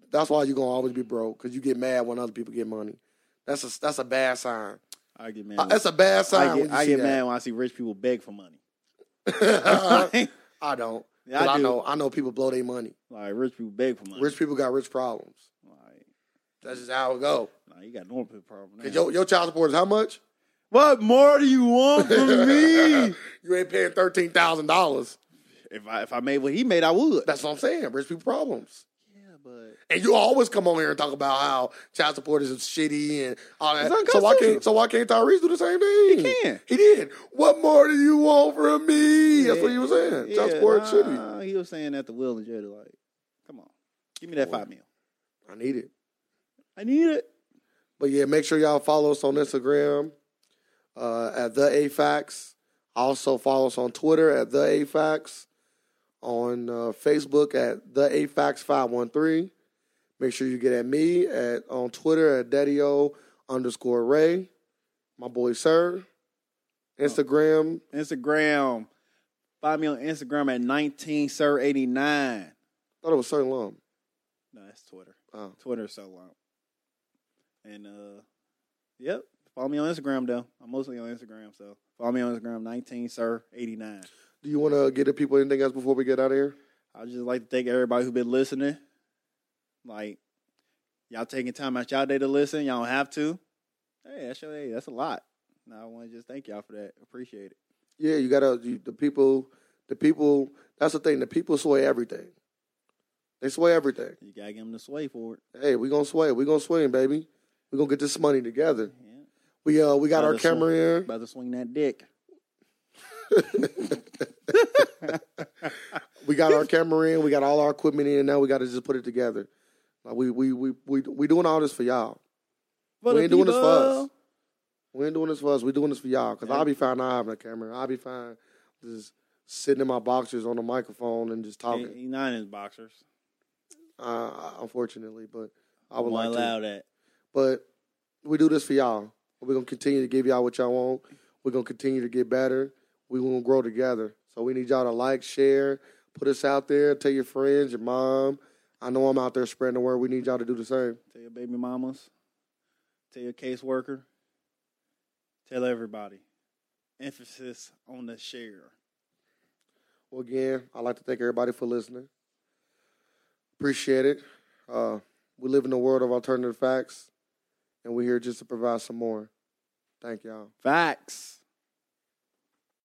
[SPEAKER 2] That's why you're gonna always be broke because you get mad when other people get money. That's a that's a bad sign.
[SPEAKER 1] I get mad.
[SPEAKER 2] Uh, That's a bad
[SPEAKER 1] I
[SPEAKER 2] sign. when
[SPEAKER 1] get,
[SPEAKER 2] you
[SPEAKER 1] I
[SPEAKER 2] see
[SPEAKER 1] get mad
[SPEAKER 2] that.
[SPEAKER 1] when I see rich people beg for money.
[SPEAKER 2] I don't.
[SPEAKER 1] Yeah, I
[SPEAKER 2] 'Cause Uh-huh. I,
[SPEAKER 1] do.
[SPEAKER 2] know. I know people blow their money.
[SPEAKER 1] Like rich people beg for money.
[SPEAKER 2] Rich people got rich problems.
[SPEAKER 1] Like,
[SPEAKER 2] That's just how it go.
[SPEAKER 1] nah, you got normal people problem.
[SPEAKER 2] Cause
[SPEAKER 1] now.
[SPEAKER 2] your, your child support is how much?
[SPEAKER 1] What more do you want from me?
[SPEAKER 2] you ain't paying thirteen thousand dollars.
[SPEAKER 1] if I if I made what he made, I would.
[SPEAKER 2] That's what I'm saying. Rich people problems.
[SPEAKER 1] yeah, but
[SPEAKER 2] And you always come on here and talk about how child support is shitty and all that.
[SPEAKER 1] It's
[SPEAKER 2] So why
[SPEAKER 1] unconstitutional.
[SPEAKER 2] can't so why can't Tyrese do the same thing?
[SPEAKER 1] He can.
[SPEAKER 2] He did. What more do you want from me? That's what he was saying.
[SPEAKER 1] yeah,
[SPEAKER 2] child support
[SPEAKER 1] nah,
[SPEAKER 2] shitty.
[SPEAKER 1] He was saying that to Will and Jada, like, come on, give me that five mil.
[SPEAKER 2] I need it.
[SPEAKER 1] I need it.
[SPEAKER 2] But yeah, make sure y'all follow us on Instagram uh, at the AFAX. Also follow us on Twitter at the AFAX. On uh, Facebook at the AFAX five one three. Make sure you get at me at on Twitter at Daddio underscore Ray. My boy Sir. Instagram.
[SPEAKER 1] Instagram. Find me on Instagram at 19sir89.
[SPEAKER 2] thought it was Sir Lum.
[SPEAKER 1] No, that's Twitter.
[SPEAKER 2] Oh.
[SPEAKER 1] Twitter's so long. And uh yep. Follow me on Instagram though. I'm mostly on Instagram, so follow me on Instagram, nineteen sir eighty nine.
[SPEAKER 2] Do you want to get the people anything else before we get out of here?
[SPEAKER 1] I would just like to thank everybody who's been listening. Like, y'all taking time out y'all day to listen. Y'all don't have to. Hey, that's your, hey, that's a lot. And I want to just thank y'all for that. Appreciate it.
[SPEAKER 2] Yeah, you gotta you, the people The people, that's the thing. The people sway everything. They sway everything.
[SPEAKER 1] You gotta give them the sway for it.
[SPEAKER 2] Hey, we gonna sway. We gonna swing, baby. We gonna get this money together.
[SPEAKER 1] Yeah.
[SPEAKER 2] We uh, we got
[SPEAKER 1] By
[SPEAKER 2] our
[SPEAKER 1] the
[SPEAKER 2] camera in.
[SPEAKER 1] About to swing that dick.
[SPEAKER 2] We got our camera in. We got all our equipment in. Now we got to just put it together. Like we we we we we doing all this for y'all.
[SPEAKER 1] For
[SPEAKER 2] we
[SPEAKER 1] the
[SPEAKER 2] ain't doing this for us.
[SPEAKER 1] people.
[SPEAKER 2] We ain't doing this for us. We doing this for y'all. Cause I'll be fine. not having a camera. I'll be fine just sitting in my boxers on the microphone and just
[SPEAKER 1] He,
[SPEAKER 2] talking.
[SPEAKER 1] he not in his boxers.
[SPEAKER 2] Uh, unfortunately, but I would
[SPEAKER 1] Won't
[SPEAKER 2] like to.
[SPEAKER 1] allow that.
[SPEAKER 2] But we do this for y'all. We're gonna continue to give y'all what y'all want. We're gonna continue to get better. We're gonna grow together. So we need y'all to like, share, put us out there, tell your friends, your mom. I know I'm out there spreading the word. We need y'all to do the same.
[SPEAKER 1] Tell your baby mamas. Tell your caseworker. Tell everybody. Emphasis on the share.
[SPEAKER 2] Well, again, I'd like to thank everybody for listening. Appreciate it. Uh, we live in a world of alternative facts, and we're here just to provide some more. Thank y'all.
[SPEAKER 1] Facts.